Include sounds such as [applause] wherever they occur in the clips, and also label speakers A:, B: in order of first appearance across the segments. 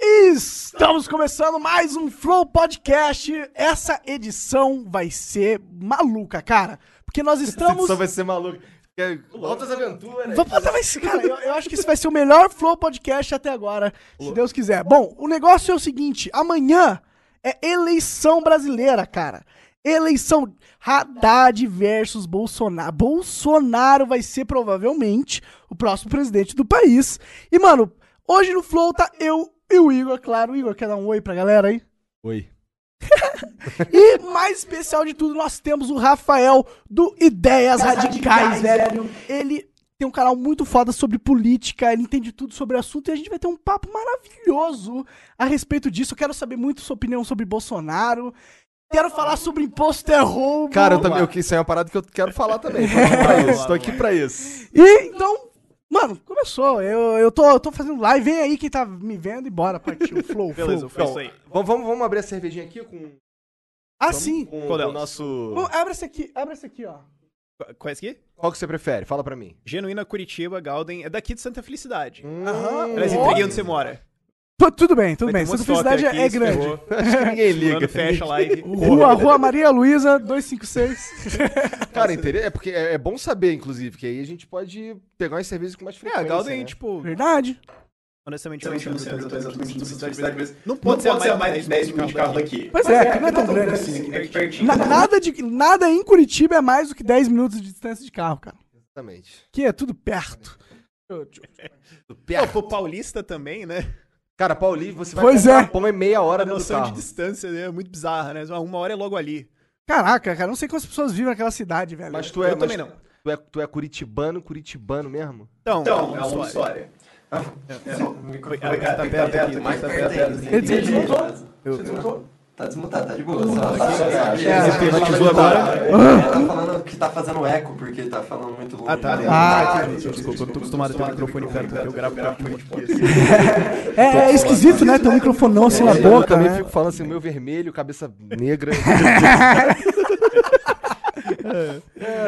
A: Estamos começando mais um Flow Podcast. Essa edição vai ser maluca, cara. Porque nós estamos.
B: Só vai ser maluco. É, Altas aventuras.
A: Vamos fazer mais, cara. Eu, eu acho que esse vai ser o melhor Flow Podcast até agora, se Deus quiser. Bom, o negócio é o seguinte: amanhã é eleição brasileira, cara. Eleição Haddad versus Bolsonaro. Bolsonaro vai ser provavelmente o próximo presidente do país. E, mano, hoje no Flow tá eu e o Igor, claro. Igor, quer dar um oi pra galera aí?
B: Oi.
A: E mais especial de tudo, nós temos o Rafael do Ideias Radicais, velho. Ele tem um canal muito foda sobre política, ele entende tudo sobre o assunto e a gente vai ter um papo maravilhoso a respeito disso. Eu quero saber muito sua opinião sobre Bolsonaro. Quero falar sobre imposto é roubo.
B: Cara, eu também, eu, isso aí é uma parada que eu quero falar [laughs] também. Tô aqui pra isso, tô aqui pra isso.
A: E então, mano, começou. Eu, eu, tô, eu tô fazendo live. Vem aí quem tá me vendo e bora partiu. Flow,
C: [laughs] Beleza,
B: Então,
A: flow.
C: foi isso aí.
B: Vamos, vamos, vamos abrir a cervejinha aqui com,
A: Ah, sim.
B: com
C: Qual
B: o
C: delas?
B: nosso...
A: Bom, Abre essa aqui, abre essa aqui, ó.
C: Qu- Quais que?
B: Qual que você prefere? Fala pra mim.
C: Genuína Curitiba, Galden. É daqui de Santa Felicidade.
A: Aham.
C: Aliás,
A: Ó.
C: entreguei onde você mora.
A: Tu- Tudo bem, Hum. tudo bem.
C: Vai ter um monte de
A: Simplicidade
C: foto
A: é,
C: aqui,
A: é
C: se
A: grande.
C: ferrou.
A: [laughs]
B: Acho que ninguém liga.
C: Fulano fecha a live.
A: Rua, Rua Maria Luísa, 256.
B: Cara, inter- é porque é, é bom saber, inclusive, que aí a gente pode pegar umas cervejas com mais
C: É, a
B: frequência,
C: Galden,
B: né?
C: tipo,
A: Verdade.
C: honestamente, eu não entendo tanto da Felicidade, mas não pode ser a mais de 10 minutos de carro daqui.
A: Pois é, aqui não é tão grande assim. Na- nada, de, nada em Curitiba é mais do que 10 minutos de distância de carro, cara.
B: Exatamente.
A: Aqui é tudo perto.
C: Não, pô, paulista também, [laughs] né?
B: Cara, Paulinho, você vai
A: Pois
B: pegar
A: é.
B: um pão é meia hora
C: A
B: dentro do
C: noção de
B: carro.
C: distância né, é muito bizarra, né? Ah, Uma hora é logo ali.
A: Caraca, cara, não sei quantas pessoas vivem naquela cidade, velho.
B: Mas tu é,
C: Eu também
B: mas
C: não.
B: Tu é, tu é curitibano, curitibano mesmo?
C: Então,
D: Então, é uma história.
C: Tá perto aqui, mais tá perto.
A: Quer dizer, desmontou?
D: Você desmontou? Tá desmontado, tá de boa. Só, só, só,
B: Você privatizou agora?
D: Tá falando que tá fazendo eco porque tá falando muito longe.
C: Ah, tá.
A: Ah,
C: Ah, desculpa, eu não tô acostumado a ter o microfone perto, eu gravo com tipo assim.
A: É, é esquisito, né? Ter um microfonão assim na
B: Eu
A: boca,
B: também
A: né?
B: fico falando assim, meu vermelho, cabeça [laughs] negra.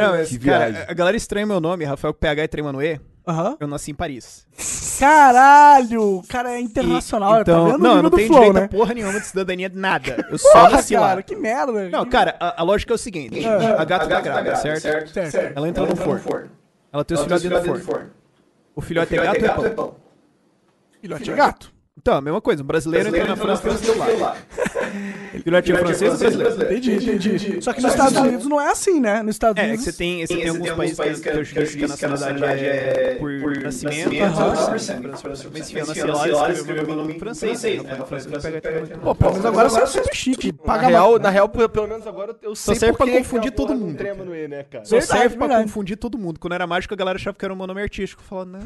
C: Não, mas,
B: Que
C: cara,
B: viagem.
C: a galera estranha meu nome, Rafael PH e Trema no E.
A: Aham.
C: Eu nasci em Paris.
A: Caralho, o cara é
C: E-
A: internacional,
C: então,
A: tá vendo o
C: Não, eu
A: nível
C: não
A: do
C: tenho
A: flow,
C: direito
A: né?
C: a porra nenhuma de cidadania de nada.
A: [laughs]
C: Eu só
A: Porra,
C: nasci
A: cara,
C: lá.
A: que Ah. merda.
C: Não, cara, a, a lógica é o seguinte: a gata tá grávida, certo?
A: Certo.
C: Ela entrou no forno. Ela tem os filhotes dentro do forno. O filhote é gato ou é pão?
A: Filhote é gato.
C: Então, a mesma coisa. Um brasileiro entrou na França tem um filhote. Filhote é francês ou brasileiro?
A: Entendi, entendi. Só que nos Estados Unidos não é assim, né? Nos Estados
C: É, é
A: Unidos.
C: que você tem, você
D: Tem,
C: tem alguns países que, que, eu jurisdico que a nacionalidade é por nascimento,
A: aham.
C: mas enfim, eu nasci lá e escreveu meu nome em francês. né? Rafael Francisco Pega Trema.
A: Pô, pelo menos agora você é super chique.
B: Na
A: Paga
B: real, na real, pelo pelo menos agora eu sei
C: serve
B: por
C: pra
B: que é que
C: confundir
B: a porra
C: todo
B: não
C: mundo,
B: trema
C: cara.
B: no E, né, cara?
C: Só
A: Verdade,
C: serve pra
A: verdade.
C: confundir todo mundo. Quando era mágico, a galera achava que era o meu nome artístico. Eu falava, não,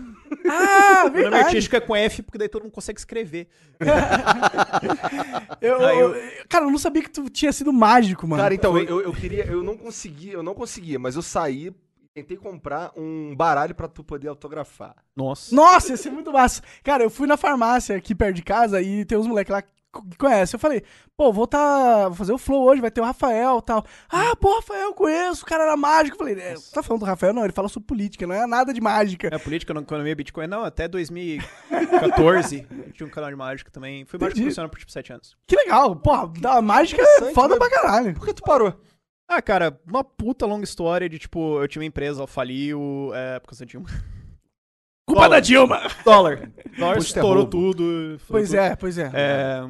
A: Ah,
C: meu nome
A: verdade.
C: artístico é com F, porque daí todo mundo consegue escrever.
A: Eu,
C: Ah, eu-
A: eu- cara, eu não sabia que tu tinha sido mágico, mano.
B: Cara, então, eu, eu queria, eu não conseguia, eu não conseguia, mas eu saí, tentei comprar um baralho pra tu poder autografar.
C: Nossa.
A: Nossa, ia ser muito massa. Cara, eu fui na farmácia aqui perto de casa e tem uns moleques lá que conhecem. Eu falei, pô, vou tá. Vou fazer o flow hoje, vai ter o Rafael e tal. Ah, pô, Rafael, conheço, o cara era mágico. Eu falei, é, você tá falando do Rafael? Não, ele fala sobre política, não é nada de mágica.
C: É política na economia Bitcoin. Não, até 2014 eu [laughs] tinha um canal de mágica também. Fui mágico
A: Entendi.
C: profissional por tipo 7 anos.
A: Que legal, pô, da mágica é
B: Interessante,
A: foda
B: né?
A: pra caralho.
B: Por que tu parou?
C: Ah, cara, uma puta longa história de tipo, eu tinha uma empresa, ela faliu, é, por causa de um
A: Culpa da Dilma!
C: dólar. dólar
B: Puta, é
C: estourou
B: roubo.
C: tudo. fudeu
A: Pois
C: tudo.
A: é, pois é.
C: É,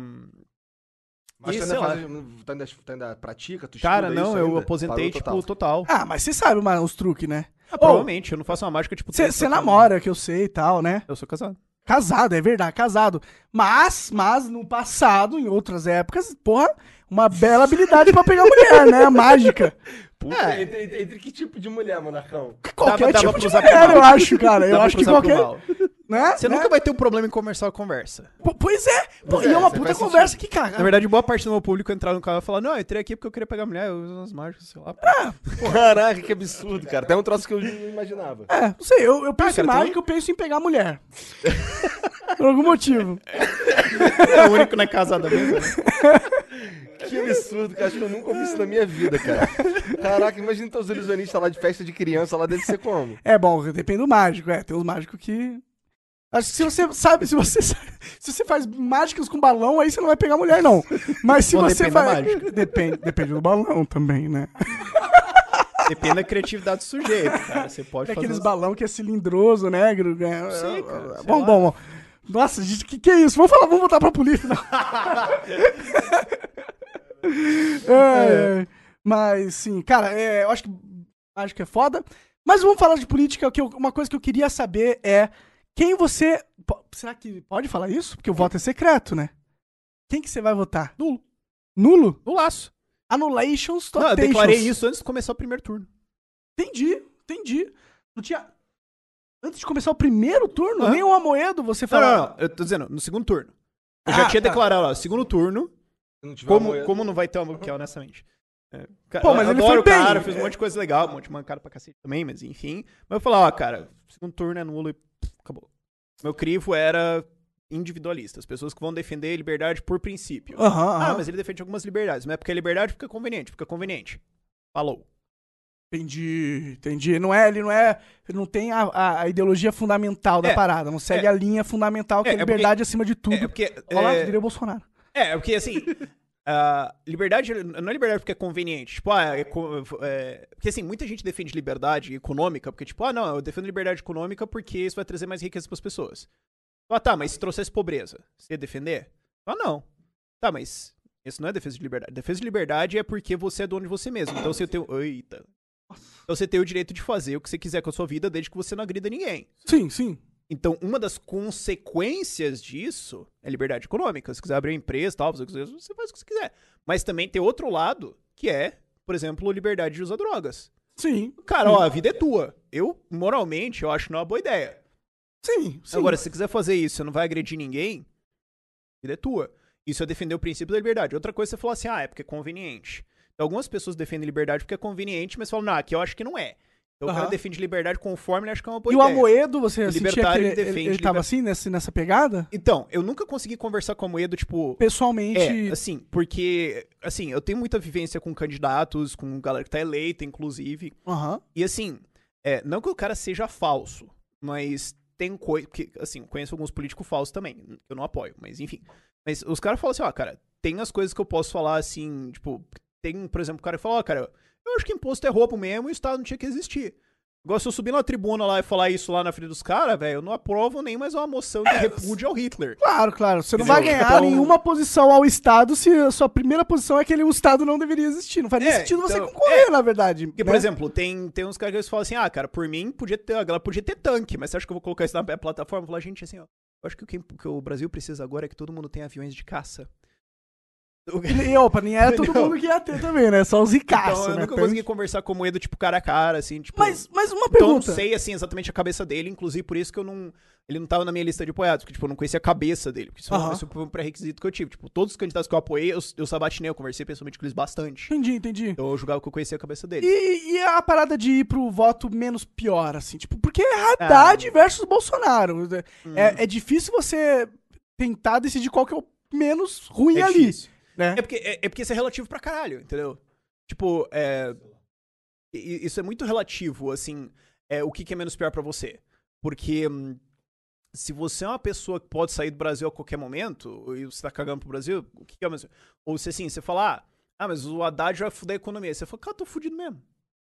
B: Mas
C: E
B: tu
C: sei
B: ainda,
C: lá.
B: faz, tu, ainda, tu ainda pratica, tu
C: cara,
B: estuda
C: não,
B: isso
C: eu
B: ainda?
C: aposentei,
B: Parou
C: tipo,
B: total.
C: total.
A: Ah, mas você sabe mais uns truques, né?
C: Ah, provavelmente, eu não faço uma mágica, tipo... três
A: Você
C: pra cada um.
A: namora, que eu sei e tal, né?
C: Eu sou casado.
A: Casado, é verdade, casado. Mas, mas no passado, em outras épocas, porra, uma bela habilidade pra pegar mulher, né?
C: [laughs]
A: Mágica.
B: É, entre, entre- entre que tipo de mulher, monarcão?
A: Qualquer
C: dava
A: tipo
C: pra
A: de
C: usar
A: mulher,
C: pro mal.
A: eu acho, cara. Eu
C: Dá pra
A: acho que
C: cruzar pro
A: qualquer.
C: mal.
A: Né?
C: Você
A: Né?
C: nunca vai ter um problema em começar a conversa.
A: Po- Pois é. Pô,
C: É,
A: e é uma
C: você
A: puta
C: faz
A: conversa que, cara.
C: Na verdade, boa parte do meu público entrar no canal e falar, não, eu entrei aqui porque eu queria pegar mulher, eu uso umas mágicas, sei lá.
B: Caraca, que absurdo, cara. Até um troço que eu não imaginava.
A: É, não sei, eu,
C: Ah,
A: eu penso
B: cara,
A: em
B: tem
A: mágica, eu penso em pegar mulher. [laughs] Por algum motivo.
C: É o único na casada mesmo. né?
B: Que absurdo, cara. Acho que eu nunca ouvi isso na minha vida, [laughs] cara. Caraca, imagina então os ilusionistas lá de festa de criança, lá deve ser como?
A: É bom, depende do mágico, é. Tem uns mágicos que. Acho que se você sabe, se você sabe- se você faz mágicas com balão, aí você não vai pegar mulher, não. Mas se
C: Bom,
A: você
C: depende da
A: faz.
C: mágica.
A: Depende, depende do balão também, né?
C: Depende da criatividade do sujeito, cara. Você pode
A: Tem
C: fazer.
A: aqueles
C: uns-
A: balão que é cilindroso, né? gru- né?
C: Sei, cara, sei
A: bom,
C: lá.
A: bom, bom. Nossa, gente, que que é isso? Vamos falar, vamos voltar pra
C: [laughs]
A: polícia. [laughs] Não. É, Mas, sim, cara, é, eu acho que, acho que é foda. Mas vamos falar de política. o Que eu- uma coisa que eu queria saber é quem você. po- Será que pode falar isso? Porque o voto é secreto, né? Quem que você vai votar? Nulo. Nulo?
C: No laço.
A: Annulations,
C: Não, eu
A: totations.
C: declarei isso antes de começar o primeiro turno.
A: Entendi, entendi. Não tinha. Antes de começar o primeiro turno,
C: Aham.
A: nem o Amoedo você
C: Não,
A: falava.
C: não, não. Eu tô dizendo, no segundo turno.
A: Ah,
C: Eu já tinha
A: tá.
C: declarado, ó, segundo turno,
B: Não tiver
C: como,
B: amanhã-
C: como não vai ter uma que é, honestamente. É, ca-
A: Pô, mas
C: eu
A: ele
C: adoro o
A: foi bem.
C: cara, fez um monte de coisa legal, um monte de mancada pra cacete também, mas enfim. Mas eu falar, ó, cara, segundo turno é nulo e pff, acabou. Meu crivo era individualista, as pessoas que vão defender liberdade por princípio.
A: Aham, aham.
C: Ah, mas ele defende algumas liberdades, não é porque é liberdade, porque é conveniente, porque é conveniente. Falou.
A: Entendi, entendi. Não é, ele não é. Ele não tem a, a- a ideologia fundamental da
C: É,
A: parada. Não segue
C: é.
A: a linha fundamental, que é,
C: É, é porque-
A: liberdade acima de tudo.
C: É, porque.
A: Olá,
C: é-
A: diria o Bolsonaro.
C: É, porque assim. a liberdade não é liberdade porque é conveniente. Tipo, ah, é, co- é- porque assim, muita gente defende liberdade econômica, porque, tipo, ah, não, eu defendo liberdade econômica porque isso vai trazer mais riqueza para as pessoas. Ah, tá, mas se trouxesse pobreza, você ia defender? Ah, não. Tá, mas isso não é defesa de liberdade. Defesa de liberdade é porque você é dono de você mesmo. Então você tem. o- Eita. Então você tem o direito de fazer o que você quiser com a sua vida desde que você não agrida ninguém.
A: Sim, sim.
C: Então, uma das consequências disso é liberdade econômica. Se quiser abrir uma empresa, tal, fazer o que você quiser, você faz o que você quiser. Mas também tem outro lado, que é, por exemplo, liberdade de usar drogas.
A: Sim.
C: Cara, ó, a vida é tua. Eu, moralmente, eu acho não é uma boa ideia.
A: Sim, sim.
C: Agora, se você quiser fazer isso, você não vai agredir ninguém, a vida é tua. Isso é defender o princípio da liberdade. Outra coisa é você falar assim, ah, é porque é conveniente. Então, algumas pessoas defendem liberdade porque é conveniente, mas falam, não, aqui eu acho que não é. Então, o cara
A: Aham.
C: defende liberdade conforme ele acha que é uma boa
A: e o
C: ideia.
A: Amoedo, você
C: O
A: sentia que
C: libertário
A: ele,
C: defende
A: ele, ele tava
C: liber-
A: assim nesse, nessa pegada?
C: Então, eu nunca consegui conversar com a Moedo, tipo.
A: Pessoalmente.
C: É, assim, porque, assim, eu tenho muita vivência com candidatos, com galera que tá eleita, inclusive.
A: Aham.
C: E, assim, é, não que o cara seja falso, mas tem coisa. Porque, assim, eu conheço alguns políticos falsos também. Eu não apoio, mas enfim. Mas os caras falam assim, ó, cara, tem as coisas que eu posso falar, assim, tipo. Tem, por exemplo, o cara que fala, ó, cara, eu acho que imposto é roubo mesmo e o Estado não tinha que existir. Agora, se eu subir na tribuna lá e falar isso lá na frente dos caras, velho, eu não aprovo nem mais uma moção de repúdio ao Hitler.
A: Claro, claro. Você não
C: Entendeu?
A: vai ganhar
C: Então-
A: nenhuma posição ao Estado se a sua primeira posição é que ele, o Estado não deveria existir. Não faz nem
C: É,
A: sentido você
C: então-
A: concorrer, na verdade. Né?
C: Porque, por exemplo, tem, tem uns caras que eles falam assim, ah, cara, por mim, podia ter, a galera podia ter tanque, mas você acha que eu vou colocar isso na minha plataforma? Eu falo, gente, assim, ó, eu acho que o que, o que o Brasil precisa agora é que todo mundo tenha aviões de caça. [laughs] Então, Eu-
A: E, opa, nem era
C: [laughs]
A: todo
C: Entendeu?
A: mundo que ia ter também, né? Só os ricaços,
C: então, eu
A: né?
C: nunca consegui conversar com o Moedo, tipo, cara a cara, assim, tipo...
A: Mas, mas uma
C: então, eu não
A: pergunta.
C: sei, assim, exatamente a cabeça dele, inclusive por isso que eu não... Ele não tava na minha lista de apoiados, porque, tipo, eu não conhecia a cabeça dele, porque isso,
A: Aham.
C: isso foi um pré-requisito que eu tive. Tipo, todos os candidatos que eu apoiei, eu, eu sabatinei, eu conversei pessoalmente com eles
A: [laughs]
C: bastante.
A: Entendi, entendi.
C: Então, eu julgava que eu conhecia a cabeça dele.
A: E, e a parada de ir pro voto menos pior, assim, tipo, porque é
C: Ah.
A: Haddad versus Bolsonaro. né?
C: Hum.
A: É, é difícil você tentar decidir qual que é o menos ruim
C: É
A: ali.
C: difícil.
A: Né?
C: É porque, é, é porque isso é relativo pra caralho, entendeu? Tipo, é. i- Isso é muito relativo, assim. É, o que, que é menos pior pra você? Porque. hum, Se você é uma pessoa que pode sair do Brasil a qualquer momento, e você tá cagando pro Brasil, o que, que é o menos pior? Ou se assim, você fala, ah, ah, mas o Haddad vai fuder a economia. Você fala, cara, eu tô fudido mesmo.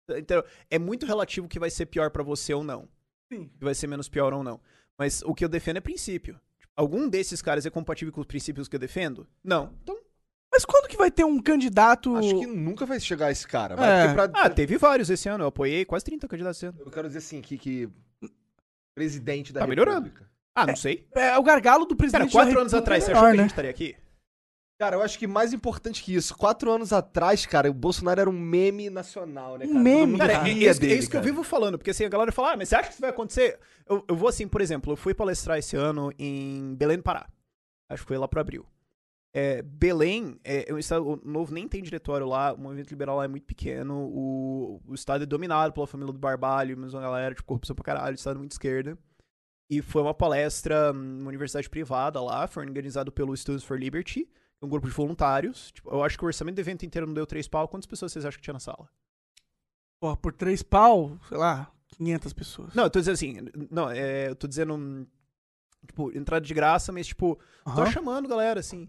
C: Entendeu? É muito relativo o que vai ser pior pra você ou não.
A: Sim.
C: Que vai ser menos pior ou não. Mas o que eu defendo é princípio. Algum desses caras é compatível com os princípios que eu defendo? Não. Então
A: Mas quando que vai ter um candidato.
B: Acho que nunca vai chegar esse cara.
A: É.
B: Vai, porque pra-
C: Ah, teve vários esse ano. Eu apoiei quase 30 candidatos esse ano.
B: Eu quero dizer assim, que, que presidente da
C: Tá melhorando.
B: República.
C: Ah, não sei.
A: É, o gargalo do
C: Cara,
A: presidente. da
C: quatro anos
A: República
C: atrás,
A: é
C: você
A: menor,
C: achou que a
A: né?
C: gente estaria aqui?
B: Cara, eu acho que mais importante que isso, quatro anos atrás, cara, o Bolsonaro era um meme nacional, né?
A: Um
B: Todo
A: meme,
B: mundo
C: Cara, é, é
B: ria
C: isso, é
B: dele,
C: isso que eu
B: cara.
C: vivo falando, porque assim, a galera fala, ah, mas você acha que isso vai acontecer? Eu, eu vou assim, por exemplo, eu fui palestrar esse ano em Belém do Pará. Acho que foi lá pro abril. É, Belém, é, é um estado o novo, nem tem diretório lá, o movimento liberal lá é muito pequeno, o, o estado é dominado pela família do Barbalho, mas uma galera de corrupção pra caralho, estado muito de esquerda. E foi uma palestra hum, numa universidade privada lá, foi organizado pelo Students for Liberty, um grupo de voluntários. Tipo, eu acho que o orçamento do evento inteiro não deu três pau. Quantas pessoas vocês acham que tinha na sala?
A: Porra, por três pau, sei lá, 500 pessoas.
C: Não, eu tô dizendo assim, não, é, eu tô dizendo, hum, tipo, entrada de graça, mas, tipo, tô
A: Aham.
C: chamando galera, assim.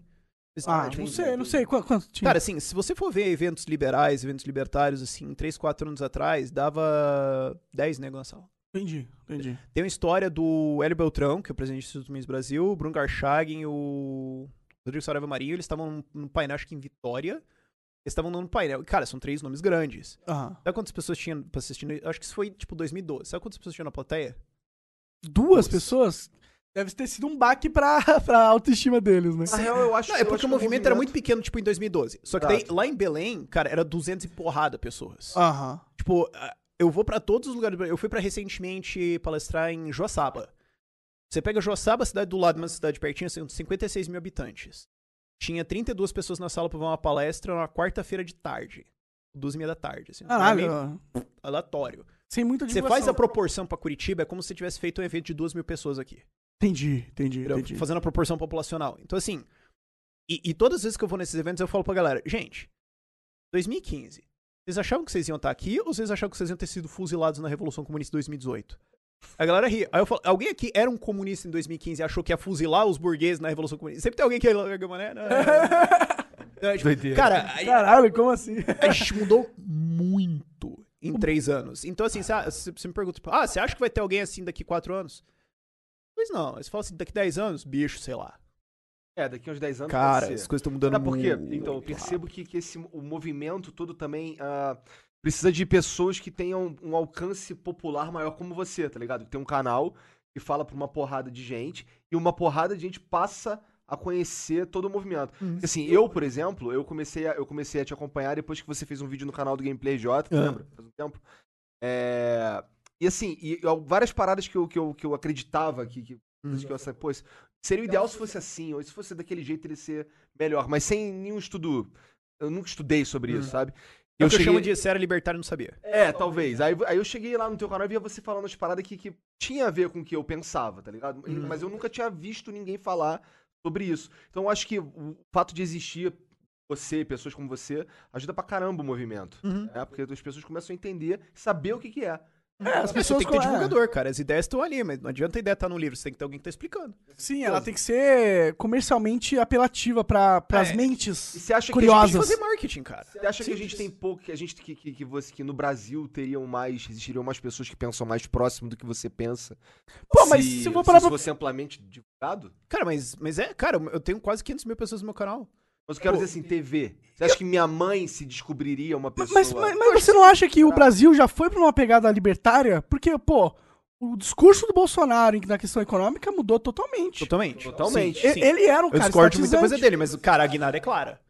C: Mas,
A: Ah,
C: tem-
A: não sei, não sei. Quanto, quanto tinha?
C: né? Cara, assim, se você for ver eventos liberais, eventos libertários, assim, 3, 4 anos atrás, dava 10 nego na sala.
A: entendi, entendi.
C: Tem uma história do Hélio Beltrão, que é o presidente do Instituto Minas Brasil, o Bruno Garchagen e o Rodrigo Saraiva Marinho, eles estavam num- num painel, acho que em Vitória, eles estavam num painel, cara, são três nomes grandes.
A: Aham.
C: Sabe quantas pessoas tinham pra assistindo? Acho que isso foi, tipo, 2012. Sabe quantas pessoas tinham na plateia?
A: Duas pessoas? Deve ter sido um baque pra, [laughs] pra autoestima deles, né?
B: Na real, eu acho
C: Não,
B: eu
C: é
B: acho
C: porque
B: que
C: o movimento era muito pequeno, tipo, em 2012. Só que daí,
B: Exato.
C: lá em Belém, cara, era 200 e porrada pessoas.
A: Aham.
C: Tipo, ah, eu vou pra todos os lugares. do Brasil. Eu fui pra recentemente palestrar em Joaçaba. Você pega Joaçaba, a cidade do lado, uma cidade pertinho, assim, são 56 mil habitantes. Tinha 32 pessoas na sala pra ver uma palestra na quarta-feira de tarde. Duas e meia da tarde, assim. um lugar
A: Caralho,
C: meio
A: ó.
C: Aleatório.
A: sem muita
C: Você
A: divulgação.
C: faz a proporção pra Curitiba, é como se você tivesse feito um evento de duas mil pessoas aqui.
A: Entendi, entendi,
C: Entendeu?
A: entendi.
C: Fazendo a proporção populacional. Então, assim, e, e todas as vezes que eu vou nesses eventos, eu falo pra galera, gente, 2015, vocês achavam que vocês iam estar aqui ou vocês achavam que vocês iam ter sido fuzilados na Revolução Comunista de 2018? A galera ri. Aí eu falo, alguém aqui era um comunista em 2015 e achou que ia fuzilar os burgueses na Revolução Comunista? Sempre tem alguém que é larga mané. não, não, não. É, tipo, Cara, aí-
A: Caralho, como assim?
C: a gente mudou muito em três anos. Então, assim, você me pergunta, tipo, ah, você acha que vai ter alguém assim daqui quatro anos? Pois não. Aí Você fala assim, daqui dez anos, bicho, sei lá.
B: É, daqui uns 10 anos
C: Cara,
B: pode
C: as
B: ser.
C: coisas estão mudando
B: Sabe por quê?
C: muito.
B: Então, eu percebo que, que esse, o movimento todo também ah, precisa de pessoas que tenham um alcance popular maior como você, tá ligado? Tem um canal que fala pra uma porrada de gente e uma porrada de gente passa a conhecer todo o movimento. Assim, eu, por exemplo, eu comecei, a, eu comecei a te acompanhar depois que você fez um vídeo no canal do Gameplay J,
C: Ah.
B: lembra? Faz um tempo. É, E assim, e, e várias paradas que eu, que eu, que eu acreditava que, que, coisas que eu sa- pô, isso- seria o
C: Então
B: ideal se fosse assim, ou se fosse daquele jeito ele ser melhor, mas sem nenhum estudo. Eu nunca estudei sobre isso, sabe?
C: É o que eu chamo de sério libertário não sabia.
B: É, talvez. Aí, aí eu cheguei lá no teu canal e via você falando as paradas que, que tinha a ver com o que eu pensava, tá ligado? E- Mas eu
C: Uhum.
B: nunca tinha visto ninguém falar sobre isso. Então eu acho que o fato de existir você, pessoas como você, ajuda pra caramba o movimento.
C: Uhum.
B: Né? Porque as pessoas começam a entender, saber o que, que é.
A: as
C: As pessoas
A: pessoas
C: tem que ter
A: com- é.
C: divulgador, cara. As ideias estão ali, mas não adianta a ideia estar no livro, você tem que ter alguém que tá explicando.
A: é, Sim, ela tem que ser comercialmente apelativa pra, pras
C: É.
B: E
A: mentes
B: você acha que a
C: Tem que
A: curiosas.
C: fazer marketing, cara.
B: gente, você acha que a gente tem pouco, que a gente que, que, que você que no Brasil teriam mais, existiriam mais pessoas que pensam mais próximo do que você pensa?
A: Pô, mas se eu vou parar
B: se
A: pra-
B: fosse amplamente divulgado?
C: Cara, mas, mas é, cara, eu tenho quase 500 mil pessoas no meu canal.
B: Mas eu quero dizer assim, TV. Você acha que minha mãe se descobriria uma pessoa?
A: Mas, mas- mas você não acha que o Brasil já foi pra uma pegada libertária? Porque, pô, o discurso do Bolsonaro em- na questão econômica mudou totalmente.
C: Totalmente.
B: Totalmente.
C: Sim, sim.
A: E- Ele era um
C: Eu
A: cara
C: discordo de muita coisa
A: estatizante.
C: dele, mas, cara, a guinada é clara.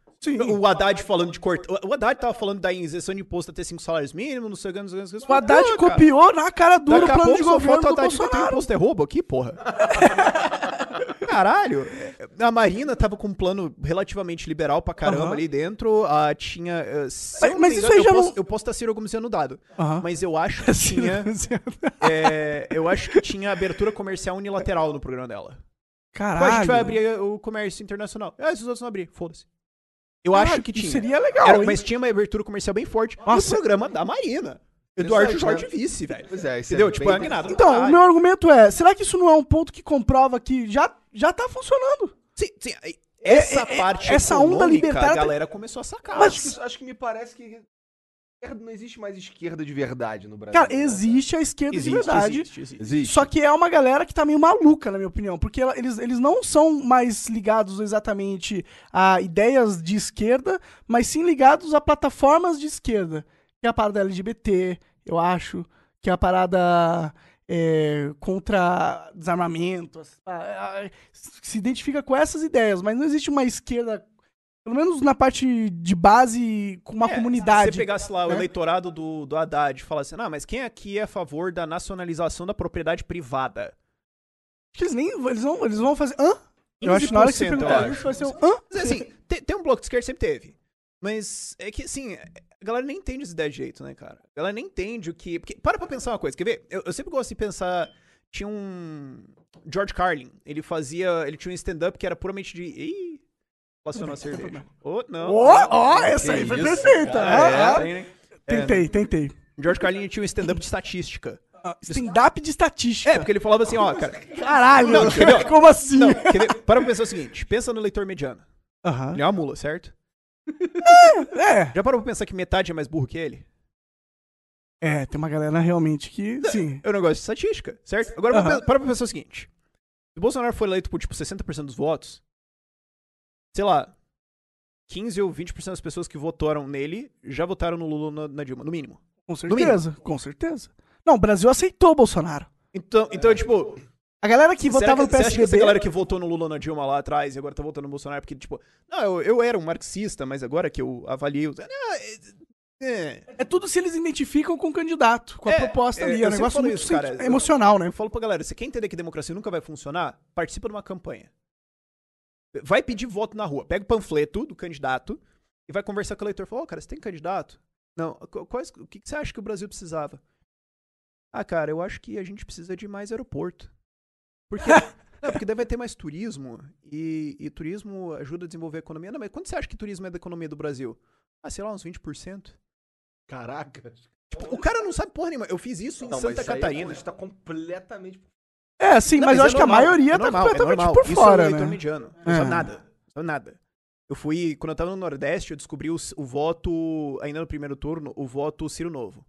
C: O Haddad falando de cortar. O Haddad tava falando da isenção de imposto até 5 salários mínimos, não sei o que, não sei o que. não sei o que.
A: O Haddad
C: Pô, cara,
A: copiou na cara dura o
C: Daqui a
A: plano
C: pouco
A: de
C: só
A: governo
C: falta o
A: do
C: Haddad botar
A: Bolsonaro.
C: imposto é roubo aqui,
A: [laughs]
C: porra. Caralho. A Marina tava com um plano relativamente liberal pra caramba
A: Aham.
C: ali dentro. ah, tinha. eh, se eu não
A: mas
C: me
A: isso
C: engano,
A: aí
C: eu
A: já
C: posso,
A: não-
C: Eu posso estar Ciro Gomes dado.
A: Aham.
C: Mas
A: [laughs]
C: eu acho que tinha.
A: é.
C: [laughs] eh, eu acho que tinha abertura comercial unilateral no programa dela. Pô,
A: Caralho.
C: a gente vai abrir o comércio internacional. Ah, esses outros não abrir, foda-se. Eu acho
A: Caralho,
C: que
A: isso
C: tinha.
A: Seria legal,
C: Era-
A: hein?
C: mas tinha uma abertura comercial bem forte.
A: Nossa.
C: E o programa da Marina. Eduardo
B: Exato,
C: Jorge
B: né?
C: Vice, velho.
B: Pois é, isso é
C: Entendeu?
B: bem-
C: tipo, é nada.
A: Então, o meu argumento é, será que isso não é um ponto que comprova que já, já tá funcionando?
C: Sim, sim, essa
A: é- é-
C: parte
A: essa onda
C: econômica,
A: libertária
C: a
A: tá-
C: galera começou a sacar.
B: Acho, que,
A: Mas,
B: isso- acho que me parece que esquerda- não existe mais esquerda de verdade no Brasil.
A: cara,
B: né,
A: existe a esquerda de verdade.
C: É, existe, existe.
B: Existe.
A: Só que é uma galera que tá meio maluca, na minha opinião, porque ela- eles, eles não são mais ligados exatamente a ideias de esquerda, mas sim ligados a plataformas de esquerda. Que é a parada LGBT, eu acho, que é a parada é, contra desarmamento, as- a- a- se identifica com essas ideias, mas não existe uma esquerda Pelo menos na parte de base com uma
C: É, Se
A: comunidade.
C: você pegasse lá o
A: né?
C: eleitorado do, do Haddad e falasse, ah, mas quem aqui é a favor da nacionalização da propriedade privada?
A: Acho que eles nem. Eles vão, eles vão fazer. Hã? Eu acho que na hora que você
C: 15%, eu
A: perguntar
C: acho.
A: isso, vai ser um. Hã?
C: Mas assim, te- tem, um bloco de esquerda sempre teve. Mas é que assim, a galera nem entende as ideias direito, né, cara? A galera nem entende o que. Porque, para pra pensar uma coisa, quer ver? Eu, eu sempre gosto de pensar. Tinha um. George Carlin, ele fazia. Ele tinha um stand-up que era puramente de. Ih! Relacionou a cerveja. Oh, não.
A: Ó, ó, essa aí
D: Que
A: foi
D: isso, É, tá
A: perfeita.
C: Ah,
A: Ah, ah.
C: tem, né?
A: Tentei, tentei.
C: George Carlin tinha um stand-up de estatística.
A: Ah, Stand-up de estatística.
C: É, porque ele falava assim, ó,
A: [laughs]
C: cara.
A: Caralho,
C: Não, entendeu?
A: como assim?
C: Não, quer ver? Para pra pensar o seguinte: pensa no leitor mediano.
A: Aham.
C: Ele é uma mula, certo?
A: É,
C: Já parou pra pensar que metade é mais burro que ele?
A: é, tem uma galera realmente que. Sim.
C: É um negócio de estatística, certo? Agora,
A: Aham.
C: para- para pra pensar o seguinte. Se o Bolsonaro for eleito por, tipo, 60% dos votos, sei lá, 15 ou 20% das pessoas que votaram nele já votaram no Lula ou na, na Dilma, no mínimo.
A: Com
C: mínimo.
A: certeza, com certeza. Não, o Brasil aceitou o Bolsonaro.
C: Então, então tipo,
A: A galera que
C: será
A: votava
C: que,
A: É. no
C: você acha que
A: PSDB.
C: essa galera que votou no Lula ou na Dilma lá atrás e agora tá votando no Bolsonaro porque, tipo, não, eu, eu era um marxista, mas agora que eu avalio... Não, é- é,
A: É tudo se eles identificam com o candidato, com a
C: É,
A: proposta
C: é,
A: ali.
C: eu
A: É um
C: sempre
A: negócio
C: falo
A: muito
C: isso, cara.
A: senti- emocional, né?
C: Eu falo pra galera, você quer entender que democracia nunca vai funcionar? Participa de uma campanha. Vai pedir voto na rua. Pega o panfleto do candidato e vai conversar com o eleitor. Fala, ó, cara, você tem candidato? Não. Qu- Quais, o que que você acha que o Brasil precisava? Ah, cara, eu acho que a gente precisa de mais aeroporto. [laughs] Porque, não, porque daí vai ter mais turismo e, e turismo ajuda a desenvolver a economia. Não, mas quanto você acha que turismo é da economia do Brasil? Ah, sei lá, uns 20%.
B: Caraca.
C: Tipo, o cara não sabe porra nenhuma. Eu fiz isso é em
B: é
C: Santa Catarina.
B: está tá completamente.
A: É, sim,
C: Não,
A: mas, eu
C: é
A: acho
C: normal,
A: que a maioria
C: é
A: tá
C: normal, é
A: completamente
C: normal.
A: por
C: Isso é
A: fora,
C: eleitor
A: né?
C: mediano. Não
A: É.
C: sabe nada. Não sabe nada. Eu fui, quando eu tava no Nordeste, eu descobri o, s- o voto, ainda no primeiro turno, o voto Ciro Novo.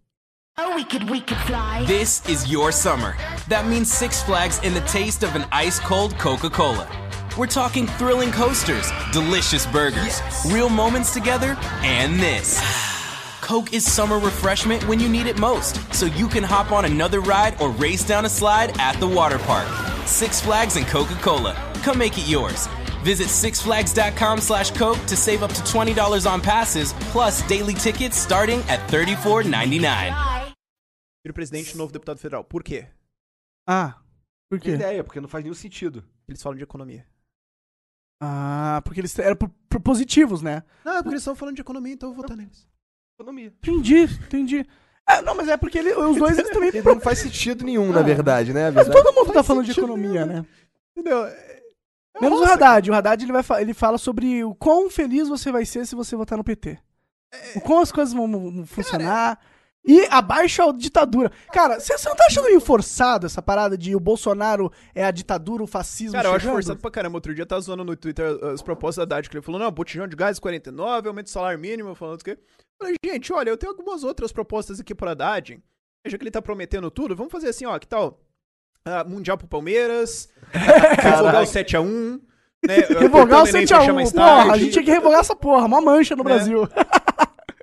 E: Oh, we could, we could fly.
F: This is your summer. That means Six Flags and the taste of an ice cold Coca Cola. We're talking thrilling coasters, delicious burgers, real moments together, and this. [sighs] Coke is summer refreshment when you need it most, so you can hop on another ride or race down a slide at the water park. Six Flags and Coca Cola. Come make it yours. Visit sixflags.com slash Coke to save up to $20 on passes, plus daily tickets starting at $34.99.
C: Ciro presidente, novo deputado federal. Por quê?
A: Ah, por quê?
B: Que
C: é-
B: ideia, porque não faz nenhum sentido.
C: Eles falam de economia.
A: Ah, porque eles eram pro- pro- positivos, né?
C: Não, é porque eles estão falando de economia, então eu vou votar neles.
B: Economia.
A: Entendi, entendi. É, não, mas é porque ele- os dois eles
C: [laughs]
A: também. [laughs]
B: Não faz sentido nenhum, na verdade, né?
A: Ah. Mas todo mundo tá
C: faz
A: falando de
C: sentido
A: economia,
C: nenhum,
A: né?
C: Entendeu? É-
A: Menos o
C: roça,
A: Haddad. O Haddad ele, vai, fa- ele fala sobre o quão feliz você vai ser se você votar no PT.
C: É.
A: O quão as coisas vão vão funcionar. E abaixa a ditadura. Cara, você não tá achando meio forçado essa parada de o Bolsonaro é a ditadura, o fascismo
C: Cara, eu acho
A: chegando?
C: forçado pra caramba. Outro dia tá zoando no Twitter as propostas da Haddad, que ele falou, não, botijão de gás 49, aumento do salário mínimo, falando o quê. Eu Falei, gente, olha, eu tenho algumas outras propostas aqui pra Haddad, já que ele tá prometendo tudo, vamos fazer assim, ó, que tal? Ah, mundial
A: [laughs]
C: pro Palmeiras, revogar o 7x1, né?
A: Revogar o
C: Neném
A: 7 a
C: fechar
A: 1
C: mais
A: Porra, a
C: tarde,
A: gente tinha que revogar essa porra. Uma mancha no
C: Né?
A: Brasil.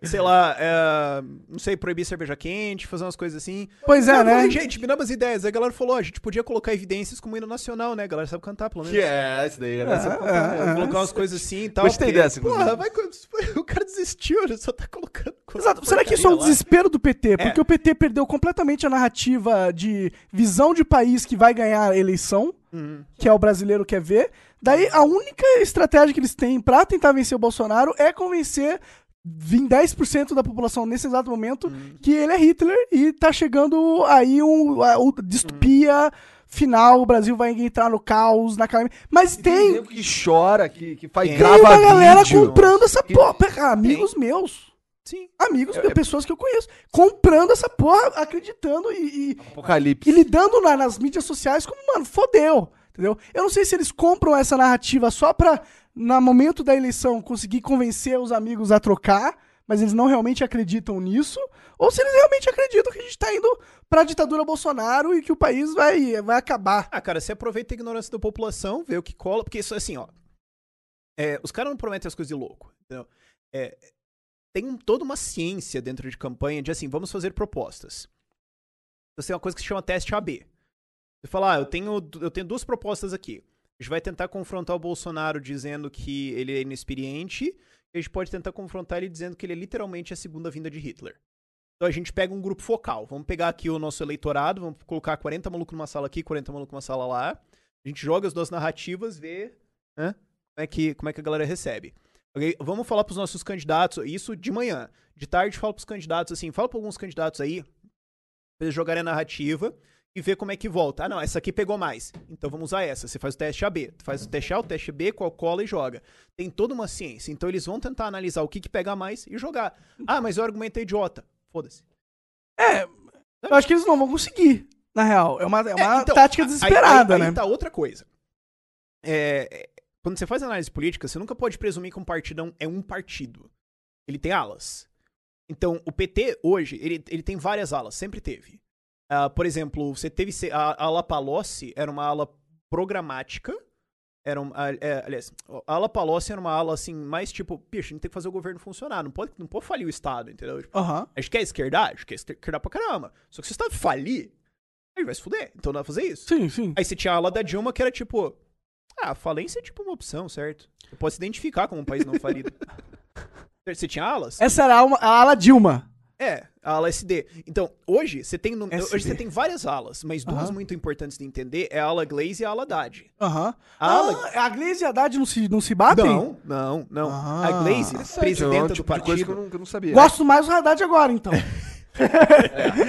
C: Sei lá, é, não sei, proibir cerveja quente, fazer umas coisas assim.
A: Pois é,
C: Eu
A: né?
C: Falei, gente, me dá umas ideias. Aí a galera falou, ó, a gente podia colocar evidências como hino nacional, né? A galera sabe cantar, pelo menos.
B: Que é, isso daí, né? Essa porra,
A: é.
B: né?
C: colocar umas coisas assim e tal.
B: Gostei
C: porque,
B: dessa, inclusive.
C: Porra, vai, com- [laughs] o cara desistiu, ele só tá colocando. coisa
A: Exato. Será que isso é um
C: porcaria lá.
A: desespero do PT?
C: É.
A: Porque o PT perdeu completamente a narrativa de visão de país que vai ganhar a eleição,
C: Uhum.
A: que é o brasileiro quer ver. Daí a única estratégia que eles têm pra tentar vencer o Bolsonaro é convencer vim 10% da população nesse exato momento
C: Uhum.
A: que ele é Hitler e tá chegando aí um, a, o- distopia
C: Uhum.
A: final, o Brasil vai entrar no caos, na calamidade. Mas tem,
B: Nego que chora, que, que faz
A: tem
B: grava
A: uma galera
B: vídeo.
A: comprando essa porra. Pera, Amigos meus.
C: Sim.
A: Amigos,
C: é
A: meus, pessoas que eu conheço, comprando essa porra, acreditando e, e,
B: Apocalipse.
A: e lidando na- nas mídias sociais como, mano, fodeu. Entendeu? Eu não sei se eles compram essa narrativa só pra, no momento da eleição, conseguir convencer os amigos a trocar, mas eles não realmente acreditam nisso, ou se eles realmente acreditam que a gente tá indo pra ditadura Bolsonaro e que o país vai, vai acabar.
C: Ah, cara, você aproveita a ignorância da população, vê o que cola, porque isso assim, ó. é, os caras não prometem as coisas de louco, entendeu? É, tem um- toda uma ciência dentro de campanha de assim, vamos fazer propostas. assim, é Então, Você tem uma coisa que se chama teste AB. Você fala, ah, eu tenho, eu tenho duas propostas aqui. A gente vai tentar confrontar o Bolsonaro dizendo que ele é inexperiente, e a gente pode tentar confrontar ele dizendo que ele é literalmente a segunda vinda de Hitler. Então a gente pega um grupo focal. Vamos pegar aqui o nosso eleitorado, vamos colocar 40 malucos numa sala aqui, 40 malucos numa sala lá. A gente joga as duas narrativas, vê né, como, é que, como é que a galera recebe. Ok? Vamos falar pros nossos candidatos, isso de manhã. De tarde, fala pros candidatos assim, fala pra alguns candidatos aí, pra eles jogarem a narrativa e ver como é que volta. Ah, não, essa aqui pegou mais. Então vamos usar essa. Você faz o teste AB. Tu faz o teste A, o teste B, qual cola e joga. Tem toda uma ciência. Então eles vão tentar analisar o que, que pega mais e jogar. Ah, mas o argumento é idiota. Foda-se.
A: Eu acho que eles não vão conseguir, na real. É uma, é
C: É,
A: uma
C: então,
A: tática
C: aí- aí-
A: desesperada,
C: aí,
A: né?
C: tá outra coisa. É, é, quando você faz análise política, você nunca pode presumir que um partido é um partido. Ele tem alas. Então, o PT hoje, ele, ele tem várias alas, sempre teve. Ah, por exemplo, você teve se- a, a ala Palocci, era uma ala programática. Era um, a- é, aliás, a ala Palocci era uma ala assim, mais tipo, bicho, a gente tem que fazer o governo funcionar, não pode, não pode falir o Estado, entendeu? Tipo,
A: Aham.
C: a gente quer esquerdar? A gente quer esquerdar pra caramba. Só que se o Estado falir, a gente vai se fuder. Então não vai fazer isso.
A: Sim, sim.
C: Aí você tinha a aula da Dilma que era tipo. Ah, falência é tipo uma opção, certo? Você pode se identificar como um país não falido. você tinha alas?
A: Essa era a, alma- a ala Dilma.
C: É, a ala SD. Então, hoje você tem. num-
A: SD.
C: Hoje você tem várias alas, mas duas
A: Aham.
C: muito importantes de entender é a ala Glaze e a ala Haddad.
A: Aham.
C: A ala-
A: Ah, a Gleisi e a Haddad não se, não se batem?
C: Não, não, não.
A: Ah.
C: a Glaze,
B: É um
C: presidenta do
B: tipo de coisa que eu
C: partido.
B: não, que eu não sabia.
A: Gosto mais do Haddad agora, então.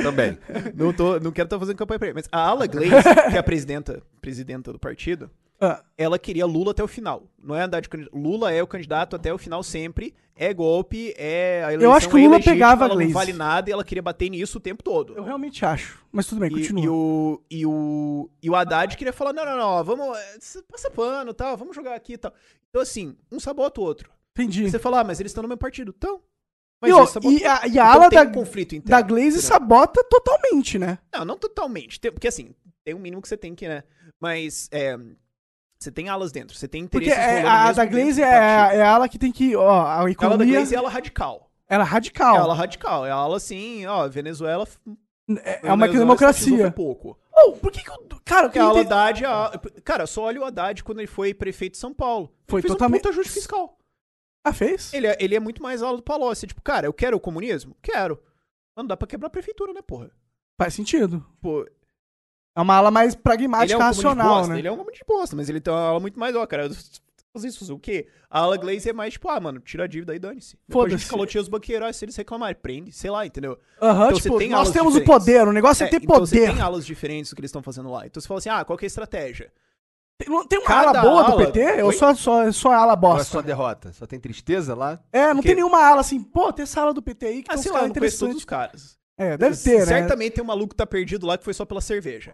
B: Também.
C: Não, tô, não quero estar fazendo campanha pra ele. Mas a ala Glaze, que é a presidenta, presidenta do partido,
A: [laughs] Ah,
C: ela queria Lula até o final. Não é andar de candidato. Lula é o candidato até o final sempre. É golpe, é a eleição
A: acho que o
C: é
A: Lula
C: ilegítima,
A: pegava a
C: ela não
A: Gleisi.
C: vale nada e ela queria bater nisso o tempo todo.
A: eu realmente acho. Mas tudo bem,
C: E,
A: continua.
C: e o, e, o, e o Haddad queria falar: não, não, não, ó, vamos. é, Passa pano e tal, vamos jogar aqui e tal. Então, assim, um sabota o outro.
A: Entendi.
C: Você fala, ah, mas eles estão no mesmo partido. Então.
A: E,
C: Mas
A: ó,
C: eles sabotam.
A: e a, e a
C: Então
A: ala
C: tem
A: da,
C: um conflito interno, né?
A: da Glaze
C: entendeu?
A: sabota totalmente, né?
C: Não, não totalmente. Tem- porque assim, tem um mínimo que você tem que, né? Mas é, você tem alas dentro, você tem
A: Porque
C: interesses
A: é,
C: rolando
A: a
C: mesmo
A: da
C: dentro
A: Glaze
C: do
A: é,
C: partido.
A: é a ala que tem que, ó, a
C: A ala da
A: economia,
C: Glaze é ala radical.
A: ela é
C: É
A: radical.
C: a ala radical. É a ala, assim, ó, Venezuela...
A: é, é uma
C: Venezuela estatizou
A: democracia.
C: pouco.
A: Oh, por que que eu... Cara, eu
C: Porque
A: queria
C: a ala
A: entender-
C: Haddad... é a- Cara, só olha o Haddad quando ele foi prefeito de São Paulo. Ele
A: Foi
C: fez
A: totalmente-
C: um puta ajuste fiscal.
A: Ah, fez?
C: Ele é, ele é muito mais ala do Palocci. Tipo, cara, eu quero o comunismo? Quero. Mas não dá pra quebrar a prefeitura, né, porra?
A: Faz sentido.
C: Tipo,
A: É uma ala mais
C: ele é
A: pragmática,
C: um
A: racional,
C: comunista,
A: né?
C: Ele é um homem de bosta, mas ele tem uma ala muito mais, ó, cara... Fazer isso, fazer o quê? A ala Glaze é mais, tipo, ah, mano, tira a dívida e dane-se. Depois a gente
A: Foda-se.
C: caloteia os banqueiros, ah, se eles reclamarem, prende, sei lá, entendeu?
A: Aham,
C: Então,
A: tipo,
C: você tem
A: nós
C: alas
A: temos o
C: diferentes.
A: poder, o negócio é, ter
C: então você
A: poder.
C: tem alas diferentes do que eles estão fazendo lá. Então você fala assim, ah, qual que é a estratégia?
A: Tem, não tem uma
C: Cada
A: ala boa do
C: ala-
A: PT? Eu
C: Oi?
A: só, só, só ala
B: Olha
A: bosta.
B: só derrota. Só tem tristeza lá?
A: É, não
C: Porque-
A: tem nenhuma ala assim, pô, tem essa ala do PT aí que
C: Ah,
A: tem
C: sei
A: uns
C: lá, eu
A: Então, caras
C: não conheço todos os
A: interessantes.
C: caras.
A: É, deve ter, né? [laughs]
C: Certamente tem um maluco que tá perdido lá que foi só pela cerveja.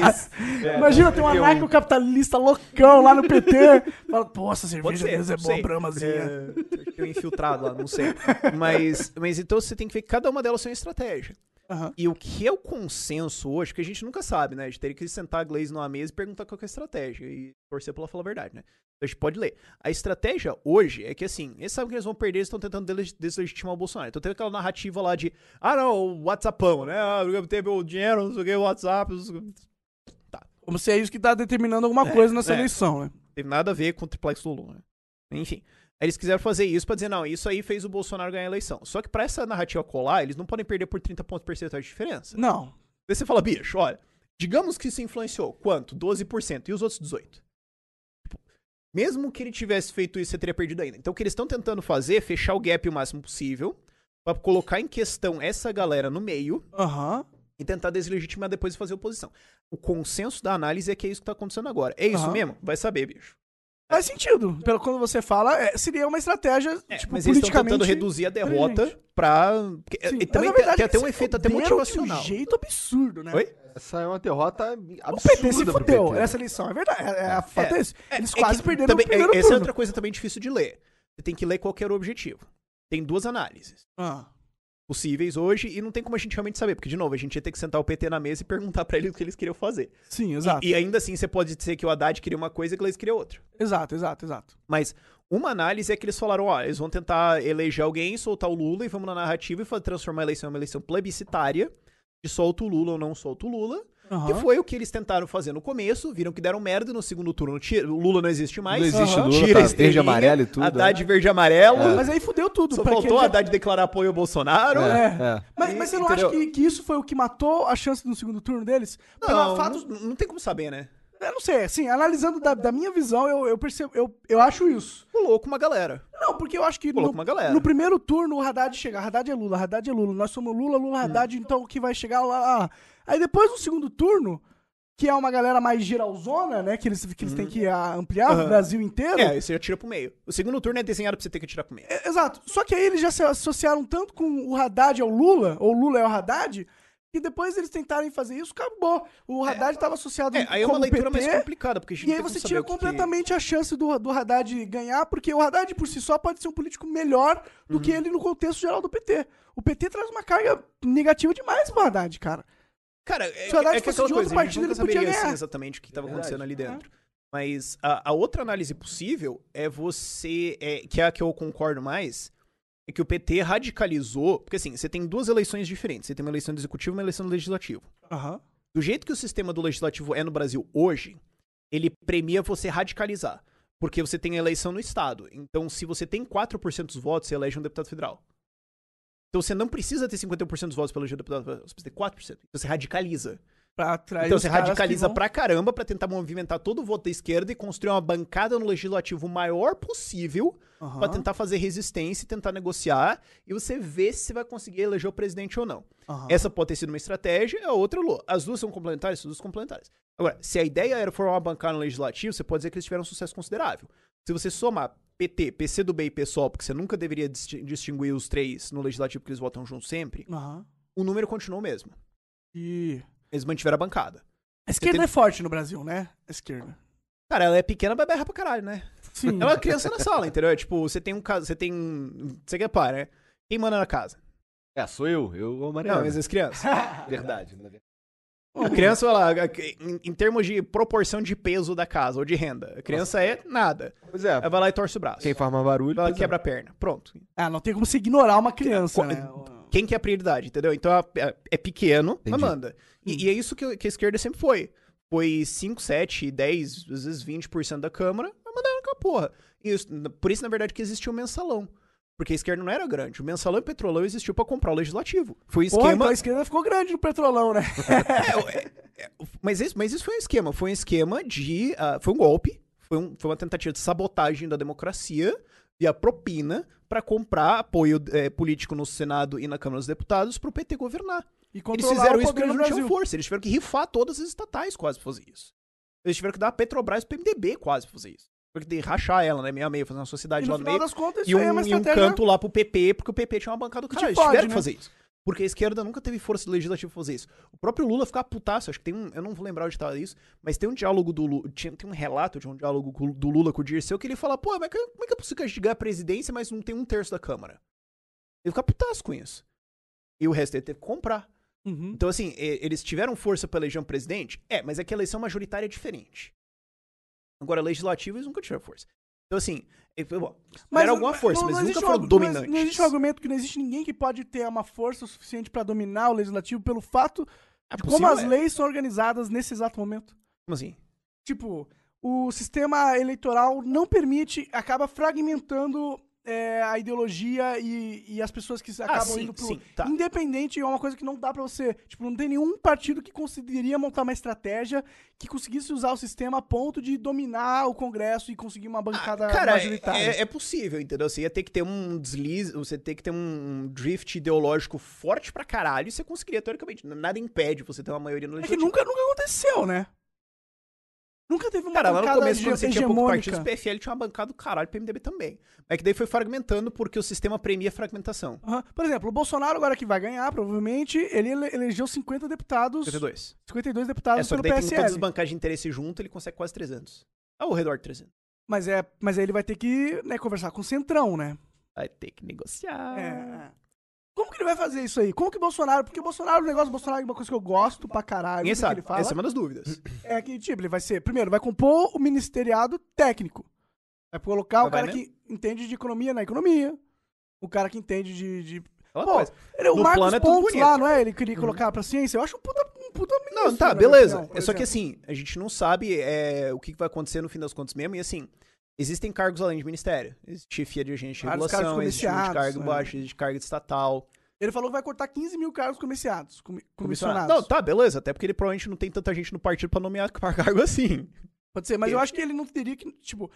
C: Mas,
A: Imagina,
C: é,
A: tem um
B: eu-
A: anarcocapitalista loucão lá no PT.
C: [laughs]
A: Fala, pô, essa cerveja deles é
C: não
A: boa,
C: sei.
A: bramazinha.
C: É, tem um infiltrado lá, não sei.
A: [laughs]
C: Mas, mas então você tem que ver que cada uma delas tem uma estratégia.
A: Aham.
C: E o que é o consenso hoje, que a gente nunca sabe, né? A gente teria que sentar a Glaze numa mesa e perguntar qual que é a estratégia. E torcer pra ela falar a verdade, né? Então a gente pode ler. A estratégia hoje é que, assim, eles sabem que eles vão perder, eles estão tentando dele- deslegitimar o Bolsonaro. Então tem aquela narrativa lá de, ah, não, o WhatsAppão, né? Ah, teve o dinheiro, não sei o que, o WhatsApp, não sei o que.
A: Como se é isso que tá determinando alguma coisa nessa
C: é.
A: eleição, né?
C: teve nada a ver com o triplex do Lula. né? Enfim. Aí Eles quiseram fazer isso pra dizer, não, isso aí fez o Bolsonaro ganhar a eleição. Só que pra essa narrativa colar, eles não podem perder por 30 pontos percentuais de diferença.
A: Não.
C: Daí você fala, bicho, olha, digamos que isso influenciou quanto? 12% e os outros 18%. Tipo, Mesmo que ele tivesse feito isso, você teria perdido ainda. Então o que eles estão tentando fazer é fechar o gap o máximo possível pra colocar em questão essa galera no meio
A: Aham.
C: e tentar deslegitimar depois e fazer oposição. O consenso da análise é que é isso que tá acontecendo agora. É isso
A: Aham.
C: mesmo? Vai saber, bicho.
A: Faz sentido. Pelo quando você fala, é, seria uma estratégia,
C: É,
A: tipo,
C: mas eles estão
A: politicamente...
C: tentando reduzir a derrota
A: inteligente.
C: pra. porque,
A: Sim,
C: e
A: mas
C: também
A: na verdade
C: tem
A: é que
C: até um
A: se
C: efeito até
A: fuderam de
C: motivacional.
A: um jeito absurdo, né?
C: Oi?
B: Essa é uma derrota absurda.
A: O PT se
B: pro
A: fudeu
B: PT.
A: nessa eleição, é verdade. É, é, fato é isso. Eles
C: É que
A: quase perderam
C: também,
A: o primeiro
C: é, Essa é
A: turno.
C: outra coisa também difícil de ler. Você tem que ler qual que era o objetivo. Tem duas análises
A: Ah.
C: possíveis hoje e não tem como a gente realmente saber, porque, de novo, a gente ia ter que sentar o PT na mesa e perguntar pra eles o que eles queriam fazer.
A: Sim,
C: E-
A: exato.
C: E, ainda assim, você pode dizer que o Haddad queria uma coisa e que o Gleisi queria outra.
A: Exato, exato, exato.
C: Mas uma análise é que eles falaram, ó, eles vão tentar eleger alguém, soltar o Lula e vamos na narrativa e fa- transformar a eleição em uma eleição plebiscitária de solta o Lula ou não solta o Lula. Que foi o que eles tentaram fazer no começo, viram que deram merda no segundo turno. tira- o Lula não existe mais.
B: Não existe Lula,
C: Tira
B: tá
C: a estrelinha,
B: verde, amarelo e tudo, né? É.
C: Haddad verde e amarelo.
A: Mas aí fudeu tudo.
C: É. Só
A: pra quem
C: faltou a
A: já-
C: Haddad declarar apoio ao Bolsonaro.
A: É.
B: É.
A: Mas, mas você não
C: Entendeu?
A: acha que, que isso foi o que matou a chance do segundo turno deles?
C: Não,
A: Pelo fato.
C: não, não tem como saber, né?
A: Eu não sei, assim, analisando da, da minha visão, eu, eu percebo, eu, eu acho isso.
C: Colocou uma galera.
A: Não, porque eu acho que
C: Colocou
A: no,
C: uma galera.
A: no primeiro turno o Haddad chega. Haddad é Lula, Haddad é Lula. Nós somos Lula, Lula, Haddad,
C: Hum.
A: então o que vai chegar lá, lá. lá. Aí depois do segundo turno, que é uma galera mais geralzona, né? Que eles, que eles têm que ah, ampliar o Brasil inteiro.
C: Hum. É, isso já tira pro meio. O segundo turno é desenhado pra você ter que tirar pro meio.
A: É, Exato. Só que aí eles já se associaram tanto com o Haddad ao Lula, ou Lula é o Haddad, que depois eles tentarem fazer isso, acabou. O Haddad estava associado
C: É, aí é uma
A: como
C: leitura
A: PT,
C: mais complicada, porque a gente
A: E
C: não
A: aí
C: tem como
A: você
C: saber
A: tira
C: o que é. que-
A: completamente a chance do, do Haddad ganhar, porque o Haddad por si só pode ser um político melhor do
C: Uhum.
A: que ele no contexto geral do PT. O PT traz uma carga negativa demais pro Haddad, cara.
C: Cara, é,
A: Se o Haddad
C: é que
A: fosse
C: aquela
A: de outro
C: coisa, a gente
A: partido,
C: nunca
A: ele podia
C: saberia assim,
A: ganhar. É.
C: exatamente o que estava acontecendo ali dentro. Mas a, a outra análise possível é você, é, que é a que eu concordo mais, é que o PT radicalizou, porque assim, você tem duas eleições diferentes, você tem uma eleição do executivo e uma eleição do legislativo.
A: Aham.
C: Do jeito que o sistema do legislativo é no Brasil hoje, ele premia você radicalizar, porque você tem a eleição no estado. Então, se você tem 4% dos votos, você elege um deputado federal. Então, você não precisa ter 50% dos votos para eleger um deputado federal, você precisa ter 4%. Então, você radicaliza.
A: Pra atrair
C: Então
A: os
C: você
A: caras que
C: radicaliza
A: vão-
C: pra caramba pra tentar movimentar todo o voto da esquerda e construir uma bancada no legislativo o maior possível
A: Aham.
C: pra tentar fazer resistência e tentar negociar e você vê se você vai conseguir eleger o presidente ou não.
A: Aham.
C: Essa pode ter sido uma estratégia, a outra lua. As duas são complementares, são duas complementares. Agora, se a ideia era formar uma bancada no legislativo, você pode dizer que eles tiveram um sucesso considerável. Se você somar PT, PC do B e PSOL, porque você nunca deveria disti- distinguir os três no legislativo porque eles votam juntos sempre,
A: Aham.
C: o número continuou o mesmo.
A: E...
C: Eles mantiveram a bancada.
A: A esquerda
C: tem-
A: é forte no Brasil, né? A esquerda.
C: Cara, ela é pequena, mas berra pra caralho, né?
A: Sim.
C: É uma criança na sala, entendeu? É Tipo, você tem um caso, você tem. Você quer par, né? Quem manda na casa?
B: É, sou eu. Eu ou a Mariana.
C: Não, mas as crianças.
B: [laughs] Verdade. né? na verdade.
C: A criança, ela, em, em termos de proporção de peso da casa ou de renda, a criança é nada.
B: Pois é.
C: Ela vai lá e torce o braço.
B: Quem faz mais barulho...
C: ela
B: pois é.
C: quebra a perna. Pronto.
A: Ah, não tem como você ignorar uma criança, né?
C: Quem que é a prioridade, entendeu? Então a- a- é pequeno, mas
B: Entendi.
C: manda. E, e é isso que, que a esquerda sempre foi. Foi 5, 7, 10, às vezes 20% da Câmara, mas mandaram aquela porra. E isso- por isso, na verdade, que existiu o mensalão. Porque a esquerda não era grande. O mensalão e o petrolão existiu pra comprar o legislativo. Foi um
A: Porra,
C: esquema.
A: então a esquerda ficou grande no petrolão,
C: [laughs]
A: né?
C: mas, isso, mas isso foi um esquema. Foi um esquema de. ah, foi um golpe. Foi, um- foi uma tentativa de sabotagem da democracia via propina pra comprar apoio eh, político no Senado e na Câmara dos Deputados pro PT governar.
A: E
C: Eles
A: controlar
C: fizeram
A: o poder
C: isso porque eles
A: no
C: não tinham
A: Brasil.
C: força. Eles tiveram que rifar todas as estatais quase pra fazer isso. Eles tiveram que dar a Petrobras pro PMDB quase pra fazer isso. Tiveram que de- rachar ela, né? Meio a meio, fazer uma
A: E
C: sociedade
A: no
C: lá no
A: final
C: meio.
A: das contas,
C: E
A: isso
C: um,
A: aí é uma
C: e um
A: estratégia...
C: canto lá pro PP, porque o PP tinha uma bancada do
A: te
C: cara. Eles
A: fode,
C: tiveram
A: né?
C: que fazer isso. Porque a esquerda nunca teve força do legislativo pra fazer isso. O próprio Lula ficava putaço, acho que tem um. Eu não vou lembrar onde tá isso, mas tem um diálogo do Lula. Tem um relato de um diálogo com- do Lula com o Dirceu que ele fala, pô, mas que- como é que é possível que a gente ganha a presidência, mas não tem um terço da Câmara? Ele fica putaço com isso. E o resto ele teve que comprar.
A: Uhum.
C: Então, assim, e- eles tiveram força pra eleger um presidente? É, mas é que a eleição majoritária é diferente. Agora, legislativo, eles nunca tiveram força. Então, assim, eh, foi bom, tiveram alguma força, mas nunca
A: existe
C: foram
A: um-
C: dominantes.
A: Não, existe um argumento que não existe ninguém que pode ter uma força o suficiente pra dominar o legislativo pelo fato
C: É
A: de
C: possível,
A: como as
C: é.
A: leis são organizadas nesse exato momento.
C: Como assim?
A: Tipo, o sistema eleitoral não permite, acaba fragmentando é, a ideologia e, e as pessoas que acabam
C: Ah, sim,
A: indo pro.
C: sim, tá.
A: Independente é uma coisa que não dá pra você. Tipo, não tem nenhum partido que conseguiria montar uma estratégia que conseguisse usar o sistema a ponto de dominar o Congresso e conseguir uma bancada
C: Cara,
A: majoritária.
C: é, é possível, entendeu? Você ia ter que ter um deslize, você ia ter que ter um drift ideológico forte pra caralho e você conseguiria, teoricamente. Nada impede você ter uma maioria no
A: É que
C: legislativo.
A: nunca, nunca aconteceu, né? Nunca teve uma
C: Cara, lá no
A: bancada
C: começo,
A: hege-
C: quando você tinha poucos
A: hegemônica.
C: partidos, o PFL tinha uma bancada do caralho, o PMDB também. É que daí foi fragmentando porque o sistema premia a fragmentação.
A: Aham. Por exemplo, o Bolsonaro, agora que vai ganhar, provavelmente, ele ele- elegeu 50 deputados.
C: 52.
A: 52 deputados
C: É, só que
A: pelo
C: daí tem todas as
A: PSL.
C: bancadas de interesse junto, ele consegue quase 300. Ao redor de 300.
A: Mas, é, mas aí ele vai ter que né, conversar com o Centrão, né?
C: Vai ter que negociar.
A: É. Como que ele vai fazer isso aí? Como que o Bolsonaro. Porque o Bolsonaro, o negócio do Bolsonaro é uma coisa que eu gosto pra caralho.
C: Ninguém
A: do que
C: sabe.
A: ele fala.
C: Essa é uma
A: [clears throat]
C: das dúvidas.
A: É que, tipo, ele vai ser. Primeiro, vai compor o ministeriado técnico. Vai colocar o
C: Vai
A: cara que entende de economia na economia. O cara que entende de. de-
C: Ela
A: Pô,
C: faz.
A: ele, o
C: É No
A: Marcos
C: plano é tudo
A: Pontes
C: bonito. Uhum.
A: lá, não é? Ele queria colocar pra ciência. Eu acho um puta, um puta
C: Não,
A: ministro,
C: tá,
A: na minha
C: beleza.
A: opinião, por
C: é só que
A: exemplo.
C: assim, a gente não sabe é, o que que vai acontecer no fim das contas mesmo. E assim, existem cargos além de ministério. Existe chefia de agente de
A: Vários
C: regulação,
A: cargos
C: existe um monte de
A: comissionados,
C: cargo
A: né?
C: baixo, existe cargo estatal.
A: Ele falou que vai cortar 15 mil cargos comerciados, comi- comissionados.
C: Não, tá, beleza. Até porque ele provavelmente não tem tanta gente no partido pra nomear [laughs] pra cargo assim.
A: Pode ser, mas eu acho que ele não teria que, tipo,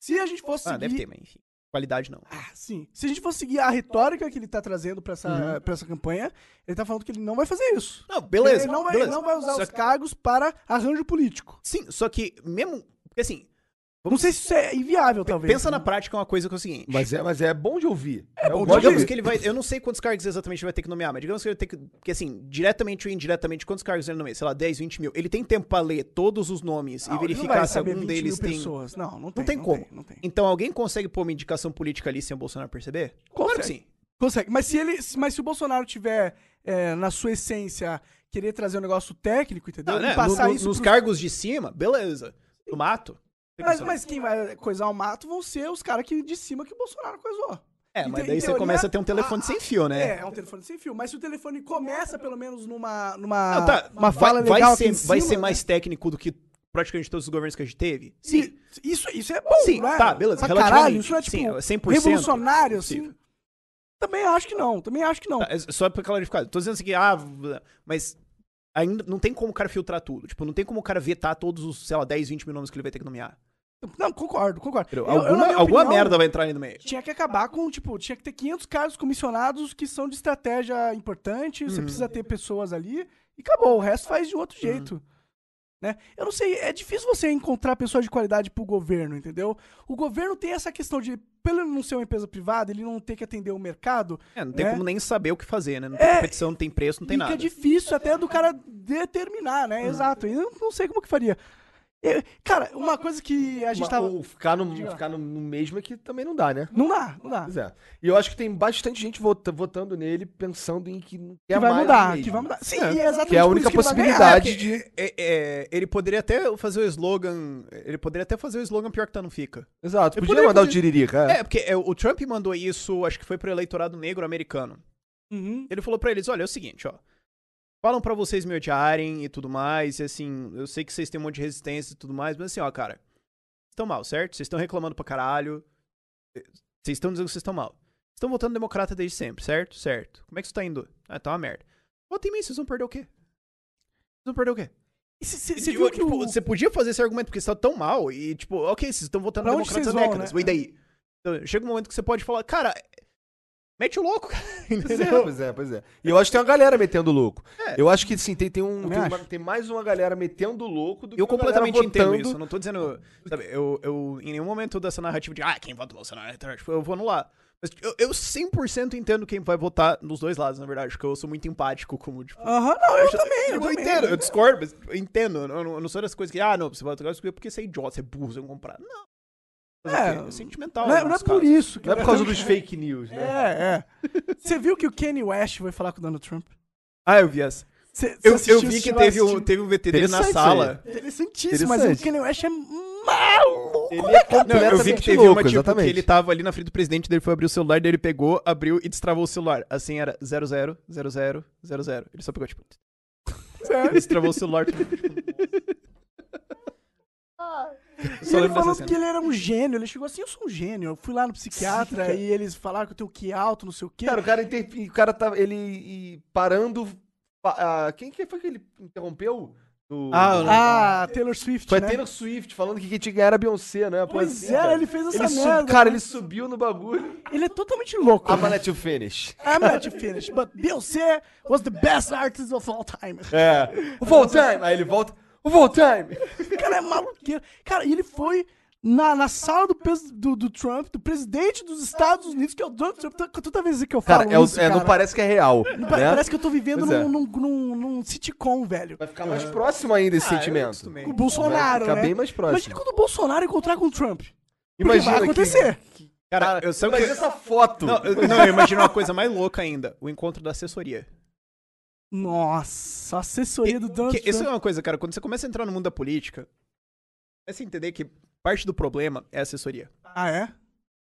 A: se a gente fosse
C: Ah,
A: seguir...
C: deve ter, mas enfim. Qualidade não.
A: Ah, sim. Se a gente fosse seguir a retórica que ele tá trazendo pra essa,
C: Uhum.
A: pra essa campanha, ele tá falando que ele não vai fazer isso.
C: Não, beleza.
A: Ele não vai,
C: beleza.
A: não vai usar
C: Só
A: os
C: que-
A: cargos para arranjo político.
C: Sim, só que mesmo. Porque assim,
A: Não sei se isso é inviável, talvez.
C: pensa na
A: né?
C: prática uma coisa que é o seguinte.
B: Mas é, mas é bom de ouvir. É,
A: bom
B: bom
A: de
B: de
A: Pode
C: Digamos
A: ouvir.
B: ouvir.
C: que ele vai. Eu não sei quantos cargos exatamente ele vai ter que nomear, mas digamos que ele vai ter que. Porque assim, diretamente ou indiretamente, quantos cargos ele nomeia? Sei lá, 10, 20 mil. Ele tem tempo pra ler todos os nomes
A: Não,
C: e
A: ele não
C: verificar
A: vai
C: se
A: saber
C: algum
A: 20 mil
C: deles tem.
A: pessoas. Não, não tem.
C: Não tem como.
A: não tem.
C: Então alguém consegue pôr uma indicação política ali sem o Bolsonaro perceber? Claro que sim.
A: Consegue. Mas se ele. se- Mas se o Bolsonaro tiver, é, na sua essência, querer trazer um negócio técnico, entendeu?
C: Não,
A: E
C: né?
A: passar
C: No- no-
A: isso
C: nos
A: pros-
C: cargos de cima, beleza. No mato.
A: Mas, mas quem vai coisar o mato vão ser os caras que de cima que o Bolsonaro coisou.
C: É,
A: Em
C: mas
A: te-
C: daí
A: em
C: você
A: teoria,
C: começa a ter um telefone sem fio, né?
A: É, é um telefone sem fio. Mas se o telefone começa, pelo menos, numa, numa
C: Não, tá.
A: uma
C: vai,
A: fala
C: vai
A: legal aqui
C: ser,
A: em cima,
C: vai ser
A: né?
C: mais técnico do que praticamente todos os governos que a gente teve?
A: E Isso, isso é bom,
C: Sim,
A: não é?
C: tá, beleza,
A: Pra
C: relativamente.
A: caralho, isso não é, tipo,
C: Sim, é 100%
A: revolucionário, assim.
C: possível.
A: Também acho que não, também acho que não.
C: Tá, é só pra clarificar. Tô dizendo assim que, ah, v- mas ainda não tem como o cara filtrar tudo. Tipo, não tem como o cara vetar todos os, sei lá, 10, 20 mil nomes que ele vai ter que nomear.
A: Não, concordo, concordo. Eu- eu, na
C: é- alguma
A: minha
C: alguma
A: opinião,
C: merda vai entrar aí no meio.
A: Tinha que acabar com, tipo, tinha que ter 500 cargos comissionados que são de estratégia importante, você precisa ter pessoas ali, e acabou, o resto faz de outro jeito. Né? Eu não sei, é difícil você encontrar pessoas de qualidade pro governo, entendeu? O governo tem essa questão de, pelo ele não ser uma empresa privada, ele não ter que atender o mercado.
C: É, não tem
A: né?
C: como nem saber o que fazer, né? Não tem
A: É,
C: competição, não tem preço, não tem
A: Fica
C: nada.
A: difícil até do cara determinar, né? Exato. E eu não sei como que faria. Eu- cara, uma coisa que a gente
B: Mas
A: tava.
B: o Ficar, no, ficar no, no mesmo é que também não dá, né?
A: Não dá, não dá.
B: Pois é. E eu acho que tem bastante gente vota- votando nele pensando em que não quer
A: Que vai
B: mais
A: mudar,
B: mesmo.
A: que vai mudar. Sim,
B: É.
A: e é exatamente
B: Que é a
A: por
B: única
A: isso ele vai ganhar.
B: possibilidade
A: É,
B: de.
C: É, é, ele poderia até fazer o slogan. Ele poderia até fazer o slogan pior que tá, não fica.
B: Exato,
C: Eu
B: podia
C: poderia
B: mandar o
C: fazer-
B: Tiririca. é.
C: É, porque é, o Trump mandou isso, acho que foi pro eleitorado negro americano.
A: Uhum.
C: Ele falou pra eles, olha, é o seguinte, ó. Falam pra vocês me odiarem e tudo mais, e assim, eu sei que vocês têm um monte de resistência e tudo mais, mas assim, ó, cara, estão mal, certo? Vocês estão reclamando pra caralho. eh, Vocês estão dizendo que vocês estão mal. Vocês Estão votando democrata desde sempre, certo? Certo. Como é que isso tá indo? Ah, tá uma merda. Vota em mim, vocês vão perder o quê? Vocês vão perder o quê?
A: E se- se- Você
C: E,
A: viu que
C: tipo,
A: o...
C: Você podia fazer esse argumento porque você tá tão mal e, tipo, ok, vocês estão votando
A: Pra onde
C: democratas há
A: vocês vão,
C: décadas,
A: né?
C: mas e daí? Então, chega um momento que você pode falar, cara, mete o louco, [laughs] cara.
B: Pois é,
C: entendeu?
B: pois é, pois é. E eu acho que tem uma galera metendo louco.
C: É.
B: Eu acho que sim, tem, tem, um,
A: Também
B: tem, uma-
A: acho.
B: tem mais uma galera metendo louco do que
C: Eu
B: uma galera
C: completamente entendo
B: votando.
C: isso. Eu não tô dizendo. Sabe, eu, eu em nenhum momento dessa narrativa de ah, quem vota no Bolsonaro é trash, eu vou anular. Mas eu, eu 100% entendo quem vai votar nos dois lados, na verdade, porque eu sou muito empático, como, tipo.
A: Aham, não, eu, também, eu,
C: eu
A: também.
C: entendo, eu discordo, mas eu entendo. Eu não, eu não sou dessas coisas que, ah, não, você vai votar porque você é idiota, você é burro, você é um comprado. Não. Fazer o quê?
A: É,
C: é sentimental.
A: Não é,
C: em
A: não é
C: alguns
A: por
C: casos.
A: isso. que-
B: Não é por causa dos fake news, né?
A: É, é. Você viu que o Kanye West foi falar com o Donald Trump?
C: Ah, eu vi essa.
A: Você- você
C: Eu, eu
A: assistiu,
C: vi que
A: assistiu,
C: teve um,
A: assistiu?
C: teve um VT dele na
B: Interessante
C: sala.
A: Interessantíssimo, mas o
B: Interessante.
A: Kanye West é maluco.
B: Ele é
C: Não,
B: completamente
C: eu vi que teve
B: louco,
C: uma, tipo, que
B: exatamente.
C: ele tava ali na frente do presidente, daí ele foi abrir o celular, daí ele pegou, abriu e destravou o celular. Assim era 00, 00, 00. Ele só pegou, tipo... Ele destravou o celular. tipo,
A: E ele
C: lembro dessa
A: falou
C: cena. Ah,
A: que ele era um gênio. Ele chegou assim, eu sou um gênio. Eu fui lá no psiquiatra e eles falaram que eu tenho que alto, não sei o quê.
B: Cara, o cara, inter- o cara tá. Ele e parando. pa- ah, quem que foi que ele interrompeu? No-
C: Ah, eu não-
A: ah, Taylor Swift,
B: Foi
A: né?
B: Taylor Swift falando que quem tinha que ganhar era a Beyoncé, né?
A: Pois
B: Assim,
A: é,
B: cara.
A: ele fez essa
B: Ele sub-
A: merda.
B: Cara, ele subiu no bagulho.
A: Ele é totalmente louco.
B: né?
C: Ah,
B: I'm gonna let you finish.
A: I'm not to finish, but Beyoncé was the best artist of all
C: [laughs]
A: time.
B: É. O Full Time! Aí ele volta. O Full Time!
A: O cara é maluqueiro. Cara, e ele foi na, na sala do, pres- do, do Trump, do presidente dos Estados Unidos, que é o Donald Trump. Toda- Toda vez que eu falo
B: Cara, é o-
A: isso,
B: é, não
A: cara,
B: parece que é real.
A: pa-
B: né?
A: parece que Uhum. eu tô vivendo
B: Pois é.
A: num, num, num, num sitcom, velho.
B: Vai ficar mais próximo ainda
A: Ah, é
B: esse sentimento.
C: acostumei.
A: Com o Bolsonaro,
B: ficar
A: né?
B: bem mais próximo.
A: Imagina quando o Bolsonaro encontrar com o Trump. Porque
B: Imagina
A: vai
B: que-
A: acontecer.
C: Cara, eu sei
B: Mas
C: que...
B: essa foto.
C: Não, eu, não, eu imagino uma coisa mais louca ainda. O encontro da assessoria.
A: Nossa, a assessoria do Donald
C: Que-
A: Trump.
C: isso é uma coisa, cara, quando você começa a entrar no mundo da política, começa a entender que parte do problema é a assessoria.
A: Ah, é?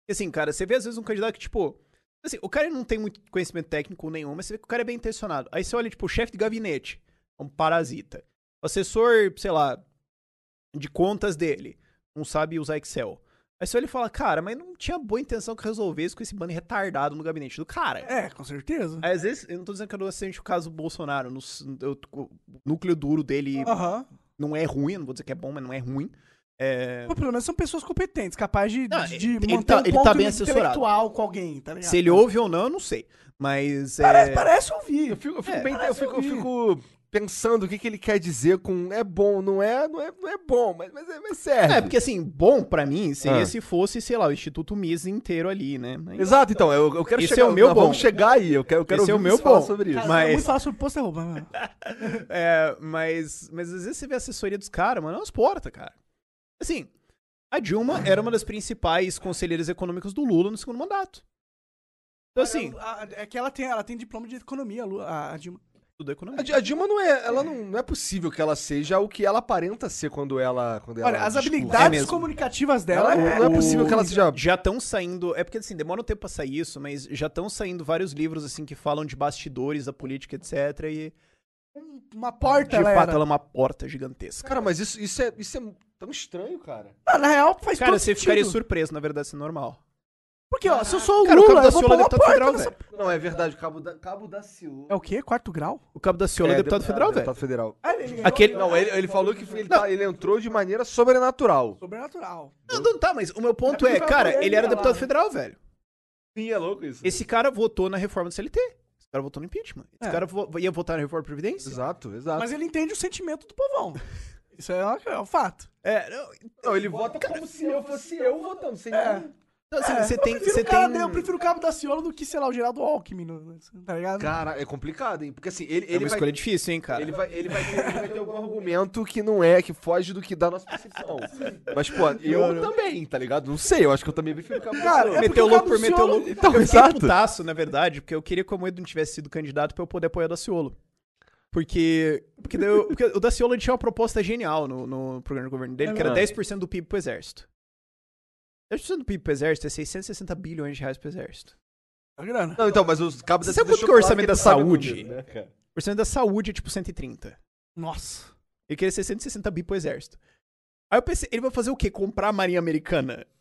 C: E assim, cara, você vê às vezes um candidato que, tipo, Assim, o cara não tem muito conhecimento técnico nenhum, mas você vê que o cara é bem intencionado. Aí você olha, tipo, o chefe de gabinete, um parasita. O assessor, sei lá, de contas dele, não sabe usar Excel. Aí você olha e fala, cara, mas não tinha boa intenção que resolvesse com esse bando retardado no gabinete do cara.
A: É, com certeza.
C: Aí, às vezes, eu não tô dizendo que eu não aceito o caso do Bolsonaro, no, s- eu- o núcleo duro dele
B: Ah.
A: Aham.
C: não é ruim, não vou dizer que é bom, mas não é ruim. É,
A: Pô, pelo menos são pessoas competentes, capazes de,
C: Não,
A: de
C: ele- ele
A: manter
C: tá-
A: um
C: ele
A: ponto
C: tá bem assessorado.
A: intelectual com alguém,
B: É,
A: tá ligado?
C: se ele ouve ou não, eu não sei. Mas é,
A: Parece, parece ouvir.
B: Eu fico, eu fico
C: É,
B: bem- eu fico- eu
A: vi.
B: fico pensando o que, que ele quer dizer com é bom, não é, não é, não é bom, mas, mas, é, mas serve.
C: É, porque assim, bom pra mim seria
B: Ah.
C: se fosse, sei lá, o Instituto Mises inteiro ali, né? Mas-
B: Exato, então, eu, eu quero
C: Esse
B: chegar,
C: é o meu
B: nós
C: bom.
B: vamos chegar aí, eu quero, eu quero
C: Esse é o
B: ouvir
C: meu
B: você falar
C: bom.
B: sobre isso. é
C: Cara,
A: Mas...
C: mas-
A: Muito falar sobre posto rouba, mano.
C: [laughs] É, mas, mas às vezes você vê a assessoria dos caras, mano, é umas portas, cara. Assim, a Dilma era uma das principais conselheiras econômicas do Lula no segundo mandato. Então, assim,
A: A- a- É que ela tem, ela tem diploma de economia, a Lu- a, a Dilma.
C: tudo é economia.
B: A Di- A Dilma não é, ela não, não é possível que ela seja o que ela aparenta ser quando ela, quando
A: Olha,
B: ela
A: as
B: discursa.
C: É
A: habilidades
C: mesmo.
A: comunicativas dela
B: Ela,
A: é,
B: não é possível que ela seja
C: Já estão saindo. É porque assim, demora um tempo pra sair isso, mas já estão saindo vários livros assim que falam de bastidores da política, etc. E
A: uma porta,
C: de
A: ela
C: fato
A: era.
C: ela é uma porta gigantesca.
B: Cara, mas isso, isso, é, isso é tão estranho, cara.
A: Ah, na real, faz
C: Cara,
A: todo
C: você
A: sentido.
C: ficaria surpreso, na verdade, isso é normal.
A: Porque, ó, se eu sou o
C: Cara, o
A: Lula,
C: Cabo
A: eu
C: da
A: vou
C: Ciola é
A: pôr uma
C: deputado
A: porta
C: federal,
A: nessa...
C: velho.
B: Não, é verdade, Cabo da, Cabo da Ciúma.
A: É o quê? Quarto grau?
C: O Cabo da Ciola é, deputado federal, velho.
B: Deputado federal.
C: É,
A: Ah, ele ganhou.
C: Aquele.
B: Não, ele, ele falou que ele, tá- ele entrou de maneira sobrenatural.
A: Sobrenatural.
C: Não, não tá, mas o meu ponto
A: É
C: é,
A: porque vai
C: cara,
A: apoiar
C: ele era
A: ele,
C: deputado
A: lá.
C: federal, velho.
B: Sim, é louco isso.
C: Esse cara votou na reforma do CLT. Esse cara votou no impeachment. Esse
A: É.
C: cara vo- ia votar na reforma da Previdência.
B: Exato, exato.
A: Mas ele entende o sentimento do
C: [laughs]
A: povão. Isso é, uma- é um fato.
C: É, não,
B: Não, ele vota como se eu fosse eu votando, sem nenhum-
C: então, assim, você tem.
A: É, Eu prefiro,
C: Você
A: o cara
C: tem...
A: dele, eu prefiro o cabo da Ciola do que, sei lá, o Geraldo Alckmin, no- tá ligado?
B: Cara, é complicado, hein? Porque assim, ele,
C: É
B: ele
C: uma
B: vai...
C: escolha difícil, hein, cara.
B: Ele vai, ele, vai ter, ele vai ter algum argumento que não é, que foge do que dá a nossa percepção. Mas, pô, eu também, tá ligado? Não sei, eu acho que eu também prefiro ficar
A: Cara, é porque
C: meteu
A: o
C: louco
A: Cabo
C: por meteu
A: Ciolo-
C: louco. [laughs]
B: Então,
C: eu fiquei
B: exato.
C: putaço, na verdade, porque eu queria que o Amoedo não tivesse sido candidato pra eu poder apoiar o Daciolo. Porque, porque, daí eu- porque o Daciolo ele tinha uma proposta genial no, no programa de governo dele, que era
B: Ah.
C: 10% do PIB pro exército. 10% do PIB pro exército é 660 bilhões de reais pro exército.
A: A grana.
B: Não, então, mas os cabos...
C: Você
B: da-
C: sabe
B: deixou
C: quanto que é o
B: claro
C: orçamento
B: ele
C: da
B: não sabe o
C: saúde?
B: número, né, cara?
C: O orçamento da saúde é tipo 130.
A: Nossa.
C: Ele queria 660 bi pro exército. Aí eu pensei, ele vai fazer o quê? Comprar a marinha americana?
A: [laughs]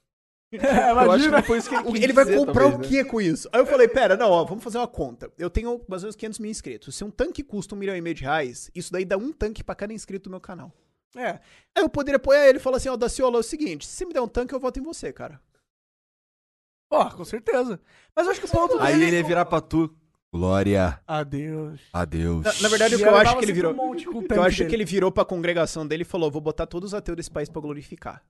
A: É,
B: Eu acho que
A: imagina.
B: não foi isso que ele
C: O-
B: quis
C: Ele vai
B: dizer,
C: comprar
B: talvez,
C: o
B: né?
C: que com isso? Aí eu falei, pera, não, ó, vamos fazer uma conta. Eu tenho mais ou menos 500 mil inscritos. Se um tanque custa um milhão e meio de reais, isso daí dá um tanque pra cada inscrito do meu canal.
A: É.
C: Aí eu poderia apoiar ele e falar assim, ó, Daciolo, é o seguinte, se você me der um tanque, eu voto em você, cara.
A: Pô, com certeza. Mas eu acho que o ponto
B: Aí
A: dele...
B: ele ia virar pra tu. Glória
A: Adeus.
B: a Deus.
C: Na, na verdade, o
A: E
C: que eu
A: ela
C: acho
A: dava
C: que ele
A: sempre
C: virou...
A: um monte com o
C: o que
A: tanque
C: eu acho
A: dele.
C: que ele virou pra congregação dele e falou, vou botar todos os ateus desse país pra glorificar.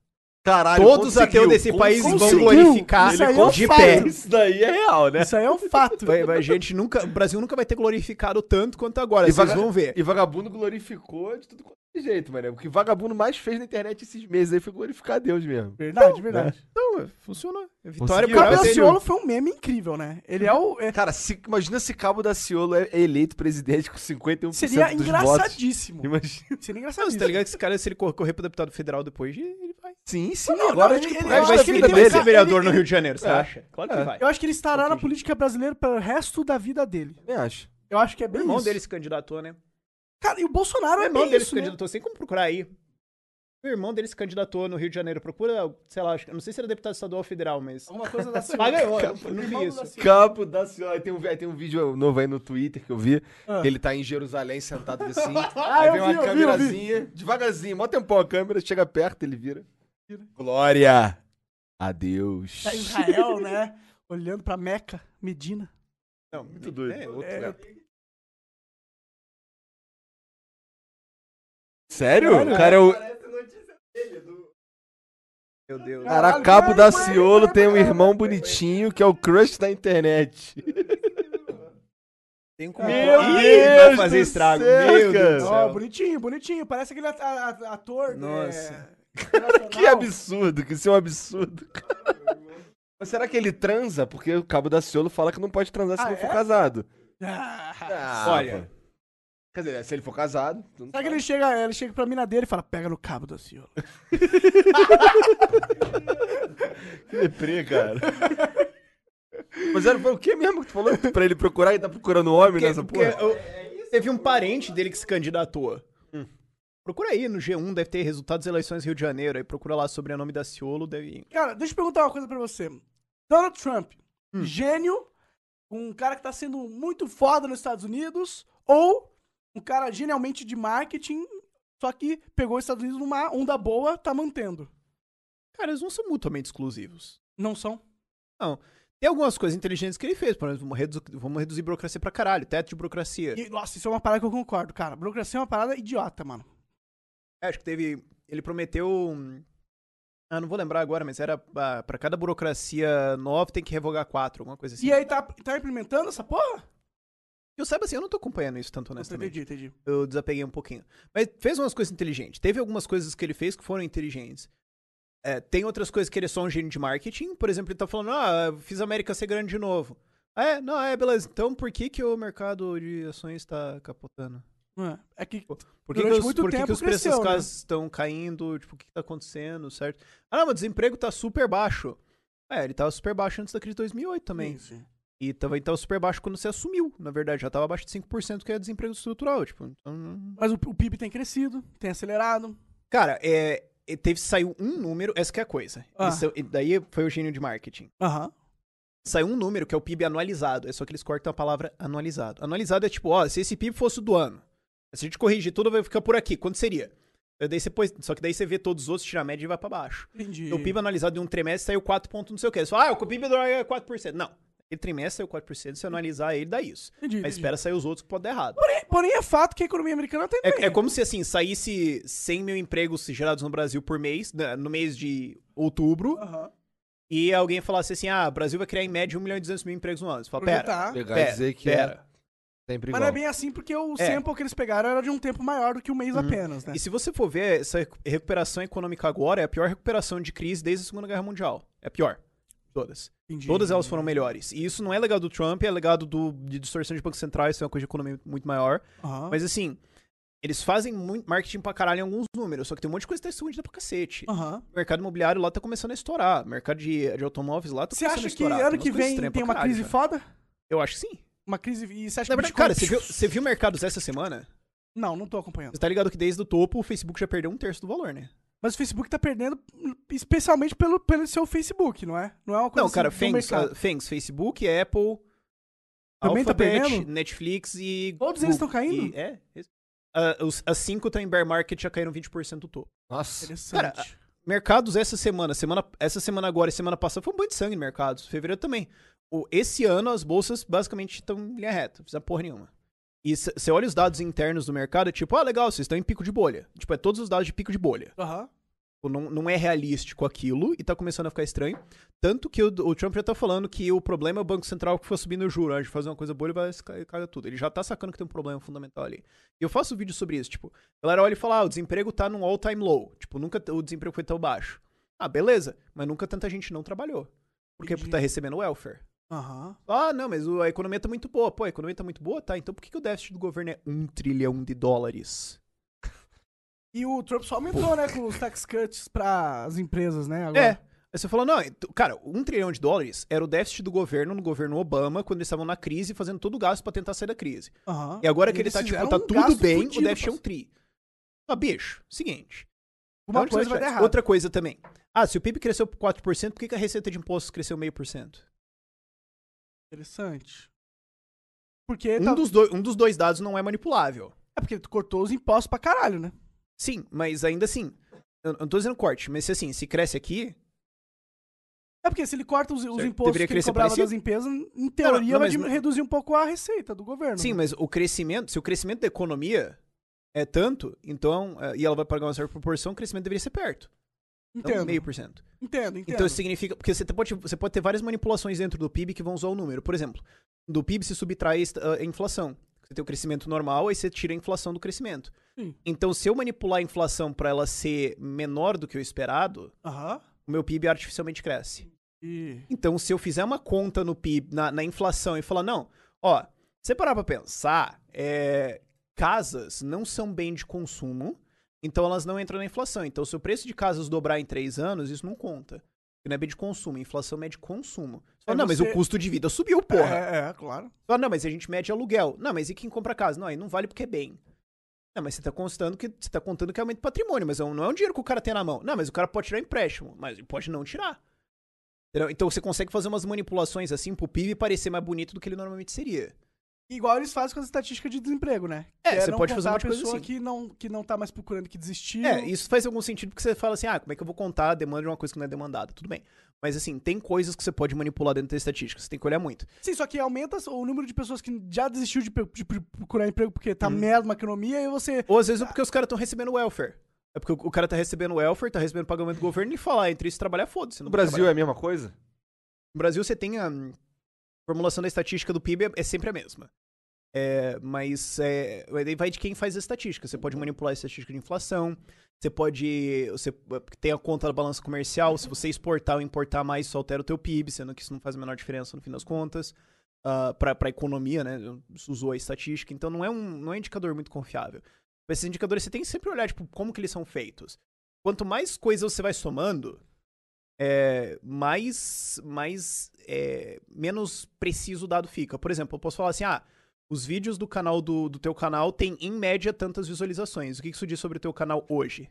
B: Caralho,
C: todos os
B: conseguiu,
C: ateus desse país vão
B: conseguiu.
C: glorificar
A: Isso aí é um
C: de
A: fato.
C: pé.
B: Isso daí é real, né?
A: Isso aí é um fato.
C: Vai- vai, gente nunca, o Brasil nunca vai ter glorificado tanto quanto agora,
B: E
C: vocês
B: vaga-
C: vão ver.
B: E vagabundo glorificou de tudo quanto é jeito, mano. O que vagabundo mais fez na internet esses meses aí foi glorificar a Deus mesmo.
A: Verdade,
C: [laughs]
A: verdade.
C: Então, funcionou. Vitória
A: O
C: por
A: Cabo da
C: causa dele.
A: Ciolo foi um meme incrível, né? Ele é o... é-
B: Cara, se- imagina se Cabo da Ciolo é é eleito presidente com 51%
C: é
A: Seria
B: dos votos.
A: engraçadíssimo.
B: Imagina.
A: Seria
C: Não,
A: engraçadíssimo.
C: você tá ligado que esse cara, se ele cor- correr pro deputado federal depois, ele vai.
B: Sim, sim.
A: não,
B: agora,
A: ele-
B: tipo,
A: ele-
B: o
A: é eu
B: resto
A: acho
B: da
A: que ele
B: vida
A: tem
B: dele.
A: essa- ele-
C: Rio de Janeiro,
B: É.
C: Claro
B: É.
A: Eu acho que ele estará na política brasileira pelo resto da vida dele.
B: Também acho.
A: Eu acho que é
C: O
A: bem
C: irmão
A: isso.
C: dele se candidatou, né?
A: Cara, e o Bolsonaro
C: O
A: é
C: irmão
A: bem
C: dele se
A: isso, né?
C: candidatou, sem como procurar aí. O irmão dele se candidatou no Rio de Janeiro. Procura, sei lá, acho que- não sei se era deputado estadual ou federal, mas.
A: Alguma coisa
C: [laughs]
A: da
C: Ah, ganhou, eu não vi isso.
A: assim.
B: Cabo da Ciolo. Aí tem, um, aí tem um vídeo novo aí no Twitter que eu vi.
A: Ah.
B: Que ele tá em Jerusalém sentado assim.
A: [laughs] Ah,
B: aí
A: eu
B: vem
A: vi, eu
B: uma
A: vi, eu vi.
B: câmerazinha, devagarzinho, mó tempão a câmera, chega perto, ele vira. Glória a Deus.
A: Tá em Israel, né? Olhando pra Meca, Medina.
C: Não,
B: Muito doido.
C: É, outro
B: É.
C: cara.
B: Sério? Cara, é eu...
C: Meu Deus.
B: Cara, Cabo da Ciolo tem um irmão bonitinho que é o crush da internet.
C: Tem como.
B: Meu
C: Ih,
B: Deus
C: vai fazer
B: do
C: estrago.
B: céu,
C: Meu
B: cara.
C: Deus. do
A: Ó,
C: céu.
A: bonitinho, bonitinho. Parece aquele at- a- a- ator. né,
C: [laughs] Nossa.
A: internacional.
B: Que absurdo, que isso é um absurdo. Mas será que ele transa? Porque o Cabo da Ciolo fala que não pode transar se
A: Ah,
B: não for
A: é?
B: casado.
A: Ah,
C: Olha.
B: pô. Quer dizer, se ele for casado. tu não
A: Será que ele chega, ele chega pra mina dele e fala: pega no cabo da Ciolo.
B: deprê, cara. Mas era, foi o que mesmo que tu falou? Pra ele procurar e tá procurando homem nessa
C: Porque-
B: porra?
C: porque eu- teve um parente dele que se candidatou. Procura aí no G1, deve ter resultados das eleições Rio de Janeiro. Aí procura lá sobrenome da Ciolo, deve.
A: Cara, deixa eu perguntar uma coisa pra você. Donald Trump, gênio, um cara que tá sendo muito foda nos Estados Unidos, ou um cara genialmente de marketing, só que pegou os Estados Unidos numa onda boa, tá mantendo.
C: Cara, eles não são mutuamente exclusivos.
A: Não são?
C: Não. Tem algumas coisas inteligentes que ele fez, por exemplo, vamos, redu- vamos reduzir burocracia pra caralho, teto de burocracia.
A: E, nossa, isso é uma parada que eu concordo, cara. Burocracia é uma parada idiota, mano.
C: É, Acho que teve. Ele prometeu. hum, Ah, não vou lembrar agora, mas era ah, pra cada burocracia nova tem que revogar quatro, alguma coisa assim.
A: E aí tá, tá implementando essa porra?
C: Eu saiba assim, eu não tô acompanhando isso tanto honestamente.
A: Entendi, entendi.
C: Eu desapeguei um pouquinho. Mas fez umas coisas inteligentes. Teve algumas coisas que ele fez que foram inteligentes. É, tem outras coisas que ele é só um gênio de marketing. Por exemplo, ele tá falando, ah, eu fiz a América ser grande de novo. Ah, é? Não, é, beleza. Então por que que o mercado de ações tá capotando?
A: É que
C: Por que, que
A: Durante
C: os,
A: muito
C: por que que
A: tempo
C: os preços
A: cresceu,
C: das
A: né?
C: casas estão caindo? Tipo, o que que tá acontecendo, certo? Ah, não, mas o desemprego tá super baixo. É, ele tava super baixo antes da crise de 2008 também.
A: Sim, sim.
C: E também tava super baixo quando você assumiu, na verdade. Já tava abaixo de 5%, que é desemprego estrutural, tipo. Então, não-
A: Mas o, o PIB tem crescido, tem acelerado.
C: Cara, é, e teve, saiu um número, essa que é a coisa.
A: Ah.
C: Isso- e daí foi o gênio de marketing.
A: Aham.
C: Saiu um número que é o PIB anualizado, é só que eles cortam a palavra anualizado. Anualizado é tipo, ó, se esse PIB fosse o do ano, se a gente corrigir tudo, vai ficar por aqui, quanto seria? Daí você põe- só que daí você vê todos os outros, tira a média e vai pra baixo.
A: Entendi.
C: Então, O PIB anualizado de um trimestre saiu 4 ponto não sei o quê. Você fala, ah, o PIB do ano é 4%. Não, ele trimestre saiu 4%, se analisar ele dá isso.
A: Entendi,
C: Mas
A: entendi.
C: espera sair os outros que pode dar errado.
A: Porém, porém é fato que a economia americana tem
C: É, é como se, assim, saísse 100 mil empregos gerados no Brasil por mês, né, no mês de outubro,
A: Aham.
C: e alguém falasse assim, ah, o Brasil vai criar em média 1 milhão e 200 mil empregos no ano. Você fala, pera,
A: Projetar.
B: Legal
C: pera,
B: dizer que
C: pera.
B: é sempre
A: tá. Mas
B: igual.
A: não é bem assim, porque o
C: É. Uhum.
A: sample que eles pegaram era de um tempo maior do que um mês apenas, né?
C: E se você for ver, essa recu- recuperação econômica agora é a pior recuperação de crise desde a Segunda Guerra Mundial. É a pior. Todas.
A: Entendi.
C: Todas elas foram melhores. E isso não é legado do Trump, é legado do, de distorção de bancos centrais, isso é uma coisa de economia muito maior.
A: Aham.
C: Mas assim, eles fazem muito marketing pra caralho em alguns números, só que tem um monte de coisa que tá escondida pra cacete.
A: Aham.
C: O mercado imobiliário lá tá começando a estourar. O mercado de, de automóveis lá tá
A: Você
C: começando a
A: acha que
C: estourar.
A: ano
C: umas
A: que
C: coisas
A: vem
C: estranhas
A: tem
C: pra
A: uma
C: caralho,
A: crise
C: cara.
A: foda?
C: Eu acho que sim.
A: Uma crise. E você acha
C: Na
A: que
C: verdade,
A: Bitcoin-
C: cara, você viu, você viu mercados essa semana?
A: Não, não tô acompanhando.
C: Você tá ligado que desde o topo o Facebook já perdeu um terço do valor, né?
A: Mas o Facebook tá perdendo, especialmente pelo, pelo seu Facebook, não é? Não é uma coisa
C: Não, cara,
A: assim, do
C: Fangs,
A: mercado.
C: ah, Fangs, Facebook, Apple,
A: Também tá
C: Alphabet,
A: perdendo?
C: Netflix e...
A: Todos eles
C: Google.
A: tão caindo?
C: E- é. eles- Ah, os- as cinco estão em bear market, já caíram 20% do topo.
B: Nossa.
A: Interessante.
C: Cara, Mercados essa semana, semana, essa semana agora e semana passada foi um banho de sangue em mercados. Fevereiro também. O, esse ano as bolsas basicamente estão em linha reta, não precisa porra nenhuma. E você olha os dados internos do mercado, é tipo, ah, legal, vocês estão em pico de bolha. Tipo, é todos os dados de pico de bolha.
A: Aham.
C: Tipo, Não, não é realístico aquilo e tá começando a ficar estranho. Tanto que o, o Trump já tá falando que o problema é o Banco Central que foi subindo o juro. A gente faz uma coisa boa e vai ca- caga tudo. Ele já tá sacando que tem um problema fundamental ali. E eu faço vídeo sobre isso, tipo, a galera olha e fala, ah, o desemprego tá num all-time low. Tipo, nunca t- o desemprego foi tão baixo. Ah, beleza, mas nunca tanta gente não trabalhou. Por quê? Porque tá recebendo welfare.
A: Aham.
C: Ah, não, mas o- a economia tá muito boa. Pô, a economia tá muito boa, tá? Então por que, que o déficit do governo é um trilhão de dólares?
A: E o Trump só aumentou, né, com os tax cuts para as empresas, né? Agora.
C: É. Aí você falou, não, tu- cara, um trilhão de dólares era o déficit do governo, no governo Obama, quando eles estavam na crise, fazendo todo o gasto pra tentar sair da crise.
A: Aham.
C: E agora que ele
A: Eles
C: tá, tipo,
A: fizeram
C: tá
A: um
C: tudo
A: gasto
C: bem, o
A: fudido,
C: déficit é um
A: parceiro.
C: tri. Ah, bicho, seguinte.
A: Uma
C: onde
A: coisa
C: você
A: vai dar
C: tirar isso?
A: errado.
C: tá, Outra coisa também. Ah, se o PIB cresceu por 4%, por que, que a receita de impostos cresceu meio por cento?
A: Interessante. Porque
C: Um
A: tá-
C: dos dois- um dos dois dados não é manipulável.
A: é porque tu cortou os impostos pra caralho, né?
C: Sim, mas ainda assim, eu eu não tô dizendo corte, mas se assim, se cresce aqui,
A: É porque se ele corta os, os
C: Certo.
A: impostos
C: Deveria
A: que ele
C: crescer
A: cobrava
C: parecido?
A: das empresas, em teoria
C: não,
A: vai
C: mas
A: diminuir-
C: não-
A: reduzir um pouco a receita do governo.
C: Sim,
A: né?
C: mas o crescimento, se o crescimento da economia é tanto, então, eh, e ela vai pagar uma certa proporção, o crescimento deveria ser perto. Não
A: entendo,
C: é um meio por cento.
A: entendo, entendo.
C: Então isso significa. Porque você te- pode, você pode ter várias manipulações dentro do PIB que vão usar o número. Por exemplo, do PIB se subtrai est- a inflação. Você tem o crescimento normal, aí você tira a inflação do crescimento.
A: Sim.
C: Então, se eu manipular a inflação para ela ser menor do que o esperado,
A: Aham.
C: o meu PIB artificialmente cresce.
A: E...
C: Então, se eu fizer uma conta no PIB, na, na inflação, e falar, não, ó, se você parar pra pensar, é, casas não são bem de consumo, então elas não entram na inflação. Então, se o preço de casas dobrar em três anos, isso não conta. Que não é bem de consumo, inflação mede consumo. Só,
A: Aí
C: não, mas
A: você-
C: o custo de vida subiu, porra.
A: É, é, claro.
C: Só, não, mas a gente mede aluguel. Não, mas e quem compra casa? Não, aí não vale porque é bem. Não, mas você tá constando que você tá contando que aumenta o patrimônio, mas é um- não é um dinheiro que o cara tem na mão. Não, mas o cara pode tirar empréstimo, mas ele pode não tirar. Entendeu? Então você consegue fazer umas manipulações assim pro PIB parecer mais bonito do que ele normalmente seria.
A: Igual eles fazem com as estatísticas de desemprego, né?
C: É,
A: Que
C: você
A: não
C: pode
A: contar
C: fazer um
A: a
C: monte de coisa
A: pessoa
C: assim.
A: que não que não tá mais procurando que desistiu.
B: Uhum.
C: É, isso faz algum sentido porque você fala assim, ah, como é que eu vou contar a demanda de uma coisa que não é demandada? Tudo bem. Mas assim, tem coisas que você pode manipular dentro da estatística, você tem que olhar muito.
A: Sim, só que aumenta o número de pessoas que já desistiu de, pe- de pr- procurar emprego porque
C: Hum.
A: tá merda uma economia e você.
C: Ou às vezes é porque os caras estão recebendo welfare. É porque o o cara tá recebendo welfare, tá recebendo pagamento do governo e fala, "Ah, entre isso e trabalhar, foda-se.
B: No
C: não vou
B: Brasil é
C: trabalhar."
B: a mesma coisa?
C: No Brasil, você tem a hum, formulação da estatística do PIB é- é sempre a mesma. É, mas é, mas aí vai de quem faz a estatística. Você pode manipular a estatística de inflação, você pode. Você é, tem a conta da balança comercial, se você exportar ou importar mais, isso altera o teu PIB, sendo que isso não faz a menor diferença no fim das contas. Ah, pra para economia, né? Isso usou a estatística, então não é um, não é um indicador muito confiável. Esses indicadores você tem que sempre olhar, tipo, como que eles são feitos. Quanto mais coisas você vai somando, é, mais, mais é, menos preciso o dado fica. Por exemplo, eu posso falar assim, ah, os vídeos do canal do, do teu canal têm, em média, tantas visualizações. O que que isso diz sobre o teu canal hoje?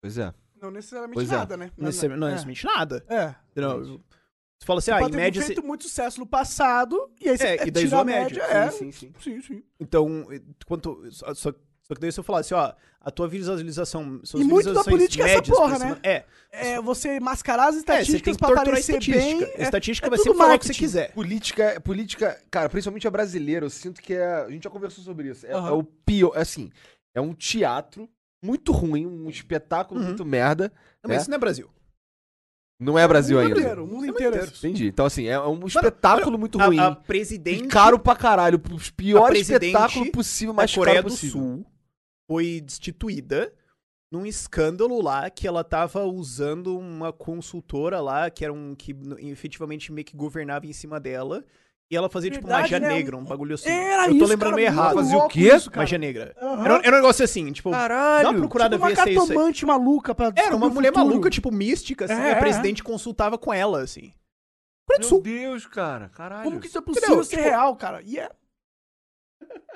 B: Pois é.
A: Não necessariamente
B: Pois é.
A: nada, né?
C: Não, não, não é necessariamente nada.
A: É. é.
C: Entendeu? Você fala assim, ah, em
A: Pode ter
C: média...
A: Tipo, feito
C: você-
A: muito sucesso no passado e aí você
C: É, e daí
A: tira
C: zoa
A: a
C: a média.
A: média. é.
B: Sim, sim, sim.
A: Sim, sim.
C: Então, quanto... Só, só- só que daí se eu falasse, ó, a tua visualização... Suas
A: E muito da
C: visualizações
A: política é essa
C: médias por
A: porra, né?
C: semana- É,
A: É você mascarar as
C: é, você
A: estatísticas
C: tem que
A: pra
C: torturar a
A: parecer
C: estatística.
A: bem.
C: a estatística
A: é
C: vai
A: tudo
C: sempre falar o que você
A: marketing.
C: quiser.
B: Política, política, cara, principalmente a brasileira, eu sinto que é. A gente já conversou sobre isso. É,
A: Aham.
B: é o pior, é assim, é um teatro muito ruim, um espetáculo
C: Uhum.
B: muito merda.
C: Não, mas
B: né?
C: isso não é Brasil.
B: Não é Brasil
A: o mundo
B: ainda.
A: inteiro, o um mundo inteiro. é isso.
B: Entendi. Então, assim, é é um espetáculo muito
C: A-
B: ruim.
C: A,
B: E
C: presidente...
B: caro pra caralho. O pior
C: presidente
B: espetáculo possível,
C: a
B: mais
C: Coreia
B: caro
C: do
B: possível.
C: Sul foi destituída num escândalo lá que ela tava usando uma consultora lá que era um que n- efetivamente meio que governava em cima dela e ela fazia tipo
A: Verdade,
C: magia
A: né?
C: negra, um bagulho assim.
A: Era
C: eu tô
A: isso,
C: lembrando
A: cara,
C: meio
A: muito
C: errado.
A: Fazia o louco
B: quê?
A: isso, cara.
C: Magia negra.
A: Aham.
C: Era, um- era um negócio assim, tipo,
A: Caralho.
C: dá uma procurada
A: tipo uma
C: ver se é isso aí.
A: cartomante maluca pra
C: era uma
A: descobrir o
C: mulher
A: futuro.
C: maluca, tipo mística, assim,
A: É,
C: e
A: é,
C: a
A: é.
C: presidente consultava com ela assim. Coreia do
B: Meu
C: Sul.
B: Deus, cara. Caralho.
A: Como que isso é possível ser
C: Tipo,
A: real, cara? E é.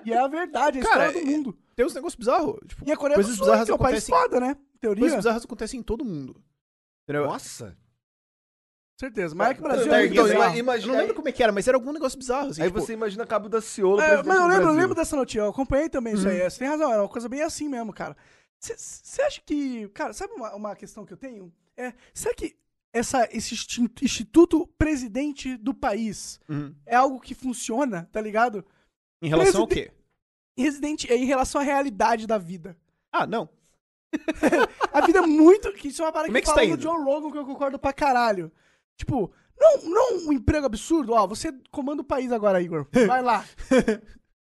A: E é a verdade, é a
C: Cara,
A: história do mundo.
C: Tem uns negócios bizarros, tipo,
A: E a Coreia do
C: coisas
A: Sul
C: bizarras
A: é um país
C: acontecem.
A: foda, né? Em Teoria,
C: coisas bizarras acontecem em todo mundo. Entendeu?
B: Nossa.
A: certeza. Mas é que o
C: Tá,
A: Brasil
C: tá,
A: é muito
C: então,
A: bizarro.
C: ima- imagina- eu não lembro como é que era, mas era algum negócio bizarro, assim,
B: Aí
C: tipo,
B: você imagina Cabo da Ciolo.
A: É, mas eu lembro, eu lembro
B: da...
A: dessa notícia, eu acompanhei também isso aí. Você tem razão, era uma coisa bem assim mesmo, cara. Você acha que. Cara, sabe uma, uma questão que eu tenho? É, será que essa, esse instin- instituto presidente do país
C: uhum.
A: é algo que funciona, tá ligado?
C: em relação ao quê?
A: Residente, é em relação à realidade da vida.
C: Ah, não.
A: A vida é muito. que Isso é uma parada
C: Como é
A: que,
C: que você
A: fala
C: tá
A: do
C: indo?
A: John Logan que eu concordo pra caralho. Tipo, não, não um emprego absurdo, ó, você comanda o país agora,
C: [laughs]
A: Igor. Vai lá.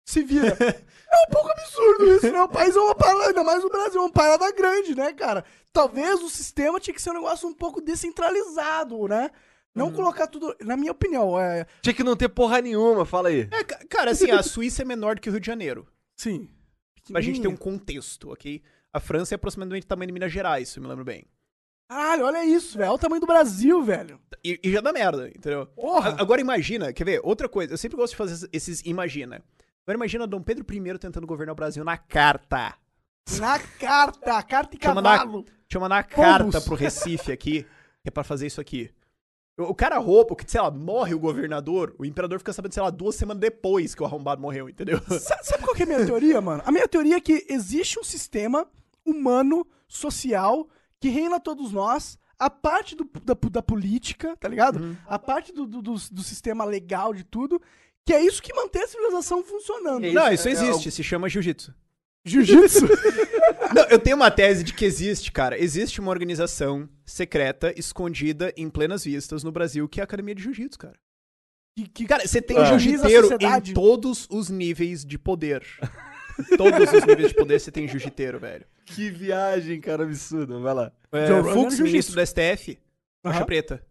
A: Se vira. É um pouco absurdo isso, né? O país é uma parada, ainda mais o Brasil, é uma parada grande, né, cara? Talvez o sistema tinha que ser um negócio um pouco descentralizado, né? Não
C: Uhum.
A: colocar tudo. Na minha opinião, é.
B: Tinha que não ter porra nenhuma, fala aí.
C: É, ca- cara, assim, a Suíça é menor do que o Rio de Janeiro.
A: Sim.
C: Pra gente ter um contexto, ok? A França é aproximadamente do tamanho de Minas Gerais, se eu me lembro bem.
A: Caralho, olha isso, velho. Olha o tamanho do Brasil,
C: [laughs]
A: velho.
C: E, e já dá merda, entendeu?
A: Porra.
C: A- Agora imagina, quer ver? Outra coisa, eu sempre gosto de fazer esses imagina. Agora imagina Dom Pedro I tentando governar o Brasil na carta.
A: Na carta, carta e
C: Chama na-
A: cavalo.
C: Chama na
A: Pombos.
C: carta pro Recife aqui, que é pra fazer isso aqui. O o cara rouba, que, sei lá, morre o governador, o imperador fica sabendo, sei lá, duas semanas depois que o arrombado morreu, entendeu?
A: Sa- Sabe qual que é a minha teoria, mano? A minha teoria é que existe um sistema humano, social, que reina todos nós. A parte do- da, da política, tá ligado?
C: Uhum.
A: A parte do, do, do- do sistema legal de tudo, que é isso que mantém a civilização funcionando.
C: Não, É isso
A: é
C: existe, se chama jiu-jitsu. [laughs]
A: Jiu-jitsu.
C: Não, eu tenho uma tese de que existe, cara. Existe uma organização secreta, escondida, em plenas vistas no Brasil, que é a Academia de Jiu-Jitsu, cara.
A: que, que-
C: Cara, você tem
A: É.
C: jiu-jiteiro
A: Organiza a sociedade.
C: em todos os níveis de poder. todos os níveis de poder você tem jiu-jiteiro, velho.
B: Que viagem, cara, absurda. Vai lá.
C: É,
A: Joe Rogan [laughs] é
C: Fux,
A: jiu-jitsu.
C: ministro do STF, faixa
A: Aham.
C: preta.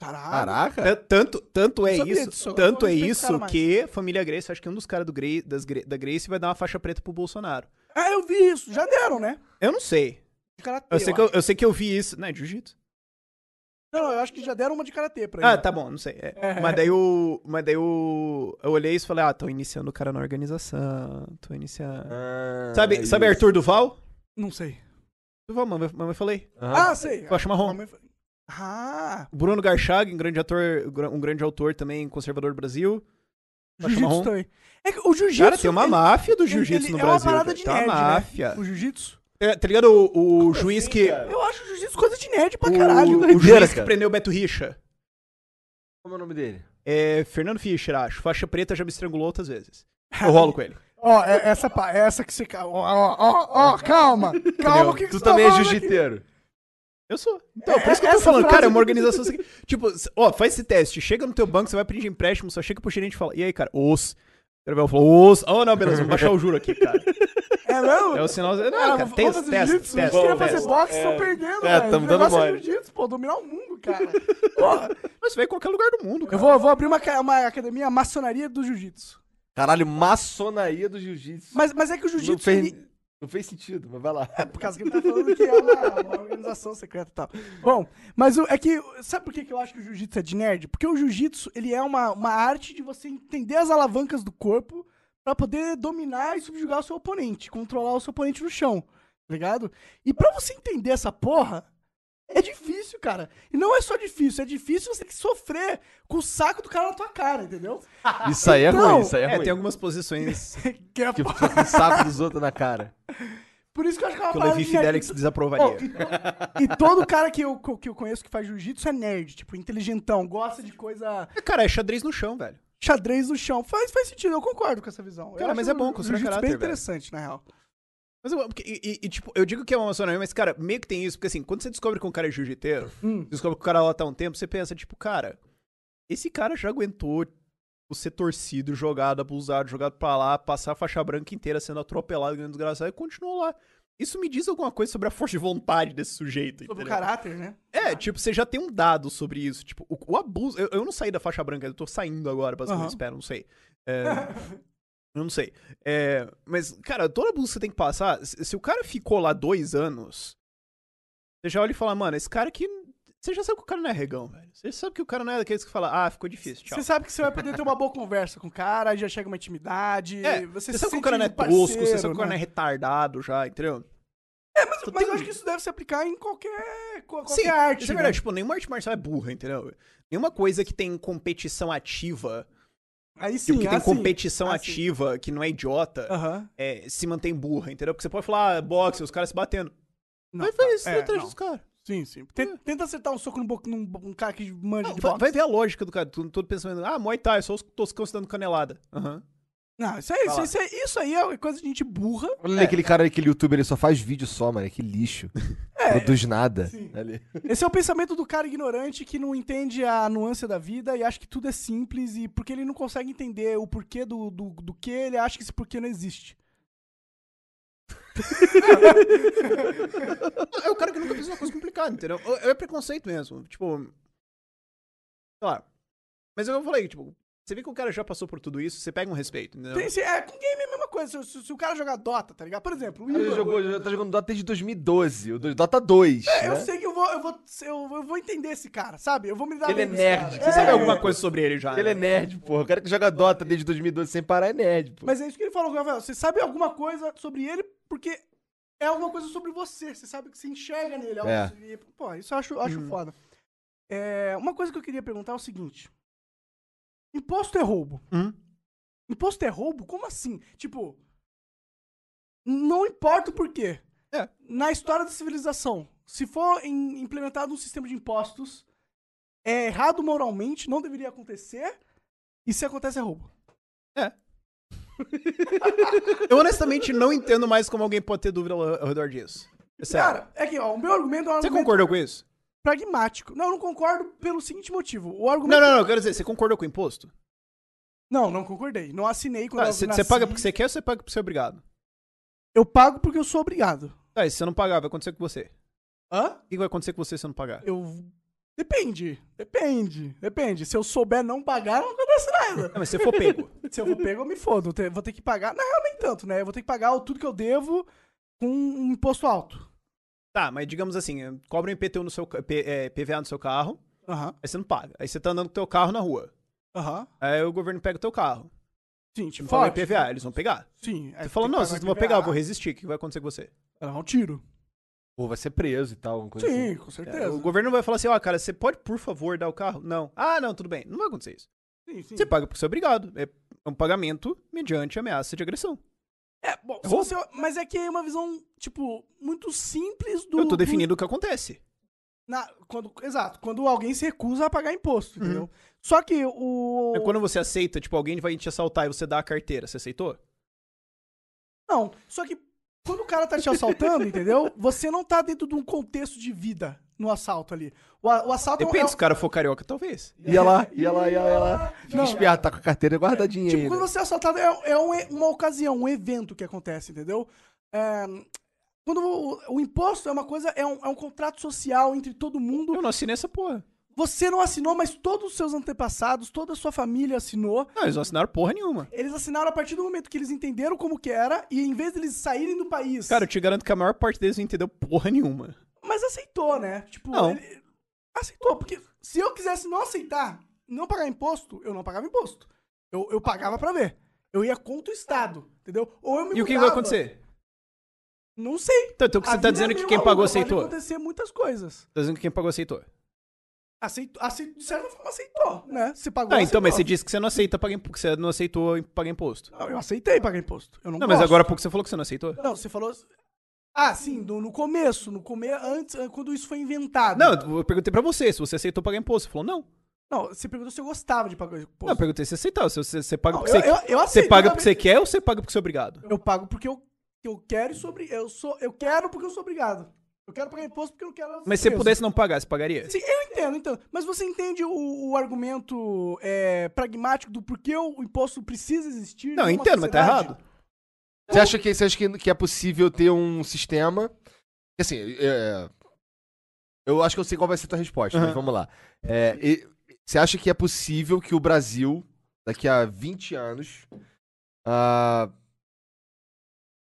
A: Caralho.
B: Caraca.
C: Tan- Tanto, tanto é
A: Não sabia
C: isso,
A: disso,
C: tanto
A: agora
C: é
A: eu não
C: isso
A: pensaram mais.
C: que família Grace, acho que um dos caras do Gra- das Gra- da Grace vai dar uma faixa preta pro Bolsonaro.
A: Ah, eu vi isso. Já deram, né?
C: Eu não sei.
A: De karatê,
C: Eu, sei,
A: eu
C: é que eu, eu sei que eu vi isso, né, jiu-jitsu.
A: Não, eu acho que já deram uma de karatê pra ele.
C: Ah, tá bom, não sei. é. Mas daí o. Mas daí o. Eu olhei isso e falei, ah, tô iniciando o cara na organização. Tô
B: Ah,
C: iniciando. sabe,
B: é
C: sabe Arthur Duval?
A: Não sei.
C: Duval, mamãe, mamãe falei.
A: Ah, sei.
C: Faixa marrom.
A: Ah,
C: Bruno Garchag, um grande ator, gra- um grande autor também, conservador do Brasil. Faixa
A: jiu-jitsu
C: marrom.
A: também. É que o jiu-jitsu...
C: Cara, tem uma
A: ele-
C: máfia do
A: ele-
C: jiu-jitsu
A: ele
C: no
A: é uma
C: Brasil.
A: parada
C: cara.
A: de
C: Tem uma
A: nerd, né?
C: máfia.
A: O jiu-jitsu.
C: É, tá ligado o, o juiz que.
A: Eu acho o jiu-jitsu coisa de nerd pra
C: O,
A: caralho.
C: o
A: né? [laughs]
B: Doideira,
C: juiz que
B: cara.
C: prendeu o Beto Richa.
B: Como é o nome dele?
C: É Fernando Fischer, acho. Faixa preta já me estrangulou outras vezes. Eu rolo com ele.
A: Ó, é- essa, pa- essa que você... ca- Ó, ó, ó, ó, calma. Calma, o que que
B: Tu
A: você tá
B: também é
A: falando
B: jiu-jiteiro.
C: Eu sou. Então, por isso que eu tô
A: Essa
C: falando,
A: frase-
C: cara, é uma organização. assim que- tipo, c- ó, faz esse teste. Chega no teu banco, você vai pedir empréstimo, só chega pro gerente e fala, e aí, cara, os. O cara falou, os. Oh, não, beleza, vamos baixar o juro aqui, cara.
A: aqui? É mesmo?
C: É o sinal. Não,
A: Ah,
C: cara,
A: vou
C: testa,
A: fazer
C: testa,
A: jiu-jitsu,
C: testa.
A: Os caras fazer
C: testa.
A: boxe estão perdendo,
B: É,
A: velho.
B: tamo
A: O
B: dando
A: negócio é
B: mole.
A: jiu-jitsu, pô. Dominar o mundo, cara. Porra.
C: Mas vai em qualquer lugar do mundo,
A: Eu
C: cara.
A: vou, vou abrir uma, ca- uma academia maçonaria do jiu-jitsu.
B: Caralho, maçonaria do jiu-jitsu.
A: Mas, mas é que o
B: Não
A: jiu-jitsu...
B: fez,
A: ele-
B: não fez sentido, mas vai lá.
A: Por causa que ele tá falando que é uma, uma organização secreta e tal. Bom, mas o- é que. Sabe por que que eu acho que o jiu-jitsu é de nerd? Porque o jiu-jitsu ele é uma, uma arte de você entender as alavancas do corpo pra poder dominar e subjugar o seu oponente, controlar o seu oponente no chão. Tá ligado? E pra você entender essa porra, é difícil, cara. E não é só difícil, é difícil você ter que sofrer com o saco do cara na tua cara, entendeu?
B: Isso aí é
A: Então,
B: ruim, isso aí é,
C: É,
B: ruim.
C: tem algumas posições
A: Que é- [laughs]
B: Que fica com o saco dos outros na cara.
A: por isso que eu acho que é uma
C: que o
A: parada
C: Levi
A: de nerd.
C: Fidelix
A: Bom,
C: desaprovaria.
A: e, to- e todo cara que eu, co- que eu conheço que faz jiu-jitsu é nerd, tipo, inteligentão, gosta de coisa
C: É, Cara, é xadrez no chão, velho.
A: xadrez no chão. Faz, faz sentido, eu concordo com essa visão. Eu
C: Cara, mas
A: acho
C: é bom,
A: o
C: constrói
A: jiu-jitsu
C: caráter,
A: bem
C: velho.
A: interessante, na real.
C: Mas eu, porque- e, e- e, tipo, eu digo que é uma maçonaria, mas, cara, meio que tem isso, porque assim, quando você descobre que um cara é jiu-jiteiro,
A: Hum.
C: você descobre que o cara lá tá há um tempo, você pensa, tipo, cara, esse cara já aguentou tipo, ser torcido, jogado, abusado, jogado pra lá, passar a faixa branca inteira sendo atropelado, ganhando desgraçado, e continuou lá. Isso me diz alguma coisa sobre a força de vontade desse sujeito.
A: Sobre o
C: entendeu?
A: caráter, né?
C: É, tipo, você já tem um dado sobre isso. Tipo, o, o abuso. Eu, eu não saí da faixa branca, eu tô saindo agora, basicamente.
A: Aham.
C: Espera, não sei.
A: [laughs]
C: É, eu não sei. É, mas, cara, todo abuso que você tem que passar. Se, se o cara ficou lá dois anos, você já olha e fala, mano, esse cara aqui. Você já sabe que o cara não é regão, velho. Você sabe que o cara não é daqueles que fala, ah, ficou difícil, tchau.
A: Você sabe que você vai poder ter uma boa conversa com o cara, já chega uma intimidade.
C: É,
A: você
C: você sabe que o
A: sente
C: cara não é
A: um parceiro,
C: tosco, você sabe que o cara não é
A: né?
C: retardado já, entendeu?
A: É, mas,
C: Só
A: mas eu
C: tem- um
A: acho que isso deve se aplicar em qualquer, co- qualquer
C: Sim,
A: arte.
C: Isso é
A: né?
C: verdade. Tipo, nenhuma arte marcial é burra, entendeu? Nenhuma coisa que tem competição ativa.
A: Aí sim,
C: Tipo, que tem
A: assim,
C: competição
A: assim.
C: ativa, que não é idiota,
A: Aham.
C: é, se mantém burra, entendeu? Porque você pode falar, ah, boxe, os caras se batendo.
A: Não,
C: vai ver
A: tá,
C: isso
A: é,
C: atrás
A: não.
C: dos caras. É.
A: Sim, sim. Tenta, tenta acertar um soco num, bo- num, num cara que manja
C: Não,
A: de
C: vai,
A: boxe.
C: vai ver a lógica do cara. Todo, todo pensamento, ah, Muay Thai, só os toscão se dando canelada. Aham.
A: Não, isso aí, isso, isso aí, isso aí é coisa de gente burra.
B: [laughs] Olha aquele cara, aquele youtuber, ele só faz vídeo só, mano. Que lixo.
A: É.
B: Produz nada. Ali.
A: Esse é o pensamento do cara ignorante que não entende a nuance da vida e acha que tudo é simples e porque ele não consegue entender o porquê do, do, do que, ele acha que esse porquê não existe.
C: É o cara que nunca fez uma coisa complicada, entendeu? É é preconceito mesmo. Tipo. Sei lá. Mas eu falei, tipo, você vê que o cara já passou por tudo isso, você pega um respeito, entendeu?
A: Tem esse- é, com game é a mesma coisa. Se, se- se o cara jogar Dota, tá ligado? Por exemplo, o
B: Ele
A: Igor.
B: jogou, já tá jogando Dota desde 2012. O do- Dota 2.
A: É, Eu
B: né?
A: sei que eu vou, eu, vou, eu, eu vou entender esse cara, sabe? Eu vou me dar
B: Ele é
A: bem com esse
B: nerd.
A: cara.
C: Você sabe alguma coisa sobre ele já?
B: Ele é
C: né?
B: nerd, porra. O cara que joga Dota desde 2012 sem parar é nerd, pô.
A: Mas é isso que ele falou, Rafael. Você sabe alguma coisa sobre ele porque é alguma coisa sobre você. Você sabe que você enxerga nele. algo
B: É.
A: que- Pô, isso eu acho, eu acho foda. É, uma coisa que eu queria perguntar é o seguinte: Imposto é roubo.
C: Hum.
A: Imposto é roubo? Como assim? Tipo, não importa o porquê.
C: É.
A: Na história da civilização, se for em- implementado um sistema de impostos, é errado moralmente, não deveria acontecer. E se acontece, é roubo.
C: [laughs] Eu honestamente não entendo mais como alguém pode ter dúvida ao ao redor disso. É sério.
A: Cara, é que ó, o meu argumento é um
C: você
A: argumento
C: concordou com isso?
A: pragmático. Não, eu não concordo pelo seguinte motivo. O
C: Não,
A: argumento.
C: não, não. eu Quero dizer, você concordou com o imposto?
A: não, não concordei. Não assinei quando
C: Tá,
A: eu
C: você
A: nasci.
C: você paga porque você quer ou você paga porque você é obrigado?
A: Eu pago porque eu sou obrigado.
C: Tá, e se você não pagar, vai acontecer com você.
A: Hã?
C: O que vai acontecer com você se você não pagar?
A: Eu. Depende. Depende. Depende. Se eu souber não pagar, não acontece nada.
C: Não, mas se você for pego.
A: [laughs] Se eu vou pegar, eu me fodo. Eu te- Vou ter que pagar. Na real, nem tanto, né? Eu vou ter que pagar o tudo que eu devo com um imposto alto.
C: Tá, mas digamos assim, cobra um IPTU no seu, ca- P- é, PVA no seu carro,
A: Aham,
C: aí você não paga. Aí você tá andando com teu carro na rua.
A: aham.
C: Aí o governo pega o teu carro.
A: Sim, tipo,
C: Não paga
A: fala
C: IPVA, eles vão pegar.
A: Sim. é
C: Você fala, não, vocês não vão pegar, eu vou resistir. O que vai acontecer com você?
A: Ela um tiro.
B: Ou vai ser preso e tal, alguma coisa assim.
A: Sim, com
C: É,
A: certeza.
C: o governo não vai falar assim, ó, cara, você pode, por favor, dar o carro? Não. Ah, não, tudo bem. Não vai acontecer isso.
A: Sim, sim.
C: Você paga porque você é obrigado. É um pagamento mediante ameaça de agressão.
A: É, bom, se
C: Errou?
A: você- mas é que é uma visão, tipo, muito simples do.
C: eu tô
A: do-
C: definindo o que acontece.
A: na- quando, exato, quando alguém se recusa a pagar imposto, entendeu? Só que o.
C: Uhum. É quando você aceita, tipo, alguém vai te assaltar e você dá a carteira. Você aceitou?
A: Não, só que quando o cara tá te
C: [laughs]
A: assaltando, entendeu? Você não tá dentro de um contexto de vida no assalto ali. O, a- o assalto é um-
C: Depende, se o cara for carioca, talvez.
B: Ia lá, ia lá, ia lá, ia lá. Fica
A: Não.
B: esperto, tá com a carteira guardadinha
A: Tipo,
B: aí.
A: quando
B: né?
A: você é assaltado, é, é um e- uma ocasião, um evento que acontece, entendeu? É, quando o, o imposto é uma coisa, é um, é um contrato social entre todo mundo.
C: Eu não assinei essa porra.
A: Você não assinou, mas todos os seus antepassados, toda a sua família assinou.
C: Não, eles não assinaram porra nenhuma.
A: Eles assinaram a partir do momento que eles entenderam como que era, e em vez deles saírem do país.
C: Cara, eu te garanto que a maior parte deles não entendeu porra nenhuma.
A: Mas aceitou, né? Tipo,
C: Não.
A: ele- aceitou, porque se eu quisesse não aceitar, não pagar imposto, eu não pagava imposto. Eu, eu pagava pra ver. Eu ia contra o Estado, entendeu? Ou eu me
C: E o que, que vai
A: mudava.
C: acontecer?
A: Não sei.
C: Então, então o que
A: A
C: você tá
A: vida
C: dizendo
A: é
C: que
A: meio
C: quem
A: maluca,
C: pagou
A: Pode
C: aceitou? Tá
A: acontecer muitas coisas.
C: dizendo que quem pagou aceitou.
A: Aceitou, aceitou, de certa forma aceitou, né? Se pagou,
C: Ah, então, mas você
A: aceitou.
C: disse que você não aceita pagar imposto, você não aceitou em- pagar imposto.
A: Não, eu aceitei pagar imposto. Eu não
C: Não, mas
A: gosto.
C: agora há pouco você falou que você não aceitou.
A: Não, você falou... Ah, sim, no, no começo, no começo, antes, quando isso foi inventado.
C: Não, eu perguntei pra você se você aceitou pagar imposto. Você falou não.
A: Não, você perguntou se eu gostava de pagar imposto.
C: Não, eu perguntei se você aceitava. Se você, você paga
A: Não,
C: porque
A: eu-
C: você,
A: eu- eu
C: você
A: aceito,
C: paga
A: eu
C: porque você quer ou você paga porque você é obrigado?
A: Eu pago porque eu, eu quero e sou obri- eu sou Eu quero porque eu sou obrigado. Eu quero pagar imposto porque eu não quero. ser
C: Mas se você
A: preso.
C: pudesse não pagar, você pagaria?
A: Sim, eu entendo, então. Mas você entende o, o argumento é, pragmático do porquê o imposto precisa existir?
C: Não,
A: numa
C: eu entendo, mas tá
A: sociedade?
C: errado.
B: Você acha, que, você acha que, que é possível ter um sistema. que, Assim, é, eu acho que eu sei qual vai ser a tua resposta, mas vamos lá. É, e- você acha que é possível que o Brasil, daqui a 20 anos, ah,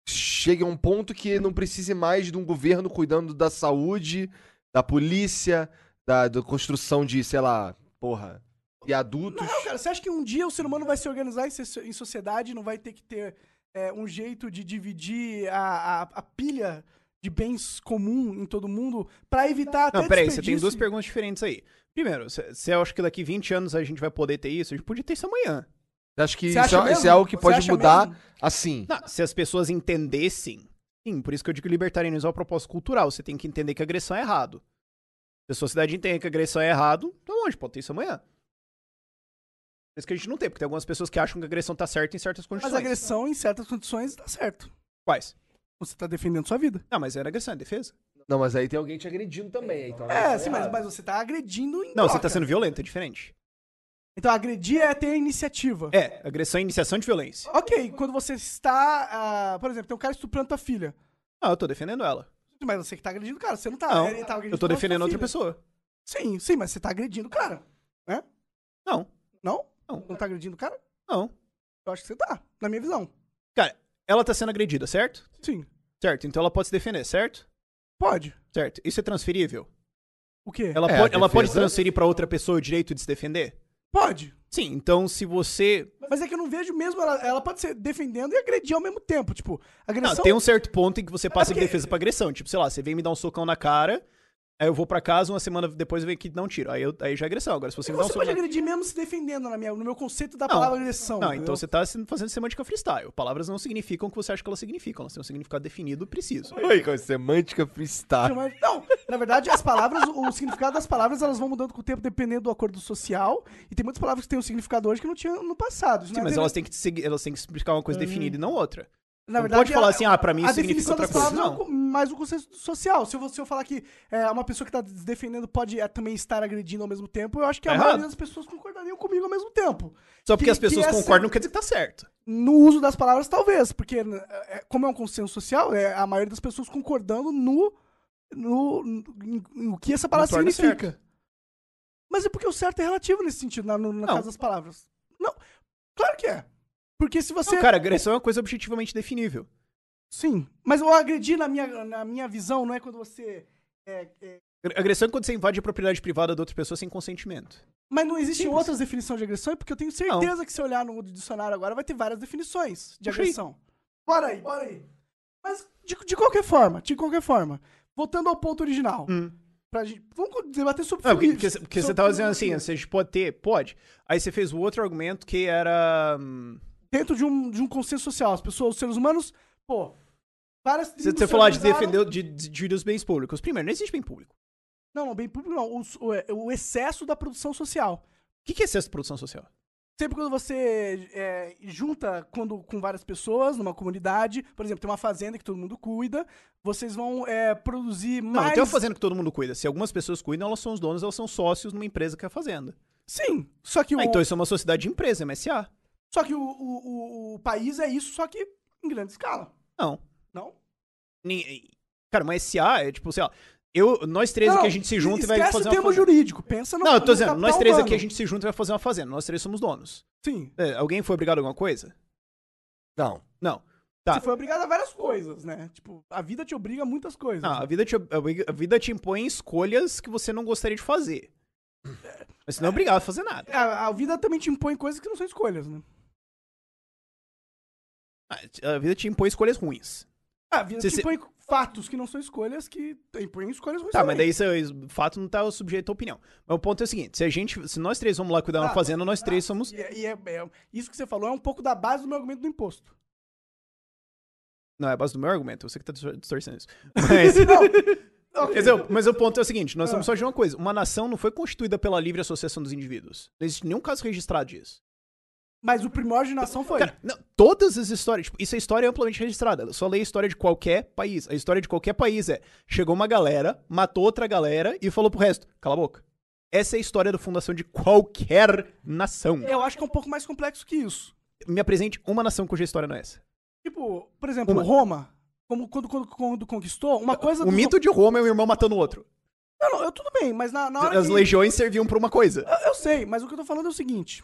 B: chegue a um ponto que não precise mais de um governo cuidando da saúde, da polícia, da, da construção de, sei lá, porra, de adultos?
A: Não, cara, você acha que um dia o ser humano vai se organizar em, so- em sociedade, não vai ter que ter é, um jeito de dividir a, a, a pilha de bens comum em todo mundo pra evitar até
C: Não, peraí, você tem duas
A: desperdício?
C: perguntas diferentes aí. Primeiro, você acha que daqui 20 anos a gente vai poder ter isso? A gente podia ter isso amanhã.
B: Você acha que
A: Você
B: isso,
A: acha
B: é, isso
A: mesmo?
B: é algo que
A: Você
B: pode
A: acha
B: mudar
A: mesmo?
B: assim?
C: Não, se as pessoas entendessem. Sim, por isso que eu digo que libertarianismo é uma proposta cultural. Você tem que entender que agressão é errado. Se a sociedade entende que agressão é errado, tá bom, a gente pode ter isso amanhã. Por isso que a gente não tem, porque tem algumas pessoas que acham que a agressão tá certa em certas condições.
A: Mas agressão em certas condições dá certo.
C: Quais?
A: Você tá defendendo sua vida.
C: Não, mas era agressão, é defesa.
B: Não, mas aí tem alguém te agredindo também. Então
A: É, sim, mas, mas você tá agredindo em
C: Não, você
A: troca.
C: tá sendo violento, é diferente.
A: Então, agredir é ter iniciativa.
C: É, agressão é iniciação de violência.
A: Ok, quando você está. ah, por exemplo, tem um cara estuprando tua filha.
C: Ah, eu tô defendendo ela.
A: Mas você que tá agredindo o cara, você não tá.
C: Não,
A: ele tá agredindo
C: eu tô
A: tua
C: defendendo outra
A: filha.
C: pessoa.
A: Sim, sim, mas você tá agredindo o cara. Né?
C: Não,
A: Não?
C: Não.
A: Não tá agredindo o cara?
C: não.
A: Eu acho que você tá, na minha visão.
C: Cara, ela tá sendo agredida, certo?
A: Sim.
C: Certo, então ela pode se defender, certo?
A: Pode. Certo.
C: Certo. Isso é transferível?
A: O quê?
C: Ela,
B: É,
C: pode,
B: a
C: ela pode
B: defesa-
C: transferir pra outra pessoa o direito de se defender?
A: Pode.
C: Sim, então se você.
A: Mas é que eu não vejo mesmo. Ela, ela pode ser defendendo e agredir ao mesmo tempo. Tipo,
C: Não,
A: agressão.
C: tem um certo ponto em que você passa
A: é porque-
C: de defesa pra agressão. Tipo, sei lá, você vem me dar um socão na cara, aí eu vou pra casa, uma semana depois eu venho aqui e dá um tiro. Aí, eu, aí já é agressão. Agora, se você me dá um
A: Você
C: socão.
A: pode
C: na-
A: agredir mesmo se defendendo na minha, no meu conceito da
C: Não.
A: palavra agressão.
C: Não,
A: entendeu?
C: então você tá se- fazendo semântica freestyle. Palavras não significam o que você acha que elas significam, elas têm um significado definido e preciso.
B: Oi, com semântica
C: tá- Tipo,
B: freestyle.
A: Tipo, Mas- Não, na verdade, as palavras, o significado das palavras, elas vão mudando com o tempo, dependendo do acordo social. E tem muitas palavras que têm um significado hoje que não tinha no passado. Isso
C: Sim,
A: não é
C: mas
A: dele-
C: elas têm que seguir, elas têm que explicar uma
A: Hum.
C: coisa definida e não outra.
A: na
C: não pode falar assim, ah, pra mim
A: a
C: isso significa
A: definição
C: outra
A: das
C: coisa.
A: palavras é o
C: Não.
A: co- mais o conceito social. Se eu, se eu falar que é, uma pessoa que tá se defendendo pode é, também estar agredindo ao mesmo tempo, eu acho que a
C: Tá
A: maioria
C: errado.
A: das pessoas concordariam comigo ao mesmo tempo.
C: Só porque
A: que-
C: as pessoas
A: que essa-
C: concordam não quer dizer que tá certo.
A: No uso das palavras, talvez, porque né, é, como é um consenso social, é a maioria das pessoas concordando no, no, no, no que essa palavra
C: Não torna
A: significa.
C: certo.
A: Mas é porque o certo é relativo nesse sentido, na, no- na
C: Não.
A: casa das palavras. Não, claro que é. Porque se você.
C: Não, cara, agressão é uma coisa objetivamente definível.
A: Sim. Mas o agredir, na minha, na minha visão, não é quando você. é, é,
C: Agressão é quando você invade a propriedade privada de outra pessoa sem consentimento.
A: Mas não existe outras definições de agressão, é porque eu tenho certeza que se olhar no dicionário agora vai ter várias definições de
C: Puxa aí.
A: agressão. Bora aí, bora aí. Mas de, de qualquer forma, de qualquer forma. Voltando ao ponto original. Pra gente, vamos debater sobre
C: Hum. Não, porque,
A: sobre-
C: porque, você- porque você
A: sobre-
C: tava dizendo assim, a gente pode ter, pode. Aí você fez o outro argumento que era. hum,
A: dentro de um, de um consenso social. As pessoas, os seres humanos, pô, várias
C: Você,
A: tribos
C: você
A: se
C: falou "Ah, de
A: organizaram-
C: defender o- de, de, de os bens públicos. Primeiro, não existe bem público.
A: Não, não, bem público não. Os- O, o excesso da produção social.
C: O que que é excesso de produção social?
A: Sempre quando você é, junta quando, com várias pessoas numa comunidade, por exemplo, tem uma fazenda que todo mundo cuida, vocês vão é, produzir
C: Não,
A: mais.
C: então é a fazenda que todo mundo cuida. Se algumas pessoas cuidam, elas são os donos, elas são sócios numa empresa que é a fazenda.
A: Sim, só que, o,
C: Ah, então isso é uma sociedade de empresa, MSA.
A: só que o, o, o- o país é isso, só que em grande escala.
C: Não.
A: Não?
C: Ni- Cara, uma SA é tipo, sei lá, eu, nós três
A: não,
C: aqui a gente se junta e vai
A: esquece
C: fazer
A: o
C: uma
A: termo
C: fazenda.
A: jurídico, pensa no
C: Não, eu
A: no
C: tô dizendo, nós
A: capital
C: três
A: humano.
C: aqui a gente se junta e vai fazer uma fazenda. Nós três somos donos.
A: Sim,
C: É, alguém foi obrigado a alguma coisa?
B: Não.
C: Não. Tá.
A: você foi obrigado a várias coisas, né? Tipo, a vida te obriga a muitas coisas.
C: Não, Ah, a vida, te, ob- obriga- a vida te impõe escolhas que você não gostaria de fazer. Mas você não é obrigado a fazer nada.
A: A, a vida também te impõe coisas que não são escolhas, né?
C: Ah, A a vida te impõe escolhas ruins.
A: A vida
C: Se
A: te
C: você-
A: impõe fatos que não são escolhas, que impõem escolhas ruins
C: Tá,
A: também.
C: mas daí isso- o fato não tá sujeito à opinião. Mas o ponto é o seguinte: se a gente. Se nós três vamos lá cuidar da
A: Ah,
C: fazenda, nós três
A: Ah,
C: somos.
A: E, é- e é- é- isso que você falou é um pouco da base do meu argumento do imposto.
C: Não, é a base do meu argumento, você que tá distor- distorcendo É isso.
A: [laughs]
C: Mas. [laughs]
A: Ok.
C: Quer dizer, mas o ponto é o seguinte: nós somos só de uma coisa. Uma nação não foi constituída pela livre associação dos indivíduos. Não existe nenhum caso registrado disso.
A: Mas o primórdio de nação foi.
C: Cara, não, todas as histórias, tipo, isso é história amplamente registrada. Só leia a história de qualquer país. A história de qualquer país é: chegou uma galera, matou outra galera e falou pro resto, cala a boca. Essa é a história da fundação de qualquer nação.
A: eu acho que é um pouco mais complexo que isso.
C: Me apresente uma nação cuja história não é essa.
A: Tipo, por exemplo,
C: Uma.
A: Roma, como quando, quando, quando conquistou, uma coisa.
C: O
A: dos-
C: mito de Roma é um irmão matando o outro.
A: Não, não, eu tudo bem, mas na, na hora.
C: As
A: que-
C: legiões serviam pra uma coisa.
A: Eu, eu sei, mas o que eu tô falando é o seguinte.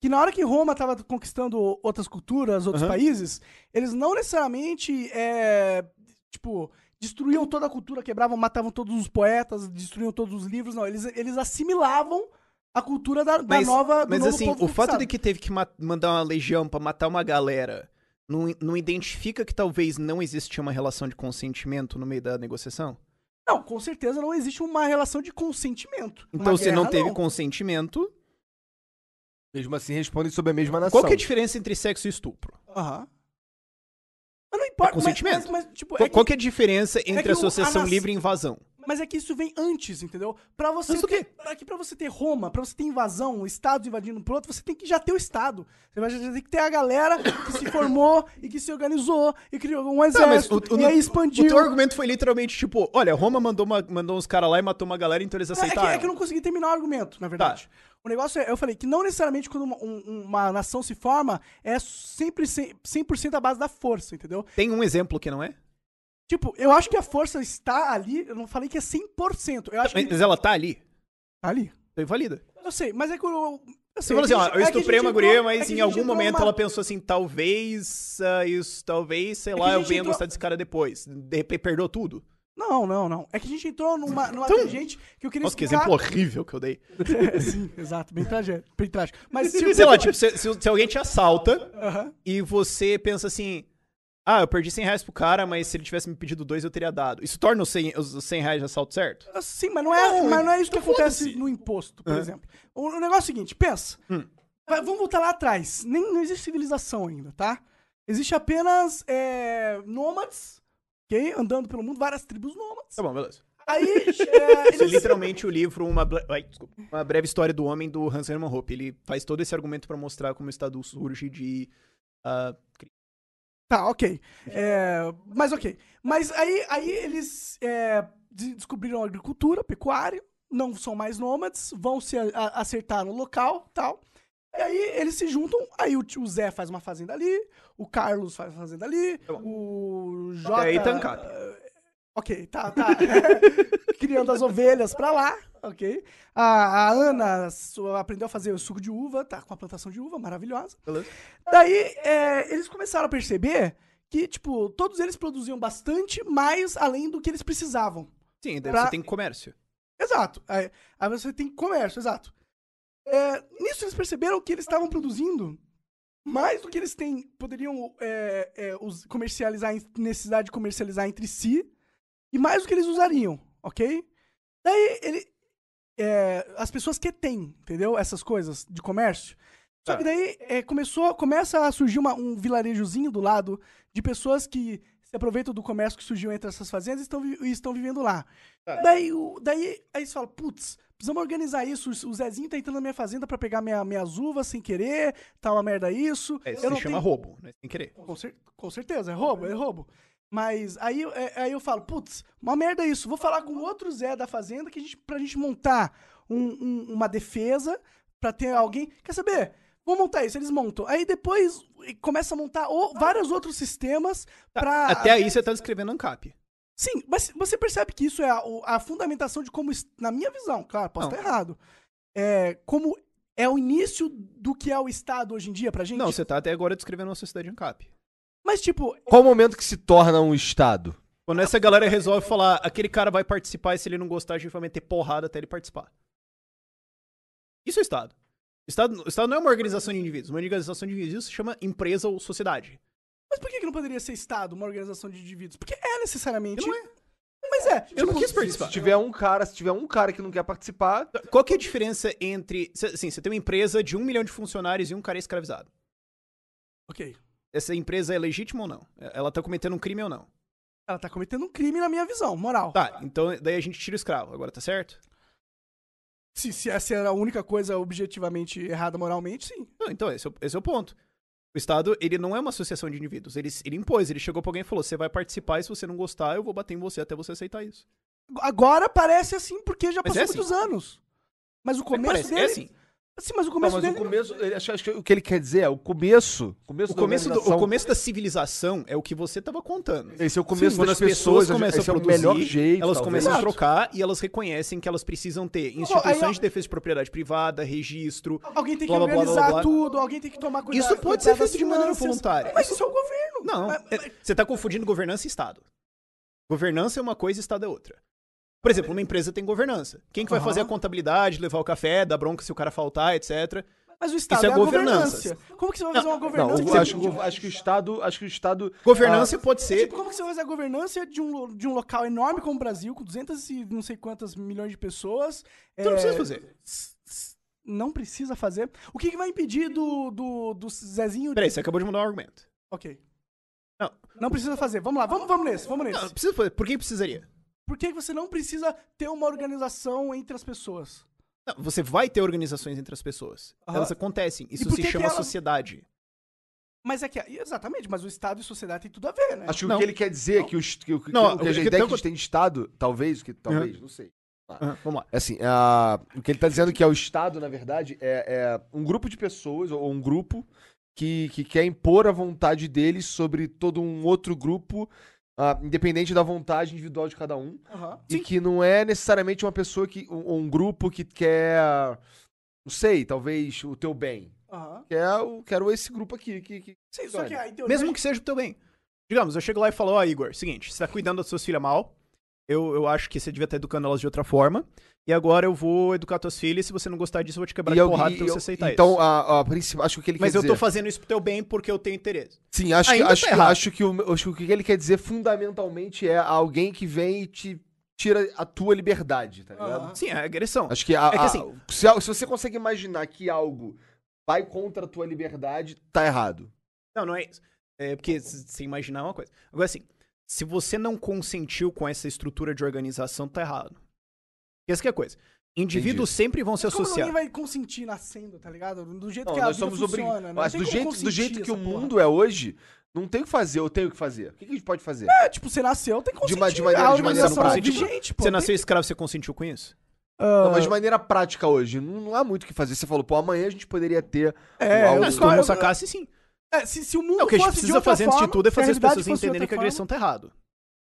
A: Que na hora que Roma tava conquistando outras culturas, outros
C: Aham.
A: países, eles não necessariamente, é, tipo, destruíam toda a cultura, quebravam, matavam todos os poetas, destruíam todos os livros, não. Eles, eles assimilavam a cultura da, da
C: Mas,
A: nova, do
C: mas
A: novo
C: assim,
A: povo
C: o fato
A: conquistado.
C: de que teve que ma- mandar uma legião pra matar uma galera não, não identifica que talvez não existia uma relação de consentimento no meio da negociação?
A: Não, com certeza não existe uma relação de consentimento.
C: Então,
A: Uma
C: se não
A: guerra,
C: teve consentimento,
B: Mesmo assim, responde sobre a mesma nação.
C: qual que é a diferença entre sexo e estupro?
A: Aham. Mas não importa. mas-
C: É consentimento.
A: Mas, mas, tipo,
C: Qual,
A: é
C: qual
A: que-
C: que é a diferença
A: que
C: entre
A: o- a
C: associação
A: nas-
C: livre e invasão?
A: Mas é que isso vem antes, entendeu? Pra você
C: Antes do
A: ter,
C: quê?
A: pra que pra você ter Roma, pra você ter invasão, estados invadindo um pro outro, você tem que já ter o estado. Você vai já ter que ter a galera que se formou e que se organizou e criou um exército e aí expandiu.
C: Tá, o teu argumento foi literalmente tipo, olha, Roma mandou, uma- mandou uns caras lá e matou uma galera, então eles
A: Não, é, que,
C: aceitaram.
A: é que eu não consegui terminar o argumento, na
C: Tá.
A: verdade. O negócio é, eu falei que não necessariamente quando uma, um- uma nação se forma é sempre 100%, 100 a base da força, entendeu?
C: Tem um exemplo que não é?
A: Tipo, eu acho que a força está ali, eu não falei que é 100%, eu acho que
C: Mas ela tá ali.
A: tá ali.
C: Tá inválida.
A: Eu sei, mas é que eu. eu
C: Você
A: sei,
C: falou
A: é
C: assim,
A: que a
C: ó,
A: gente-
C: eu
A: é que a
C: estuprei
A: gente
C: uma
A: entrou-
C: guria,
A: é
C: mas
A: que a
C: em
A: gente
C: algum
A: entrou
C: momento
A: numa-
C: ela pensou assim, talvez ah, isso, talvez, sei
A: É que
C: lá,
A: a
C: eu
A: gente
C: venha
A: entrou-
C: gostar desse cara depois. De repente perdoou tudo.
A: Não, não, não. É que a gente entrou numa, numa tangente que eu queria
C: Então, Nossa, que
A: explicar-
C: exemplo horrível que
A: [laughs]
C: eu dei.
A: Sim, exato, bem tragédia. Bem trágico.
C: [laughs]
A: Mas tipo,
C: Sei lá, tipo, se, se- se alguém te assalta
A: Aham.
C: e você pensa assim, ah, eu perdi 100 reais pro cara, mas se ele tivesse me pedido dois, eu teria dado. Isso torna os 100, os 100 reais de assalto certo?
A: Sim, mas não é,
C: Não,
A: mas não é isso que
C: então
A: acontece
C: foda-se.
A: no imposto, por exemplo. O, o negócio é o seguinte, pensa.
C: Hum.
A: Vai- vamos voltar lá atrás. Nem, não existe civilização ainda, tá? Existe apenas é, nômades, ok? Andando pelo mundo, várias tribos nômades.
C: Tá bom, beleza. [laughs]
A: Aí, é,
C: Isso é
A: eles-
C: literalmente o livro uma, Bre- ai, desculpa. Uma Breve História do Homem, do Hans Hermann Hoppe. Ele faz todo esse argumento pra mostrar como o Estado surge de... ah,
A: Tá, ok. É, mas ok. Mas aí, aí eles é, de- descobriram a agricultura, pecuária, não são mais nômades, vão se a- a- acertar no local tal. E aí eles se juntam, aí o, tio Zé faz uma fazenda ali, o Carlos faz uma fazenda ali, o Jota... Ah,
C: aí tá ancap.
A: Ok, tá, [laughs] tá. Criando as ovelhas pra lá, ok. A, a Ana so- aprendeu a fazer o suco de uva, tá com a plantação de uva, maravilhosa.
C: Beleza.
A: Daí, é, eles começaram a perceber que, tipo, todos eles produziam bastante, mas além do que eles precisavam.
C: Sim, daí
A: Pra-
C: você tem comércio.
A: Exato. Aí, aí você tem comércio, exato. É, nisso eles perceberam que eles estavam produzindo mais do que eles têm, poderiam é, é, us- comercializar, em- necessidade de comercializar entre si, e mais do que eles usariam, ok? Daí ele, é, as pessoas que têm, entendeu? Essas coisas de comércio. Só
C: Tá.
A: que daí é, começou, começa a surgir uma- um vilarejozinho do lado de pessoas que se aproveitam do comércio que surgiu entre essas fazendas e estão, vi- e estão vivendo lá.
C: Tá.
A: Daí, o- daí aí você fala, putz, precisamos organizar isso. O Zezinho tá entrando na minha fazenda pra pegar minha, minhas uvas sem querer, tá uma merda isso.
C: É, isso se chama roubo, né? Sem querer.
A: Com, cer- com certeza, é roubo, é roubo. Mas aí, eu- é- aí eu falo, putz, uma merda isso. Vou falar com outro Zé da fazenda que a gente, pra gente montar um- um- uma defesa, pra ter alguém. Quer saber? Vamos montar isso, eles montam. Aí depois e começa a montar o- vários outros sistemas
C: Tá,
A: pra.
C: Até aí você tá descrevendo ANCAP.
A: Sim, mas você percebe que isso é a, o- a fundamentação de como, es- na minha visão, claro, posso
C: Não.
A: estar errado. É, como é o início do que é o Estado hoje em dia pra gente.
C: Não, você tá até agora descrevendo uma sociedade ANCAP.
A: Mas, tipo,
B: Qual o momento que se torna um Estado?
C: Quando essa galera resolve falar, aquele cara vai participar e se ele não gostar, a gente vai meter porrada até ele participar. Isso é Estado. Estado, o Estado não é uma organização de indivíduos. Uma organização de indivíduos se chama empresa ou sociedade.
A: mas por que, que não poderia ser Estado uma organização de indivíduos? Porque é necessariamente. Não é. Mas é.
C: Eu não quis
B: Se
C: participar.
B: tiver um cara, se tiver um cara que não quer participar,
C: Qual que é a diferença entre... cê- Assim, você tem uma empresa de um milhão de funcionários e um cara escravizado.
A: Ok.
C: Essa empresa é legítima ou não? Ela tá cometendo um crime ou não?
A: Ela tá cometendo um crime na minha visão, moral.
C: Tá, então daí a gente tira o escravo. Agora tá certo?
A: Se, se essa era a única coisa objetivamente errada moralmente, sim.
C: Não, então, esse é, o, esse é o ponto. O Estado, ele não é uma associação de indivíduos. Ele, ele impôs, ele chegou pra alguém e falou: você vai participar e se você não gostar, eu vou bater em você até você aceitar isso.
A: Agora parece assim porque já
C: Mas
A: passou
C: é assim.
A: muitos anos. Mas o começo
C: Parece-
A: dele.
C: É assim.
A: Sim, mas o
B: Não,
A: começo
B: mas o
A: dele.
B: começo, ele- acho, acho que o que ele quer dizer é o começo, começo
C: O começo,
B: da
C: do- o
B: organização.
C: começo da civilização é o que você tava contando.
B: Esse é o começo
C: quando
B: das
C: as pessoas,
B: pessoas,
C: começam
B: esse
C: a
B: é o
C: produzir,
B: melhor jeito,
C: elas
B: talvez.
C: começam a
B: Exato.
C: trocar e elas reconhecem que elas precisam ter
A: aí, ó.
C: instituições de defesa de propriedade privada, registro.
A: Alguém tem que
C: blá, blá, blá, blá,
A: organizar
C: blá.
A: tudo, alguém tem que tomar cuidado.
C: Isso pode
A: cuidar
C: ser feito
A: das
C: de maneira
A: finanças.
C: voluntária.
A: Mas isso é o governo.
C: Não,
A: Mas-
C: é- você tá confundindo governança e Estado. Governança é uma coisa, Estado é outra. Por exemplo, uma empresa tem governança. Quem que vai fazer a contabilidade, levar o café, dar bronca se o cara faltar, etc.
A: Mas o Estado
C: Isso é
A: é a governança.
C: governança.
A: Como que você vai fazer uma
B: Não,
A: governança?
B: eu
A: que
B: acho,
A: você-
B: que o- acho que o Estado. Acho que o Estado. ah,
C: Governança pode
A: É
C: ser.
A: Tipo, como que você vai fazer a governança de um, lo- de um local enorme como o Brasil, com 200 e não sei quantas milhões de pessoas? É,
C: Você não precisa fazer.
A: Não precisa fazer. O que, que vai impedir do, do, do Zezinho...
C: É, Peraí, você acabou de mudar o argumento.
A: Ok.
C: Não.
A: Não precisa fazer. Vamos lá, vamos, vamos nesse, vamos nesse.
C: Não, não precisa fazer. Por que precisaria?
A: Por que que você não precisa ter uma organização entre as pessoas?
C: Não, você vai ter organizações entre as pessoas.
A: Aham.
C: Elas acontecem. Isso
A: por
C: se
A: que que
C: chama
A: elas-
C: sociedade.
A: Mas é que... Exatamente, mas o Estado e sociedade tem tudo a ver, né?
B: Acho que
C: Não.
B: o que ele quer dizer é que, os, que, o- que,
C: Não,
B: o que
C: o
B: a
C: que
B: gente- ideia
C: tem-
B: que a gente tem de Estado, talvez, que talvez, não sei.
A: Ah,
C: Aham, vamos lá.
B: É Assim, a- o que ele tá dizendo que é o Estado, na verdade, é, é um grupo de pessoas, ou um grupo, que, que quer impor a vontade deles sobre todo um outro grupo, ah, independente da vontade individual de cada um.
A: Aham.
B: E que não é necessariamente uma pessoa que. um- ou um grupo que quer. Não sei, talvez o teu bem.
A: Aham.
B: Quer o, quero esse grupo aqui. Que, que
A: Sim, só que ah, a ideologia...
C: [laughs] Mesmo que seja pro teu bem. Digamos, eu chego lá e falo, ó, Igor, seguinte, você tá cuidando das suas filhas mal. Eu, eu acho que você devia estar educando elas de outra forma. E agora eu vou educar tuas filhas. Se você não gostar disso, eu vou te quebrar
B: E
C: de
B: alguém-
C: porrada pra
B: e
C: você
B: eu-
C: aceitar
B: então,
C: isso.
B: a, a principal- acho que o que ele
C: Mas
B: quer
C: eu
B: dizer.
C: tô fazendo isso pro teu bem porque eu tenho interesse.
B: Sim, acho, que,
C: Ainda tá
B: acho, que,
C: errado.
B: acho, que o, acho que o que ele quer dizer fundamentalmente é alguém que vem e te tira a tua liberdade, tá ligado?
C: Sim, é agressão.
B: Acho que, a,
C: É que
B: a-
C: assim-
B: se, a- se você consegue imaginar que algo vai contra a tua liberdade, tá errado.
C: Não, não é isso. É porque se se imaginar é uma coisa. Agora, assim, se você não consentiu com essa estrutura de organização, tá errado. Essa que é a coisa. Indivíduos sempre vão se
A: Como
C: associar.
A: ninguém vai consentir nascendo, tá ligado? Do
C: É
A: jeito
B: Não,
A: que a
B: nós
A: vida
B: somos
A: funciona.
B: obrigados.
A: né? Não
B: Mas
A: tem
B: do
A: como
B: jeito, do
A: consentir
B: jeito que o
A: essa porra.
B: mundo é hoje, não tem o que fazer, eu tenho o que fazer. O que que a gente pode fazer?
A: É, tipo, você nasceu, tem que
B: De
A: consentir.
B: ma- de maneira-
A: a
B: de maneira
A: organização
B: prática.
A: vigente, pô.
C: Você
A: Tem- Ah.
C: nasceu escravo, você consentiu com isso?
B: Não,
C: Ah.
B: mas de maneira prática hoje, não, não há muito o que fazer. Você falou, pô, amanhã a gente poderia ter
A: É,
B: algo.
C: Mas se tu
A: claro,
C: não
A: eu-
C: sacasse, sim.
A: É, se, se o mundo
C: Não, o que a gente
A: fosse de
C: precisa
A: outra
C: fazer antes de
A: forma,
C: tudo é
A: se a
C: fazer as
A: realidade
C: pessoas
A: fosse de
C: entenderem que
A: outra
C: a agressão tá errado.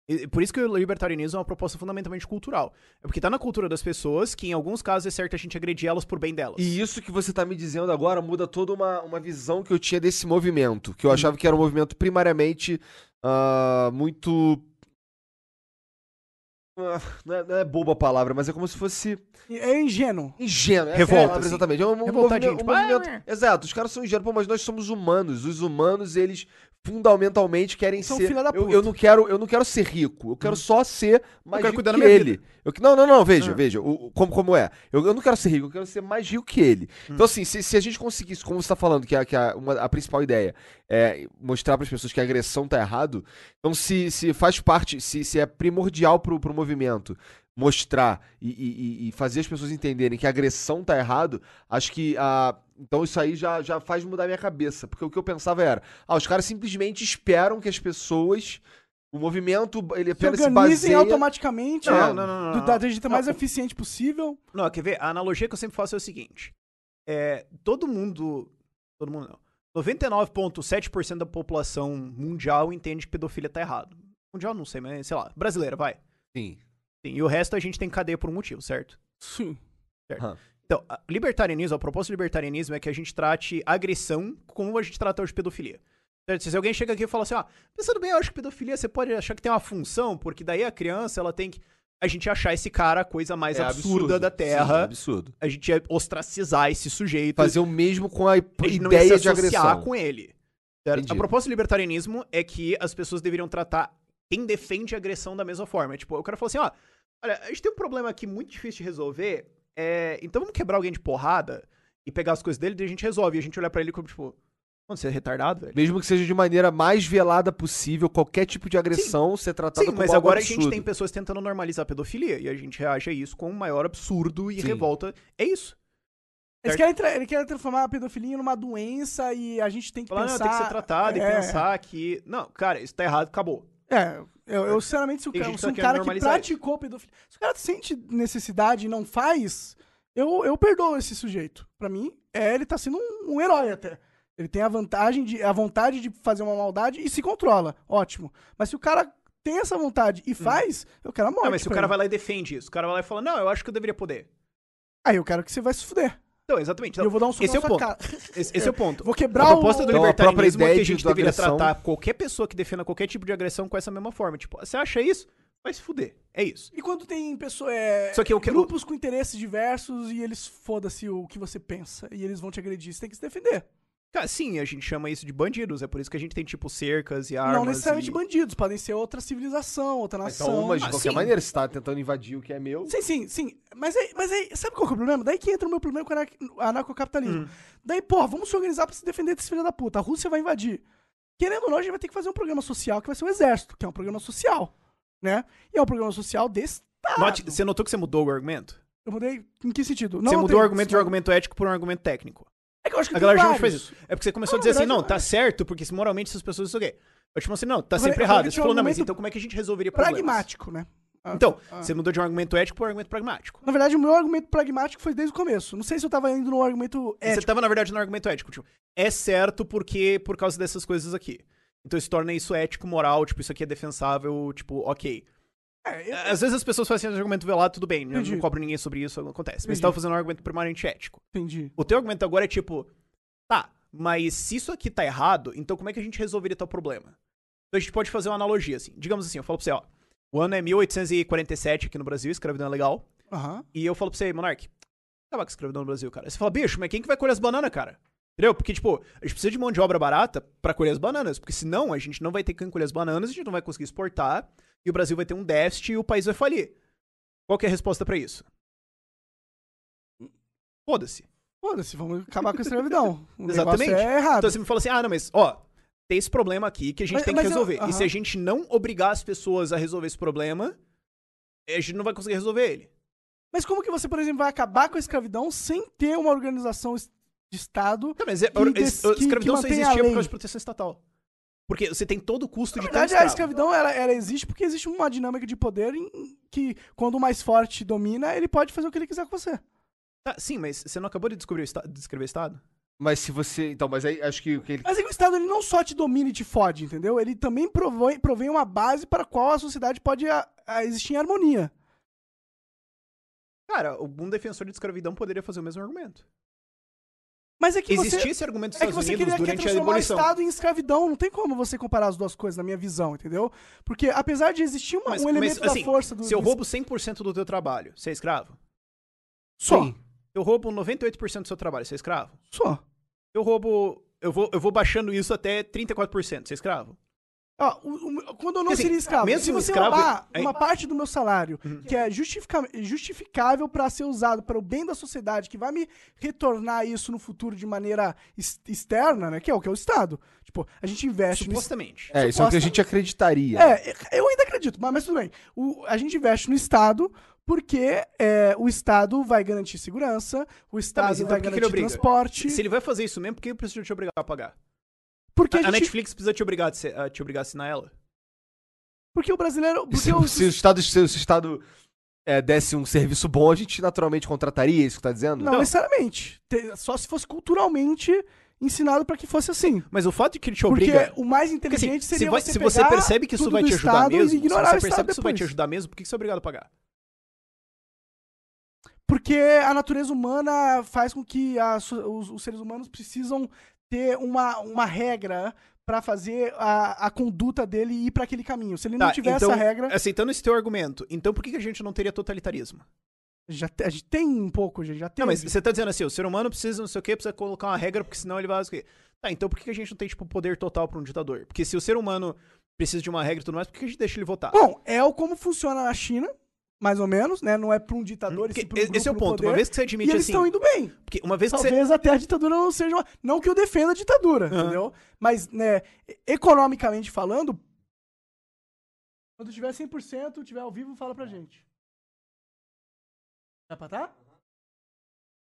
C: E- e Por isso que o libertarianismo é uma proposta fundamentalmente cultural. É porque tá na cultura das pessoas que, em alguns casos, é certo a gente agredir elas por bem delas.
B: E isso que você tá me dizendo agora muda toda uma, uma visão que eu tinha desse movimento,
C: Hum.
B: que eu achava que era um movimento primariamente ah, muito. Ah, Não é, não é boba a palavra, mas é como se fosse
A: É ingênuo.
B: ingênuo. essa é a
C: Revolta,
B: palavra,
C: assim.
B: exatamente. É um, um
C: Revoltadinho,
B: movimento- um
C: tipo,
B: movimento- Exato, os caras são ingênuos, pô, mas nós somos humanos. Os humanos, eles fundamentalmente querem
A: São
B: ser.
A: filha da
B: eu,
A: puta.
B: eu não quero, eu não quero ser rico. Eu quero só ser mais
C: quero
B: rico
C: cuidar
B: que
C: da minha
B: ele. Eu que- não, não, não, veja, veja, o- o- como, como é. Eu, eu não quero ser rico, eu quero ser mais rico que ele. Então, assim, se, se a gente conseguisse, como você tá falando, que, a, que a, uma- a principal ideia é mostrar para as pessoas que a agressão tá errado, então se, se faz parte, se, se é primordial pro, pro movimento mostrar e, e- e- e fazer as pessoas entenderem que a agressão tá errado, acho que a. Então isso aí já, já faz mudar minha cabeça. Porque o que eu pensava era, ah, os caras simplesmente esperam que ele pessoas. O movimento, ele
A: Se
B: apenas se,
A: organizem
B: baseia.
A: automaticamente.
B: Não,
A: né?
B: não,
C: não,
A: do- Da jeito mais
C: Ah. Não,
A: eficiente possível.
C: Não, quer ver? A analogia que eu sempre faço é o seguinte: é, todo mundo. Todo mundo não. 99,7% da população mundial entende que pedofilia tá errado. Mundial não sei, mas sei lá. Brasileira, vai.
B: Sim.
C: Sim, e o resto a gente tem cadeia por um motivo, certo?
A: Sim.
C: Certo.
B: Aham.
C: Então, a- libertarianismo, a proposta do libertarianismo é que a gente trate agressão como a gente trata hoje pedofilia. Certo? Se alguém chega aqui e fala assim, ó, pensando bem, eu acho que pedofilia você pode achar que tem uma função, porque daí a criança ela tem que. A gente achar esse cara a coisa mais
B: É
C: absurda
B: absurdo.
C: da
B: Sim, é
C: Terra.
B: absurdo.
C: a gente ia ostracizar esse sujeito.
B: Fazer o mesmo com a
C: a gente não ia se
B: ideia de
C: associar
B: agressão.
C: com ele. certo?
B: Entendi.
C: A proposta do libertarianismo é que as pessoas deveriam tratar quem defende a agressão da mesma forma. Tipo, o cara falou assim, ó, olha, a gente tem um problema aqui muito difícil de resolver, é, então vamos quebrar alguém de porrada e pegar as coisas dele, daí a gente resolve. E a gente olhar pra ele como, tipo, mano, você é retardado, velho?
B: Mesmo que seja de maneira mais velada possível, qualquer tipo de agressão ser tratada
C: Sim,
B: como
C: mas
B: algo
C: agora a gente
B: absurdo. Então,
C: tem pessoas tentando normalizar a pedofilia e a gente reage a isso com o maior absurdo e
B: Sim.
C: revolta. É isso.
A: Eles
C: Certo.
A: querem, tra- ele quer transformar a pedofilia numa doença e a gente tem que
C: Falar,
A: pensar...
C: não, tem que ser tratado e
A: É,
C: pensar que. Não, cara, isso tá errado, acabou.
A: É, eu, eu sinceramente, se o
C: Tem
A: cara,
C: gente
A: se um
C: que tá
A: cara
C: querendo
A: que
C: normalizar
A: praticou pedofilia... Se o cara sente necessidade e não faz, eu, eu perdoo esse sujeito. Pra mim, é, ele tá sendo um, um herói até. Ele tem a vantagem de, a vontade de fazer uma maldade e se controla. Ótimo. Mas se o cara tem essa vontade e faz, eu quero a morte.
C: Não, mas se o
A: pra
C: cara
A: ele.
C: vai lá e defende isso, o cara vai lá e fala, não, eu acho que eu deveria poder.
A: Aí eu quero que você vai se fuder.
C: Então, exatamente.
A: eu vou dar um soco
C: esse é
A: na
C: o
A: sua
C: ponto.
A: cara.
C: Esse, esse é o ponto.
A: Vou
C: A
A: quebrar
C: proposta
A: o...
C: do
B: Então, a própria
C: libertarianismo é que a
B: ideia
C: gente
B: de- da
C: deveria
B: agressão-
C: tratar qualquer pessoa que defenda qualquer tipo de agressão com essa mesma forma. Tipo, você acha isso? Vai se fuder. É isso.
A: E quando tem pessoa, é,
C: Só que eu quero-
A: grupos com interesses diversos e eles foda-se o que você pensa e eles vão te agredir, você tem que se defender.
C: Cara, sim, a gente chama isso de bandidos. É por isso que a gente tem, tipo, cercas e armas.
A: não necessariamente
C: e...
A: bandidos, podem ser outra civilização, outra nação.
B: Então, mas de
A: Ah,
B: qualquer
A: sim.
B: maneira, se tá tentando invadir o que é meu.
A: Sim, sim, sim. Mas aí, mas aí, sabe qual que é o problema? Daí que entra o meu problema com o anar-
C: Hum.
A: anarcocapitalismo. Daí, porra, vamos se organizar pra se defender desse filho da puta. A Rússia vai invadir. Querendo ou não, a gente vai ter que fazer um programa social que vai ser o exército, que é um programa social, né? E é um programa social desse...
C: Note- você notou que você mudou o argumento?
A: Eu mudei... Em que sentido?
C: você
A: não
C: mudou
A: tem-
C: o argumento de um argumento ético por um argumento técnico.
A: É que eu acho que
C: A
A: tem
C: galera geralmente faz
A: vários.
C: isso. É porque você começou
A: Não,
C: a dizer
A: na
C: assim,
A: verdade,
C: não, tá certo, porque se moralmente essas pessoas isso aqui. Eu te falei assim, não, tá
A: Eu falei-
C: sempre
A: eu falei
C: errado.
A: que
C: Você
A: tinha um
C: falou, não, mas
A: argumento
C: então como é que a gente resolveria problemas?
A: pragmático, né? Ah,
C: Então,
A: ah.
C: você mudou de um argumento ético para um argumento pragmático.
A: Na verdade, o meu argumento pragmático foi desde o começo. Não sei se eu tava indo num argumento
C: Você
A: ético.
C: tava, na verdade, no argumento ético, tipo, é certo porque por causa dessas coisas aqui. Então isso torna isso ético, moral, tipo, isso aqui é defensável, tipo, ok.
A: É, eu-
C: Às vezes tá as pessoas fazem esse argumento velado, tudo bem, eu
A: Entendi.
C: não cobro ninguém sobre isso, não acontece. Mas
A: Entendi.
C: você tava fazendo um argumento permanente ético.
A: Entendi.
C: O teu argumento agora é tipo, tá, mas se isso aqui tá errado, então como é que a gente resolveria tal problema? Então a gente pode fazer uma analogia, assim. Digamos assim, eu falo pra você, ó, o ano é 1847 aqui no Brasil, escravidão é legal.
A: Aham.
C: E eu falo pra você, Monark, acabar com a escravidão no Brasil, cara. Você fala, bicho, mas quem que vai colher as bananas, cara? Entendeu? Porque, tipo, a gente precisa de mão de obra barata pra colher as bananas, porque senão a gente não vai ter quem colher as bananas, a gente não vai conseguir exportar, e o Brasil vai ter um déficit e o país vai falir. Qual que é a resposta pra isso? Foda-se.
A: Foda-se, vamos acabar com a
C: [laughs]
A: escravidão. O
C: Exatamente.
A: negócio é errado.
C: Então você me fala assim, ah, não, mas, ó, tem esse problema aqui que a gente
A: Mas-
C: tem que
A: mas eu-
C: resolver. E se
A: aham.
C: a gente não obrigar as pessoas a resolver esse problema, a gente não vai conseguir resolver ele.
A: Mas como que você, por exemplo, vai acabar com a escravidão sem ter uma organização es- de Estado?
C: Tá, mas é,
A: que
C: a
A: des- que-
C: escravidão
A: que
C: só
A: mantém a
C: existia é por
A: lei.
C: causa de proteção estatal. Porque você tem todo o custo
A: Na
C: de ter um
A: verdade, a
C: escravo.
A: escravidão ela, ela existe porque existe uma dinâmica de poder em que, quando o mais forte domina, ele pode fazer o que ele quiser com você.
C: Tá, sim, mas você não acabou de descobrir o esta- descrever o Estado?
B: Mas se você. Então, mas aí acho que o que ele.
A: Mas é que o Estado ele não só te domina e te fode, entendeu? Ele também provém, provém uma base para a qual a sociedade pode a- a existir em harmonia.
C: Cara, algum defensor de escravidão poderia fazer o mesmo argumento.
A: Mas é que
C: Existia
A: você...
C: esse argumento dos
A: É que
C: Estados
A: você
C: Unidos
A: queria quer
C: durante a
A: transformar o
C: abolição.
A: Estado em escravidão. Não tem como você comparar as duas coisas, na minha visão, entendeu? Porque apesar de existir uma-
C: Mas,
A: um elemento
C: mas, assim,
A: da força do.
C: se eu
A: do-
C: roubo 100% do teu trabalho, você é escravo?
A: Só.
B: Sim.
C: Eu roubo 98% do seu trabalho, você é escravo?
A: Só.
C: Eu roubo... Eu vou, eu vou baixando isso até 34%, você é escravo?
A: Ó, o- o- quando eu não
C: Assim,
A: seria escravo,
C: mesmo
A: se
C: um
A: você
C: escravo- Uhum.
A: roubar
C: Aí-
A: uma parte do meu salário que é justifica- justificável para ser usado para o bem da sociedade, que vai me retornar isso no futuro de maneira ex- externa, né? Que é o que é o Estado. Tipo, a gente investe no
C: Supostamente.
B: É, isso é o que
A: suposta-
B: a gente acreditaria.
A: É, eu ainda acredito, mas, mas tudo bem. O- a gente investe no Estado porque é, o Estado vai garantir segurança, o Estado
C: então
A: vai
C: por que que ele
A: garantir
C: obriga?
A: transporte.
C: Se ele vai fazer isso mesmo, por que ele precisa te obrigar a pagar?
A: porque,
C: A,
A: a
C: a
A: gente-
C: Netflix precisa te obrigar a, se- a te obrigar a assinar ela?
A: porque o brasileiro.
B: E
A: Porque
B: Se,
A: o,
B: se o Estado, se o Estado é, desse um serviço bom, a gente naturalmente contrataria, é isso que tá dizendo?
A: não, necessariamente. Te- Só se fosse culturalmente ensinado para que fosse assim.
C: Mas o fato de que ele te
A: Porque
C: obriga...
A: o mais
C: Porque,
A: inteligente
C: assim,
A: seria
C: se, vai-
A: você
C: se você
A: pegar
C: percebe que isso
A: tudo
C: vai
A: do
C: te ajudar
A: Estado e
C: mesmo, se
A: ignorar o
C: você
A: Estado
C: percebe que isso vai te
A: depois.
C: ajudar mesmo, por que que você é obrigado a pagar?
A: Porque a natureza humana faz com que a so- os, os seres humanos precisam ter uma, uma regra pra fazer a, a conduta dele ir pra aquele caminho. Se ele não
C: Tá,
A: tiver
C: então,
A: essa regra,
C: Aceitando esse teu argumento, então por que que a gente não teria totalitarismo?
A: já te- a gente tem um pouco, já, já tem.
C: Não, mas você tá dizendo assim, o ser humano precisa, não sei o quê, precisa colocar uma regra, porque senão ele vai... não sei o quê. Tá, então por que que a gente não tem, tipo, poder total pra um ditador? Porque se o ser humano precisa de uma regra e tudo mais, por que que a gente deixa ele votar?
A: Bom, é o como funciona na China, mais ou menos, né? Não é pra um ditador, e
C: Porque
A: sim pra um
C: esse é o
A: grupo no
C: ponto. Uma
A: poder.
C: vez que você
A: E
C: admite
A: eles
C: assim...
A: estão indo bem.
C: Porque uma vez que você...
A: Talvez até a ditadura não seja uma. Não que eu defenda a ditadura,
C: Aham.
A: entendeu? Mas, né, e- economicamente falando. Quando tiver 100%, tiver ao vivo, fala pra gente. Dá pra tá?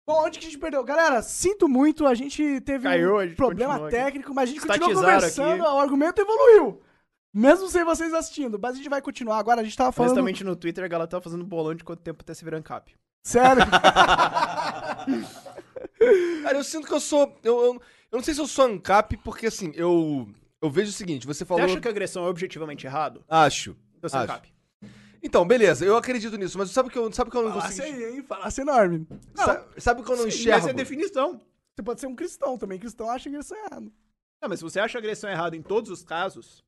A: Bom, onde que a gente perdeu? Galera, sinto muito, a gente teve
C: Caiu,
A: um
C: a gente
A: problema
C: continua aqui.
A: técnico, mas a gente continuou
C: Estatizaram
A: conversando,
C: aqui.
A: o argumento evoluiu. Mesmo sem vocês assistindo, mas a gente vai continuar. Agora a gente tava falando.
C: Honestamente, no Twitter, a galera tava fazendo bolão de quanto tempo até se virar um ANCAP. [laughs]
A: Sério.
B: Cara, eu sinto que eu sou. Eu, eu, eu não sei se eu sou ANCAP, porque assim, eu. Eu vejo o seguinte, você
C: Você
B: falou.
C: acha que a agressão é objetivamente errado?
B: Acho.
C: Então você é
B: acho.
C: ANCAP.
B: Então, beleza, eu acredito nisso, mas sabe que eu, sabe que eu não
A: Falasse
B: consigo.
A: aí, hein? Falasse enorme.
B: sa- sabe que eu não enxergo?
C: Essa é a definição.
A: Você pode ser um cristão também. Cristão acha que isso é errado.
C: Não, mas se você acha a agressão errada em todos os casos,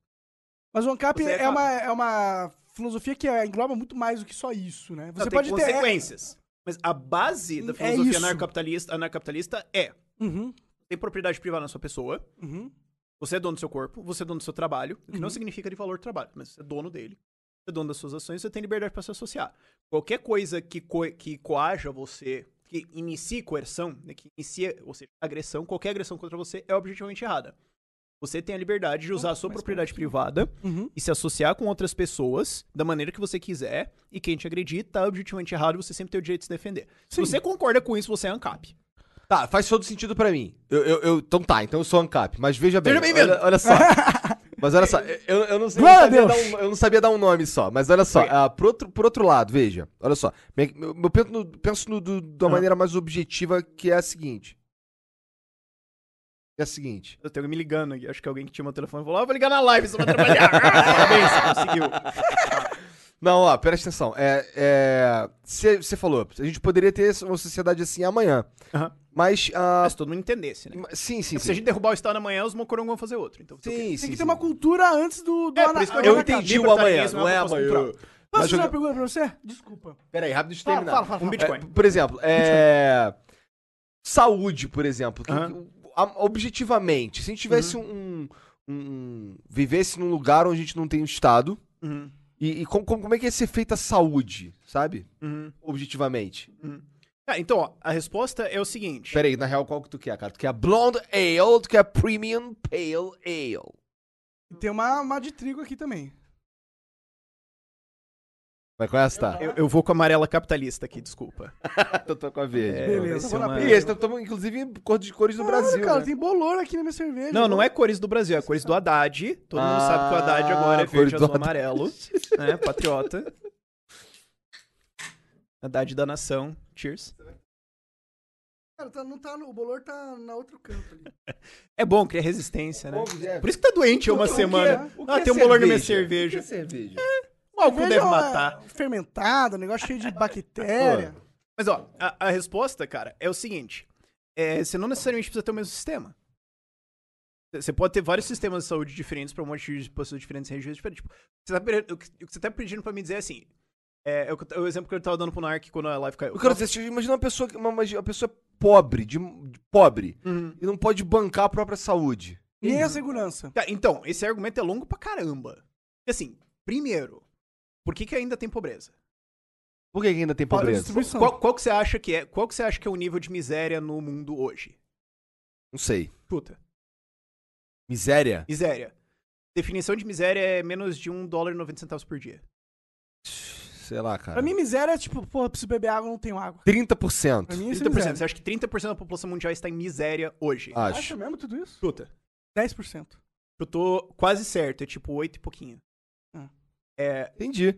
A: Mas o ANCAP
C: Você é
A: é,
C: contra.
A: uma, é uma filosofia que é- engloba muito mais do que só isso, né? Você
C: Não,
A: pode
C: tem
A: ter.
C: consequências. Mas a base
A: É
C: da filosofia
A: isso.
C: anarcocapitalista, anarcocapitalista é
A: Uhum,
C: tem propriedade privada na sua pessoa,
A: uhum.
C: você é dono do seu corpo, você é dono do seu trabalho, o que não significa de valor do trabalho, mas você é dono dele, você é dono das suas ações, você tem liberdade para se associar. Qualquer coisa que, co que coaja você, que inicie coerção, né, que inicie, ou seja, agressão, qualquer agressão contra você é objetivamente errada. Você tem a liberdade de usar a sua propriedade privada
A: Uhum.
C: e se associar com outras pessoas da maneira que você quiser, e quem te agredir tá objetivamente errado, você sempre tem o direito de se defender. Se você concorda com isso, você é ANCAP.
B: Tá, faz todo sentido pra mim. Eu, eu, eu- então tá, então eu sou ANCAP, mas veja bem.
C: Veja bem mesmo.
B: Olha,
A: [laughs]
B: olha só. mas olha só, eu, eu não, sei- eu
A: Glória
B: não
A: a
B: sabia dar
A: Deus.
B: um, eu não sabia dar um nome só, mas olha só,
C: Ok.
B: ah, por, outro, por outro lado, veja, olha só. Minha- Eu, eu penso, no, penso no, do,
A: Ah.
B: da maneira mais objetiva, que é a seguinte. É a seguinte.
C: Eu tenho alguém me ligando aqui. Acho que é alguém que tinha meu telefone falou: ah, eu vou ligar na live, você vai trabalhar.
A: [laughs]
C: Parabéns, você conseguiu.
B: Não, ó, presta atenção. É. Você falou, a gente poderia ter uma sociedade assim amanhã.
C: Aham.
B: Mas. ah,
A: É
C: Mas todo mundo entendesse, né?
B: sim, sim.
C: Se a
B: sim.
C: gente derrubar o Estado amanhã, os mocorongos vão fazer outro. Então,
B: Sim, sim,
A: Tem que
B: sim.
A: ter uma cultura antes do. do
C: É,
A: ana-
C: por isso que eu
B: Eu
C: Joga
B: entendi
C: cabelo,
B: o amanhã,
C: capitalismo,
B: não é
C: é uma proposta
B: amanhã.
A: Posso
B: Mas
A: fazer
B: joga-
A: uma pergunta pra você? Desculpa.
B: Pera aí, rápido de
A: Fala,
B: terminar.
A: fala, fala,
C: Um
A: fala.
C: Bitcoin.
B: É, por exemplo, é... saúde, por exemplo. que-
C: Aham.
B: a- Objetivamente, se a gente tivesse
A: Uhum.
B: um, um- um- vivesse num lugar onde a gente não tem um Estado,
C: Uhum,
B: e, e como, como- como é que ia ser feita a saúde, sabe?
C: uhum.
B: Objetivamente.
C: Ah, então, ó, a resposta é o seguinte.
B: Pera aí, na real, qual que tu quer, cara? Tu quer a Blonde Ale ou tu quer a Premium Pale Ale?
A: E Tem uma, uma de trigo aqui também.
B: Vai com essa, tá?
C: Eu, eu vou com a amarela capitalista aqui, desculpa.
B: [laughs] Eu tô com a verde.
C: É, vai
A: Beleza,
C: ser
A: vou na
C: uma-
B: E esse, estamos inclusive em cor de cores do
A: Claro,
B: Brasil,
A: cara,
B: né?
A: tem bolor aqui na minha cerveja.
C: Não, não é cores do Brasil, é cores do Haddad. Todo mundo sabe que o Haddad agora é
B: Ah, cores
C: verde,
B: do
C: azul,
B: Haddad. [laughs]
C: amarelo. Né? Patriota. Haddad da nação. Cheers.
A: Cara, tá, não tá no, o bolor tá na outro canto ali.
C: É bom criar resistência, né?
B: Óbvio, é.
C: Por isso que tá doente há uma
B: O que é-
C: semana.
B: o que
C: ah,
B: é
C: tem um bolor na minha
B: O que
C: cerveja.
B: é cerveja?
C: Algum
A: Cerveja é
C: deve
A: uma
C: matar.
A: Fermentada, um negócio cheio de bactéria.
C: Mas ó, a, a resposta, cara, é o seguinte: é, você não necessariamente precisa ter o mesmo sistema. Você pode ter vários sistemas de saúde diferentes pra um monte de pessoas diferentes, regiões diferentes. Tipo, você tá, pe- o que o que você tá pedindo pra me dizer é assim. É, é o, que eu- é o exemplo que eu tava dando pro Narc quando a live caiu.
B: Eu quero dizer, assim, você imagina uma pessoa, que- uma, uma pessoa pobre, de, de pobre,
C: Uhum.
B: e não pode bancar a própria saúde.
A: Nem a segurança.
C: Cara, então, esse argumento é longo pra caramba. Assim, primeiro, por que, que ainda tem pobreza?
B: Por que, que ainda tem
A: Fora a
B: pobreza?
A: distribuição.
C: Qual, qual que você acha que é? Qual que você acha que é o nível de miséria no mundo hoje?
B: Não sei.
C: Puta,
B: Miséria?
C: miséria. Definição de miséria é menos de 1 dólar e 90 centavos por dia.
B: Sei lá, cara.
A: Pra mim, miséria é tipo, porra, preciso beber água, não tenho água. Pra
B: 30%.
A: mim, isso é
C: 30%. Você
A: miséria. Ah.
C: acha que 30% da população mundial está em miséria hoje?
B: Acho.
A: Acha mesmo tudo isso?
C: Chuta.
A: 10%.
C: Eu tô quase certo, é tipo 8 e pouquinho.
A: Hum.
C: É,
B: Entendi.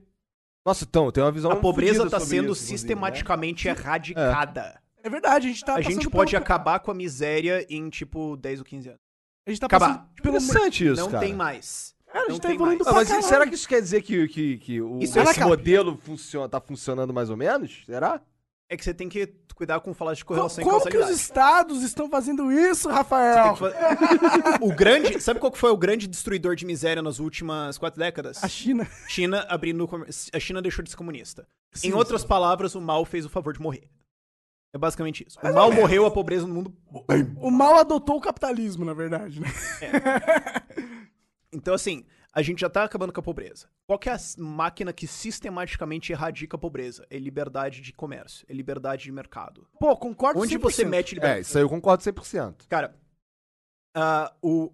B: Nossa, então, tem uma visão.
A: Tá um
C: a pobreza
B: fodida
C: está
B: sobre
C: sendo
B: isso, inclusive, né?
C: sistematicamente erradicada.
A: né? É verdade, a gente tá
C: A
A: passando
C: gente
A: pelo
C: pode
A: ca-
C: acabar com a miséria em tipo 10 ou 15 anos.
A: A gente tá
C: acabar.
A: passando
B: Né?
A: pelo...
B: Interessante isso,
C: não
B: cara.
C: tem mais.
A: Cara, a
C: não
A: gente tá
C: tem
A: evoluindo
C: mais.
B: Ah, mas
A: Pra caralho.
B: será que isso quer dizer que, que, que o,
C: Isso
B: esse
A: é-
B: modelo funciona, tá funcionando mais ou menos? Será?
C: É que você tem que cuidar com falar de
A: Co-
C: correlação e
A: Como que os
C: causalidade.
A: estados estão fazendo isso,
C: Tem
A: Rafael?
C: que fa- [laughs] o grande, sabe qual que foi o grande destruidor de miséria nas últimas quatro décadas?
A: A China.
C: China abrindo, o comer- a China deixou de ser comunista. em outras palavras, o mal fez o favor de morrer. É basicamente isso. O mal morreu, a pobreza no mundo.
A: O mal adotou o capitalismo, na verdade, né?
C: Então assim, a gente já tá acabando com a pobreza. Qual que é a s- máquina que sistematicamente erradica a pobreza? É liberdade de comércio, é liberdade de mercado.
A: Pô, concordo
C: Onde você
A: 100%.
C: mete liberdade?
B: É, isso aí eu concordo 100%.
C: Cara, ah, o,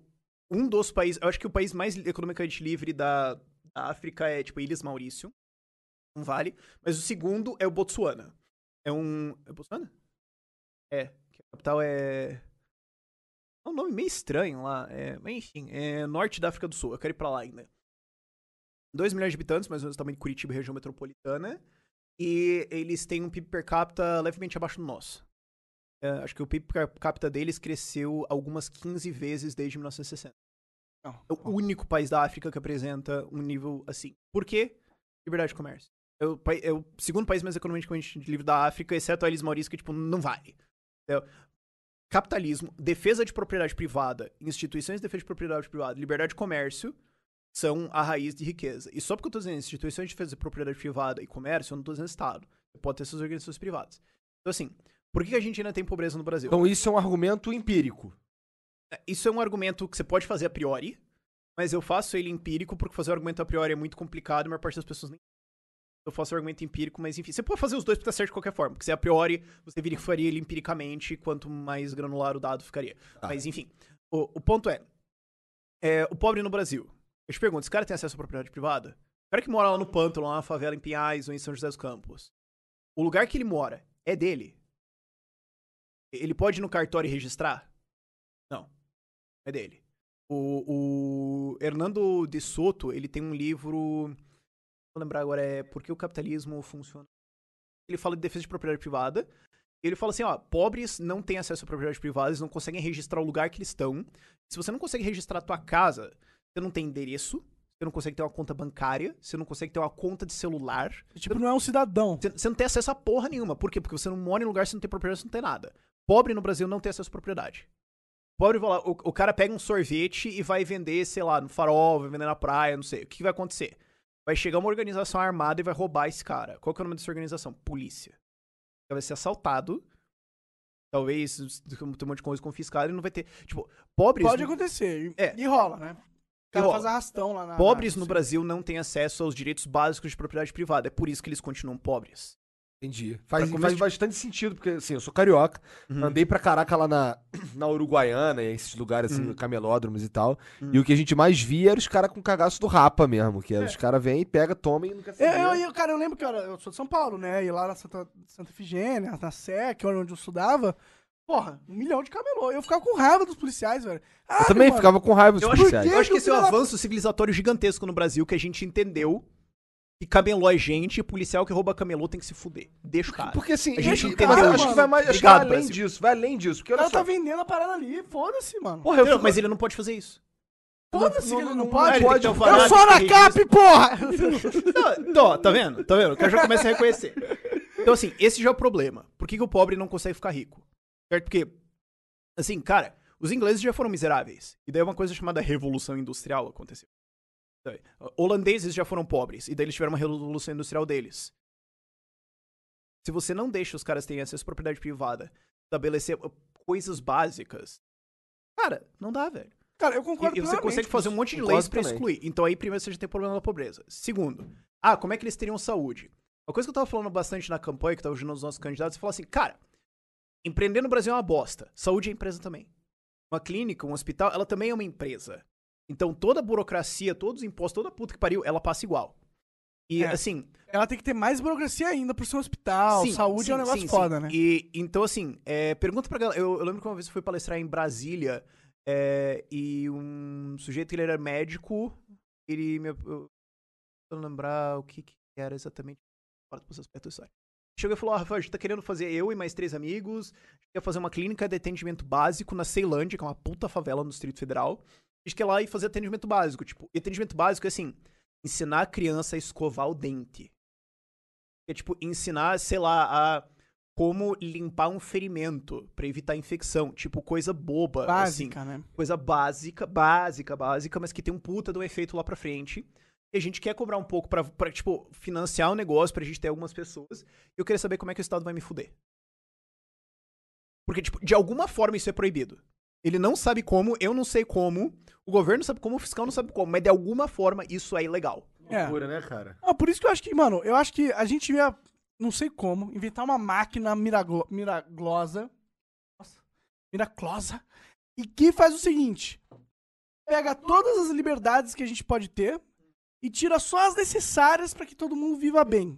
C: um dos países. Eu acho que o país mais economicamente livre da, da África é, tipo, Ilhas Maurício. Um vale. Mas o segundo é o Botsuana. É um. É Botsuana? É. que a capital é. É um nome meio estranho lá. É, mas enfim, é norte da África do Sul. Eu quero ir pra lá ainda. 2 milhões de habitantes, mais ou menos o tamanho de Curitiba, região metropolitana. E eles têm um PIB per capita levemente abaixo do nosso. É, acho que o PIB per capita deles cresceu algumas 15 vezes desde 1960.
A: Não.
C: É o único país da África que apresenta um nível assim. Por quê? Liberdade de comércio. É o, pai- é o segundo país mais economicamente livre da África, exceto a Elis Maurício, que, tipo, não vale. É, capitalismo, defesa de propriedade privada, instituições de defesa de propriedade privada, liberdade de comércio são a raiz de riqueza. E só porque eu tô dizendo instituições de defesa de propriedade privada e comércio, eu não tô dizendo Estado. Pode ter essas organizações privadas. Então, assim, por que que a gente ainda tem pobreza no Brasil?
B: Então isso é um argumento empírico.
C: isso é um argumento que você pode fazer a priori, mas eu faço ele empírico porque fazer o argumento a priori é muito complicado e a maior parte das pessoas nem. Eu faço o argumento empírico, mas enfim. Você pode fazer os dois pra estar certo de qualquer forma, porque se é a priori, você verificaria ele empiricamente, quanto mais granular o dado ficaria. Mas enfim, o, o ponto é, é, o pobre no Brasil. Eu te pergunto, esse cara tem acesso à propriedade privada? O cara que mora lá no Pântano, lá na favela em Pinhais ou em São José dos Campos, o lugar que ele mora é dele? Ele pode ir no cartório e registrar? Não. É dele. O, o Hernando de Soto, ele tem um livro. Vou lembrar agora, é Por que o Capitalismo Funciona. Ele fala de defesa de propriedade privada. Ele fala assim: ó, pobres não têm acesso à propriedade privada, eles não conseguem registrar o lugar que eles estão. Se você não consegue registrar a tua casa, você não tem endereço, você não consegue ter uma conta bancária, você não consegue ter uma conta de celular,
A: Tipo, não é um cidadão.
C: você- Você não tem acesso a porra nenhuma. Por quê? Porque você não mora em lugar, você não tem propriedade, você não tem nada. Pobre no Brasil não tem acesso à propriedade. Pobre, vai lá, o, o cara pega um sorvete e vai vender, sei lá, no farol, vai vender na praia, não sei. O que, que vai acontecer? Vai chegar uma organização armada e vai roubar esse cara. Qual que é o nome dessa organização? Polícia. Ele vai ser assaltado. Talvez tem um monte de coisa confiscada e não vai ter. Tipo, pobres.
A: Pode acontecer. E,
C: É.
A: e rola, né? O cara
C: rola.
A: faz arrastão lá na...
C: Pobres
A: na-
C: no Brasil não têm acesso aos direitos básicos de propriedade privada. É por isso que eles continuam pobres.
B: Entendi. Faz,
C: Pra
B: faz
C: começo de-
B: bastante sentido, porque assim, eu sou carioca, andei pra caraca lá na, na Uruguaiana, e esses lugares assim, camelódromos e tal. E o que a gente mais via era os caras com cagaço do rapa mesmo, que era os caras vêm, pega, toma e nunca se
A: Eu, É, eu, eu, cara, eu lembro que eu, era- eu sou de São Paulo, né? E lá na Santa, Santa Efigênia, na Sé, que é onde eu estudava, porra, um milhão de camelô. Eu ficava com raiva dos policiais, velho. Ah,
B: também
A: mano,
B: ficava com raiva dos
C: Eu acho,
B: policiais.
C: eu acho que esse é um
A: Filha da-
C: avanço civilizatório gigantesco no Brasil que a gente entendeu que camelô é gente e policial que rouba camelô tem que se fuder. Deixa o cara.
B: Porque assim,
C: a gente
B: e-
C: entendeu
B: mas eu
C: isso.
B: acho que vai, mais, acho que vai
C: Obrigado,
B: além
C: Brasil.
B: disso, vai além disso. Porque
A: O
B: olha
A: cara
B: só.
A: tá vendendo a parada ali, foda-se, mano.
B: Porra, eu
C: Não,
B: fico-
C: mas ele não pode fazer isso.
A: Foda-se, que ele não
C: Ah,
A: pode.
C: ele tem que ter um
A: Eu
C: fanático
A: sou na
C: que
A: cap, porra!
C: Não, Tô, tá vendo? Tá vendo? O cara já começa a reconhecer. Então, assim, esse já é o problema. Por que, que o pobre não consegue ficar rico? Certo? Porque, assim, cara, os ingleses já foram miseráveis. E daí uma coisa chamada Revolução Industrial aconteceu. Então, Holandeses já foram pobres. E daí eles tiveram uma Revolução Industrial deles. Se você não deixa os caras terem acesso à propriedade privada, estabelecer uh, coisas básicas, cara, não dá, velho.
A: Cara, eu
C: E-
A: concordo
C: E, você
A: plenamente
C: consegue
A: com
C: fazer um
A: isso.
C: monte de
B: Concordo
C: leis pra
B: também.
C: excluir. Então aí primeiro você já tem problema da pobreza. Segundo, ah, como é que eles teriam saúde? Uma coisa que eu tava falando bastante na campanha, que tava ajudando os nossos candidatos, eu falava assim, cara, empreender no Brasil é uma bosta. Saúde é empresa também. Uma clínica, um hospital, ela também é uma empresa. Então toda a burocracia, todos os impostos, toda a puta que pariu, ela passa igual. E
A: É.
C: assim,
A: Ela tem que ter mais burocracia ainda pro seu hospital.
C: Sim,
A: Saúde é um
C: sim,
A: negócio
C: sim,
A: foda,
C: sim.
A: né?
C: E, então, assim, é, pergunta pra galera. Eu, eu lembro que uma vez eu fui palestrar em Brasília é, e um sujeito que ele era médico, ele me. Eu, eu não lembrar o que, que era exatamente. Fora dos aspectos da história. Chegou e falou: Ó, Rafael, a gente tá querendo fazer eu e mais três amigos. A gente quer fazer uma clínica de atendimento básico na Ceilândia, que é uma puta favela no Distrito Federal. A gente quer ir lá e fazer atendimento básico. Tipo, e atendimento básico é assim: ensinar a criança a escovar o dente. É tipo, ensinar, sei lá, a como limpar um ferimento pra evitar infecção. Tipo, coisa boba. assim
A: Básica, né?
C: coisa básica, básica, básica, mas que tem um puta do efeito lá pra frente. E a gente quer cobrar um pouco pra, pra, tipo, financiar o negócio, pra gente ter algumas pessoas. E eu queria saber como é que o Estado vai me fuder. Porque, tipo, de alguma forma isso é proibido. Ele não sabe como, eu não sei como, o governo sabe como, o fiscal não sabe como, mas de alguma forma isso é ilegal.
A: É.
B: Loucura, né, cara?
A: Ah, por isso que eu acho que, mano, eu acho que a gente ia, não sei como, inventar uma máquina miraglo- miraglosa. Nossa, miraclosa. E que faz o seguinte: pega todas as liberdades que a gente pode ter e tira só as necessárias pra que todo mundo viva bem.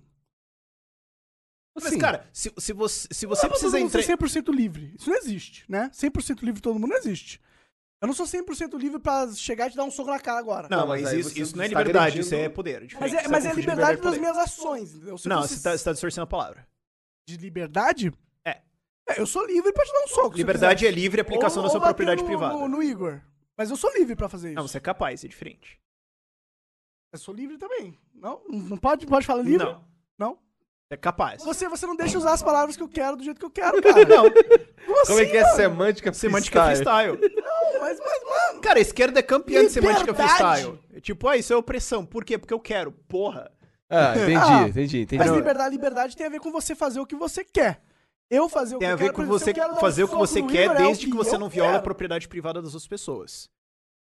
C: Mas, cara, se, se você, se você
A: Não dá pra
C: precisa
A: todo mundo
C: entrar.
A: ser 100% livre. Isso não existe, né? 100% livre todo mundo não existe. Eu não sou 100% livre pra chegar e te dar um soco na cara agora.
C: Não,
B: Não,
C: mas,
B: mas aí
C: isso,
B: você
C: isso não é
B: está
C: liberdade,
B: agredindo-
C: isso é poder.
A: mas
C: diferente,
A: é,
C: isso
A: mas é a
C: confundir
A: liberdade
C: e
A: das
C: poder.
A: minhas ações, entendeu? Se
C: Não,
A: você
C: você tá, você tá distorcendo a palavra.
A: de liberdade?
C: É.
A: É, eu sou livre pra te dar um soco. se eu
C: Liberdade
A: quiser.
C: é livre aplicação
A: Ou-
C: da sua
A: ou bater
C: propriedade
A: no-
C: privada.
A: No, no Igor. Mas eu sou livre pra fazer isso.
C: Não, você é capaz, é diferente.
A: Eu sou livre também. Não? Não pode, pode falar livre?
C: Não.
A: Não?
C: Você é capaz.
A: Você, você não deixa eu usar as palavras que eu quero do jeito que eu quero,
C: [laughs]
A: cara. Não. Como,
B: Como é
A: assim,
B: que é
A: mano? [laughs]
B: semântica
C: Semântica freestyle.
A: Não, mas, mas, mano.
C: Cara, a esquerda é campeã de semântica
A: Liberdade.
C: freestyle. É Tipo, ah, isso é opressão. Por quê? Porque eu quero. Porra.
B: Ah,
A: Ah,
B: entendi, entendi, entendi.
A: Mas liberdade, liberdade tem a ver com você fazer o que você quer. Eu fazer o que
C: Tem a
A: eu quero.
C: ver com
A: por exemplo, se
C: você
A: eu quero dar um
C: fazer o que
A: soco
C: você
A: no
C: quer
A: Igor, é o
C: desde que você
A: eu
C: não viola a
A: quero.
C: propriedade privada das outras pessoas.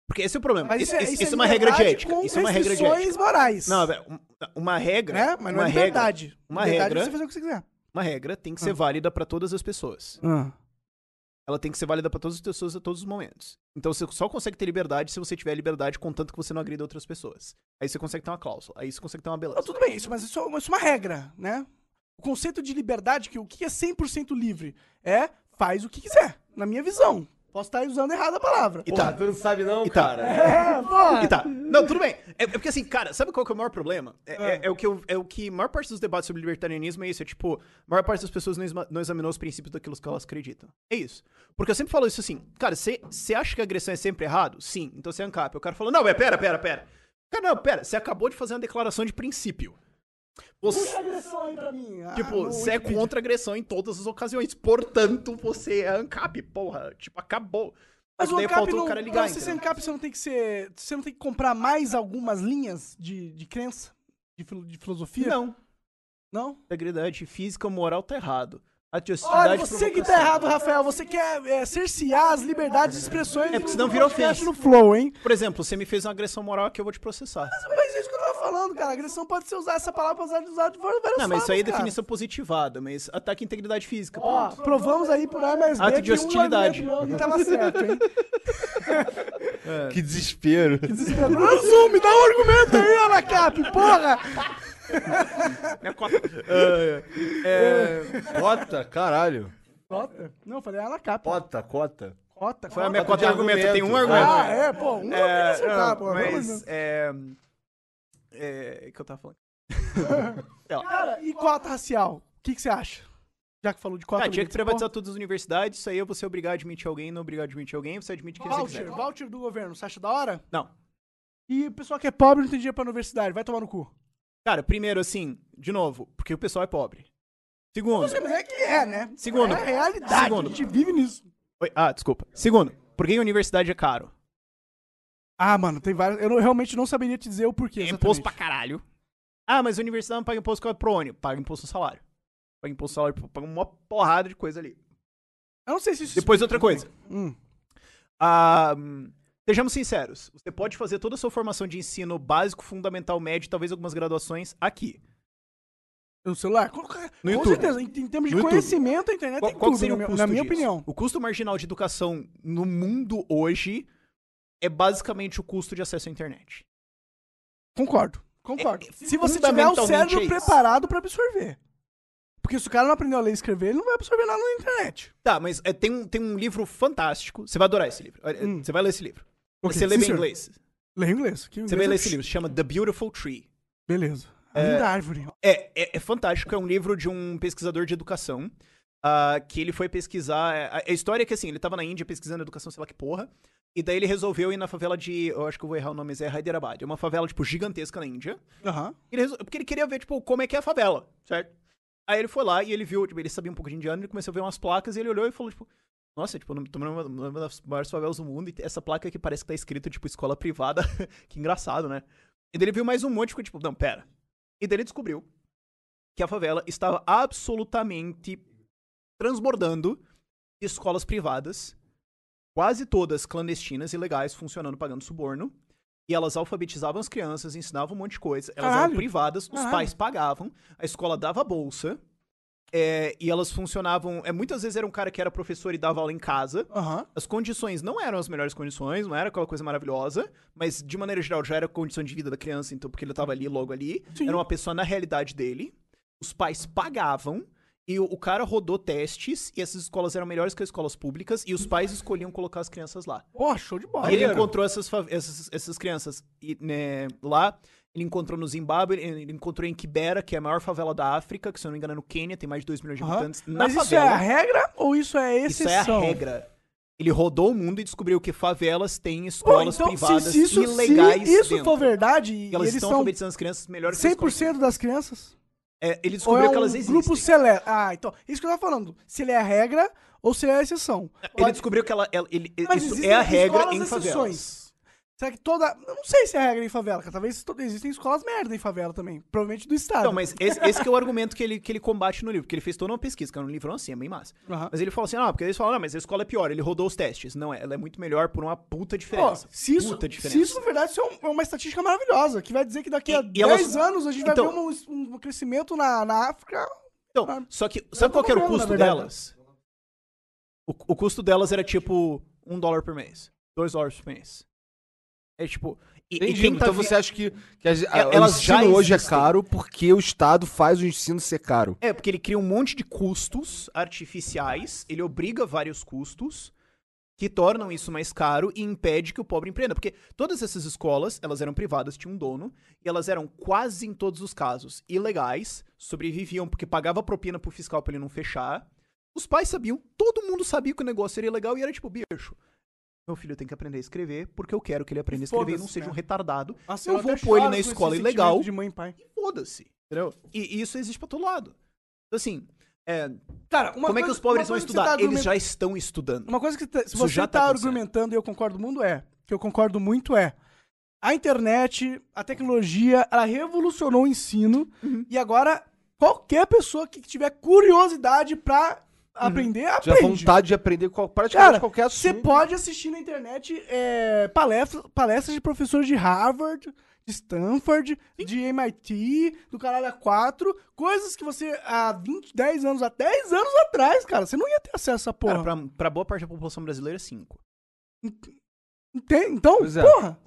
C: Porque esse é o problema.
A: Mas
C: Isso, isso- isso é uma regra
A: liberdade
C: de ética.
A: com
C: Isso é uma regra de
A: restrições
C: ética.
A: morais.
C: Não, velho, um- uma regra.
A: né? Mas não
C: uma
A: é
C: regra,
A: liberdade.
C: uma
A: liberdade
C: regra-
A: é você fazer Ah. o que você quiser.
C: uma regra tem que ser válida pra todas as pessoas. Ela tem que ser válida pra todas as pessoas a todos os momentos. Então você só consegue ter liberdade se você tiver liberdade, contanto que você não agrida outras pessoas. Aí você consegue ter uma cláusula. Aí você consegue ter uma beleza.
A: Não, tudo bem, isso, mas isso, é- isso é uma regra, né? O conceito de liberdade, que o que é 100% livre? É faz o que quiser, na minha visão. Posso estar usando errado a palavra.
C: E tá.
B: tu não sabe não,
C: tá.
B: cara.
A: É, porra.
C: E tá. Não, tudo bem. É, é porque assim, cara, sabe qual que é o maior problema? É, é- é o que eu- é o que a maior parte dos debates sobre libertarianismo é isso. É tipo, a maior parte das pessoas não, esma- não examinou os princípios daquilo que elas acreditam. É isso. Porque eu sempre falo isso assim, cara, você acha que a agressão é sempre errado? Sim. Então você é ANCAP. O cara fala, não, mas pera, pera, pera. Cara, não, pera, você acabou de fazer uma declaração de princípio. Você,
A: Agressão aí pra mim. Ah,
C: tipo,
A: no
C: você é
A: Wikipedia.
C: contra a agressão em todas as ocasiões. Portanto, você é ANCAP, porra. Tipo, acabou.
A: Mas o
C: Daí
A: ANCAP
C: faltou
A: não,
C: o cara ligar,
A: pra você ser
C: entendeu?
A: ANCAP, você não tem que ser... Você não tem que comprar mais algumas linhas de, de crença? De, filo- de filosofia?
C: Não.
A: Não?
C: integridade física ou moral tá errado. Atividade
A: Olha, você que tá errado, Rafael. Você quer é, cercear as liberdades de expressões
C: É, porque
A: do
C: senão vira
A: podcast
C: ofensa.
A: no flow, hein?
C: Por exemplo, você me fez uma agressão moral aqui, eu vou te processar.
A: Mas é isso que eu tava falando, cara. Agressão pode ser usar essa palavra pra usar usar de várias formas.
C: Não, mas isso aí é
A: cara.
C: definição positivada, mas ataque à integridade física.
A: Ó,
C: pronto.
A: provamos aí por A mais B
C: Ato de
A: que um
C: hostilidade.
A: argumento meu não tava certo, hein?
B: Que desespero.
A: Desespero. Não, Zoom, me dá um argumento aí, Anacap, porra!
C: Minha cota. Ah, é.
B: Cota, caralho.
A: Cota? Não, eu falei Anacap. Cota,
B: Cota, cota.
A: cota.
C: Foi a minha cota
B: de
C: de argumento, tem um
B: argumento.
C: argumento.
A: Ah, é, pô. Um é,
C: É,
A: acertar,
C: não,
A: pô.
C: mas é, é, é que eu tava falando.
A: Cara, e cota racial? O que que você acha? Já que falou de cota
C: Ah, tinha que
A: negra,
C: privatizar todas as universidades, isso aí eu vou ser obrigado a admitir alguém, não obrigado a admitir alguém, você admite quem
A: pô,
C: você
A: Voucher,
C: quiser.
A: voucher do governo, você acha da hora?
C: Não.
A: E o pessoal que é pobre não tem dinheiro pra universidade, vai tomar no cu.
C: Cara, primeiro, assim, de novo, porque o pessoal é pobre. Segundo.
A: Mas é que é, né?
C: Segundo.
A: É a realidade,
C: Segundo.
A: a gente vive nisso.
C: Oi, ah, desculpa. Segundo, por que a universidade é caro?
A: Ah, mano, tem várias. Eu não- realmente não saberia te dizer o porquê.
C: É imposto
A: exatamente.
C: pra caralho. Ah, mas a universidade não paga imposto que é pro ônibus. Paga imposto no salário. Paga imposto no salário, pô, paga uma porrada de coisa ali.
A: Eu não sei se isso.
C: Depois outra coisa.
A: Hum.
C: Ah, hum, sejamos sinceros. Você pode fazer toda a sua formação de ensino básico, fundamental, médio, talvez algumas graduações aqui.
A: No celular? Com, com
C: YouTube.
A: certeza, em, em termos de
C: No YouTube.
A: conhecimento, a internet
C: Qual,
A: tem
C: qual
A: tudo, na,
C: seria o
A: minha-
C: custo
A: na minha
C: disso?
A: opinião.
C: O custo marginal de educação no mundo hoje é basicamente o custo de acesso à internet.
A: Concordo, concordo.
C: É, é,
A: se você tiver o
C: fundamentalmente
A: cérebro
C: é isso.
A: preparado pra absorver. Porque se o cara não aprendeu a ler e escrever, ele não vai absorver nada na internet.
C: Tá, mas é, tem, um, tem um livro fantástico. Você vai adorar esse livro. Olha,
A: Hum.
C: Você vai ler esse livro.
A: Ok,
C: você lê
A: sim,
C: bem
A: senhor.
C: inglês.
A: Lê em inglês. que
C: Você
A: inglês
C: vai
A: é-
C: ler esse livro. Se chama The Beautiful Tree.
A: Beleza. A linda árvore.
C: É, é, é fantástico, é um livro de um pesquisador de educação. ah, que ele foi pesquisar. A, a história é que assim, ele tava na Índia pesquisando educação, sei lá que porra. E daí ele resolveu ir na favela de. Eu acho que eu vou errar o nome, mas é Hyderabad. É uma favela, tipo, gigantesca na Índia.
A: Aham.
C: Ele resol- Porque ele queria ver, tipo, como é que é a favela, certo? Aí ele foi lá e ele viu, tipo, ele sabia um pouco de indiano, ele começou a ver umas placas e ele olhou e falou, tipo, nossa, tipo, eu tô numa, numa das maiores favelas do mundo e essa placa aqui parece que tá escrito, tipo, escola privada. [laughs] que engraçado, né? E daí ele viu mais um monte e ficou, tipo, não, pera. E daí ele descobriu que a favela estava absolutamente transbordando de escolas privadas, quase todas clandestinas, ilegais, funcionando, pagando suborno. E elas alfabetizavam as crianças, ensinavam um monte de coisa. Elas
A: Caralho.
C: eram privadas, os
A: Caralho.
C: pais pagavam, a escola dava bolsa. é, e elas funcionavam. É, muitas vezes era um cara que era professor e dava aula em casa.
A: Aham.
C: As condições não eram as melhores condições, não era aquela coisa maravilhosa, mas de maneira geral já era a condição de vida da criança, então porque ele tava ali logo ali.
A: Sim.
C: Era uma pessoa na realidade dele. Os pais pagavam e o, o cara rodou testes e essas escolas eram melhores que as escolas públicas e os pais escolhiam colocar as crianças lá.
A: Pô, show de bola.
C: E ele encontrou essas, fa- essas, essas crianças e, né, lá. Ele encontrou no Zimbábue, ele ele encontrou em Kibera, que é a maior favela da África, que se eu não me engano é no Quênia, tem mais de 2 milhões de
A: Aham.
C: habitantes. Na
A: Mas isso é
C: favela.
A: a regra ou isso é
C: Isso é a
A: exceção?
C: regra. Ele rodou o mundo e descobriu que favelas têm escolas
A: então, se-
C: privadas
A: se isso,
C: ilegais
A: se isso
C: dentro.
A: for verdade e
C: E elas
A: eles
C: estão
A: são
C: alfabetizando as crianças melhores que as escolas.
A: 100% das crianças,
C: É,
A: ou
C: ele descobriu
A: é um
C: que elas existem.
A: grupo seleto? Ah, então, isso que eu tava falando. Se ele é a regra ou se ele é a exceção.
C: Ele descobriu que ela, ela- ele-
A: Mas
C: isso
A: existem
C: é a regra
A: escolas
C: em favelas.
A: exceções. Será que toda... Eu não sei se é a regra em favela, cara. Talvez to- existem escolas merda em favela também. Provavelmente do estado.
C: Então, mas esse, esse que é o argumento que ele, que ele combate no livro, porque ele fez toda uma pesquisa, que é um livro assim, é bem massa.
A: Aham.
C: Mas ele fala assim, ah, porque eles falam, não, mas a escola é pior, ele rodou os testes. Não, ela é muito melhor por uma puta
A: Pô,
C: diferença.
A: se isso,
C: é, puta
A: se isso for verdade, isso é, um- é uma estatística maravilhosa, que vai dizer que daqui a
C: E- e
A: 10
C: elas-
A: anos a gente vai
C: Então-
A: ver um, um crescimento na, na África. Ah,
C: Então, só que. Sabe
A: tô
C: qual que era o
A: comprando, na
C: custo
A: verdade.
C: delas? O, o custo delas era tipo um dólar por mês. Dois dólares por mês. É tipo. E, e
B: Entendi,
C: quem tá
B: então
C: vi-
B: você acha que, que as- a- o
C: elas já
B: ensino hoje é
C: existem.
B: caro porque o Estado faz o ensino ser caro.
C: É, porque ele cria um monte de custos artificiais, ele obriga vários custos que tornam isso mais caro e impede que o pobre empreenda. Porque todas essas escolas, elas eram privadas, tinham um dono, e elas eram quase em todos os casos ilegais, sobreviviam porque pagava propina pro fiscal pra ele não fechar. Os pais sabiam, todo mundo sabia que o negócio era ilegal e era tipo, bicho, meu filho tem que aprender a escrever porque eu quero que ele aprenda a escrever e não
A: Foda-se,
C: seja um
A: né?
C: retardado.
A: Nossa,
C: eu,
A: até
C: vou pôr ele
A: choro
C: na
A: com esse
C: escola
A: sentimento
C: ilegal
A: De mãe e pai.
C: foda-se, entendeu? E isso existe pra todo lado. Então, assim, é,
A: Cara, uma
C: como é que
A: coisa-
C: os pobres
A: uma
C: vão
A: coisa que você
C: estudar?
A: tá
C: Eles
A: argumentando-
C: já estão estudando.
A: Uma coisa que tá- se
C: Isso
A: você
C: já
A: está
C: tá acontecendo.
A: argumentando e eu concordo mundo é, que eu concordo muito é, a internet, a tecnologia, ela revolucionou o ensino
C: Uhum.
A: e agora qualquer pessoa que tiver curiosidade pra
C: Uhum.
A: aprender,
B: Já
A: aprende.
B: vontade de aprender qual, praticamente
A: Cara,
B: qualquer
A: você
B: assunto.
A: pode assistir na internet é, palestras, palestras de professores de Harvard, de Stanford, de MIT, do Caralho A4, coisas que você há 20, 10 anos, há 10 anos atrás, cara, você não ia ter acesso a porra.
C: Cara, pra, pra boa parte da população brasileira, cinco.
A: Ente- Então,
B: Pois é.
A: porra.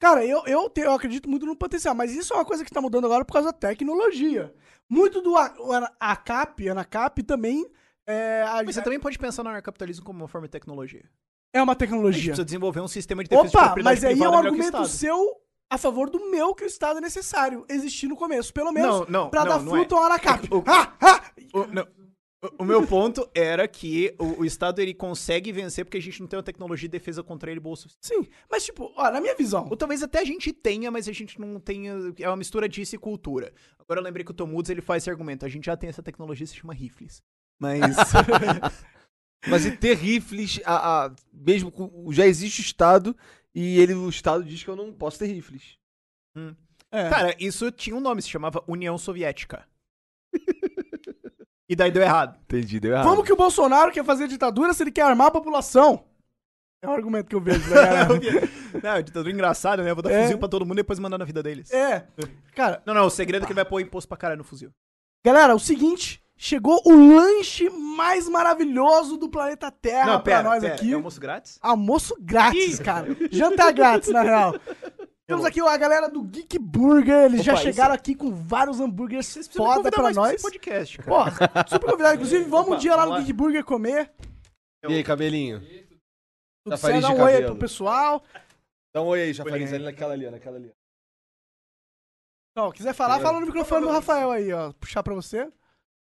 A: Cara, eu, eu, te- eu acredito muito no potencial, mas isso é uma coisa que tá mudando agora por causa da tecnologia. Muito do a- o ana- ACAP, ANACAP também é, a-
C: Mas você também pode pensar no anarcapitalismo como uma forma de tecnologia.
A: é uma
C: A gente
A: tecnologia.
C: precisa desenvolver um sistema de defesa de
A: Opa,
C: propriedade
A: mas aí é um
C: privada melhor que o
A: argumento
C: Estado.
A: seu a favor do meu que o Estado é necessário existir no começo, pelo
C: Não,
A: menos
C: não,
A: pra
C: não,
A: dar
C: não
A: fruto
C: é.
A: ao Anacap.
C: [laughs] O- o-
A: Ah, ah!
C: O, não. O- o meu ponto era que o, o Estado ele consegue vencer porque a gente não tem uma tecnologia de defesa contra ele boa o suficiente.
A: Sim, mas tipo, ó, na minha visão,
C: Ou talvez até a gente tenha, mas a gente não tenha. É uma mistura disso e cultura. Agora eu lembrei que o Tomudos ele faz esse argumento. A gente já tem essa tecnologia, se chama rifles. [laughs]
A: [laughs]
C: Mas.
B: Mas e ter rifles, a, a- mesmo com, já existe o Estado e ele, o Estado diz que eu não posso ter rifles.
A: É.
C: Cara, isso tinha um nome, se chamava União Soviética. e daí deu errado.
B: Entendi, deu errado.
A: como que o Bolsonaro quer fazer ditadura se ele quer armar a população? É um argumento que eu vejo, né,
C: [laughs]
A: galera?
C: não, é ditadura engraçada, né? Eu vou dar
A: É.
C: fuzil pra todo mundo e depois mandar na vida deles.
A: é. Cara,
C: Não, não, o segredo é que ele vai pôr imposto pra caralho no fuzil.
A: galera, o seguinte, chegou o lanche mais maravilhoso do planeta Terra
C: não,
A: pra nós aqui.
C: É almoço grátis?
A: Almoço grátis, cara. Jantar grátis, na real. Temos aqui a galera do Geek Burger. Eles já
C: Opa,
A: chegaram aqui com vários hambúrgueres
C: Precisa me
A: foda
C: convidar
A: pra
C: mais
A: nós.
C: esse podcast, cara.
A: Pô, super convidado. Inclusive, vamos
C: Opa,
A: um dia lá no
C: vamos lá.
A: Geek Burger comer.
B: E aí, cabelinho?
A: Tudo
B: Chafariz
A: certo, dá
B: de
A: um oi aí
B: cabelo.
A: pro pessoal.
B: Dá um oi aí, Chafariz, ali naquela ali, ó, naquela ali.
A: Não, quiser falar, fala no microfone do Rafael aí, ó. Puxar pra você.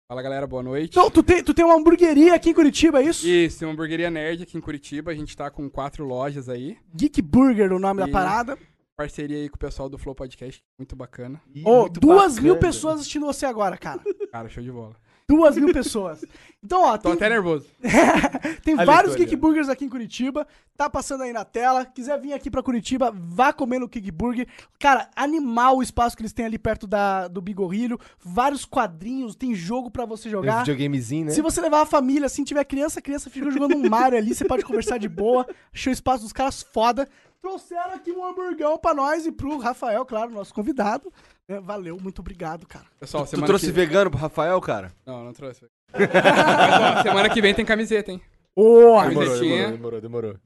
G: Fala galera, boa noite.
A: Então, tu tem, tu tem uma hamburgueria aqui em Curitiba, é isso?
G: Isso, tem um uma hamburgueria nerd aqui em Curitiba. A gente tá com quatro lojas aí.
A: Geek Burger, o nome da
G: E-
A: parada.
G: Parceria aí com o pessoal do Flow Podcast, muito bacana.
A: Ô, duas mil pessoas assistindo você agora, cara.
G: Cara, show de bola.
A: Duas mil pessoas. Então, ó,
G: Tô
A: tem,
B: Tá
G: até nervoso.
A: [laughs] tem
B: Ali,
A: vários
B: tô ali,
A: Geek
B: ó.
A: Burgers aqui em Curitiba. Tá passando aí na tela. Quiser vir aqui pra Curitiba, vá comer no Geek Burger. Cara, animal o espaço que eles têm ali perto da, do Bigorrilho. Vários quadrinhos, tem jogo pra você
B: Tem um
A: jogar.
B: videogamezinho, né?
A: Se você levar a família, assim, tiver criança, a criança fica jogando um Mario ali, você pode conversar de boa. Achei o espaço dos caras foda. Trouxeram aqui um hamburgão pra nós e pro Rafael, claro, nosso convidado. É, valeu, muito obrigado, cara.
G: Pessoal,
B: Tu
G: semana
B: trouxe
G: que...
B: vegano pro Rafael, cara?
G: Não, não
B: [laughs]
G: trouxe. Mas, ó, semana que vem tem camiseta, hein?
A: Ô,
G: Camisetinha.
B: demorou, demorou.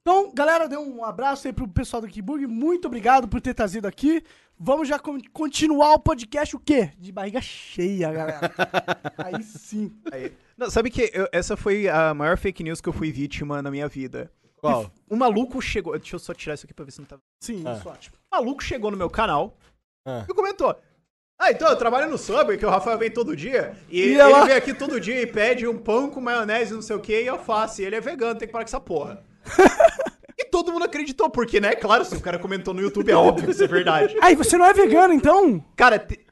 A: Então, galera, dê um abraço aí pro pessoal do Kibug. Muito obrigado por ter trazido aqui. Vamos já con- continuar o podcast o quê? De barriga cheia, galera. aí sim.
C: Não, sabe que eu- essa foi a maior fake news que eu fui vítima na minha vida.
B: Qual?
C: Um maluco chegou. Deixa eu só tirar isso aqui pra ver se não tá.
A: Sim, isso é ótimo.
C: Um maluco chegou no meu canal
B: Ah.
C: e comentou. Ah, então eu trabalho no Subway, que o Rafael vem todo dia. E, ele
B: ela-
C: vem aqui todo dia e pede um pão com maionese, não sei o que, e alface. Ele é vegano, tem que parar com essa porra. e todo mundo acreditou, porque, né? Claro, se o cara comentou no YouTube, é óbvio que isso é verdade.
A: Aí, você não é vegano, então?
C: Cara, te-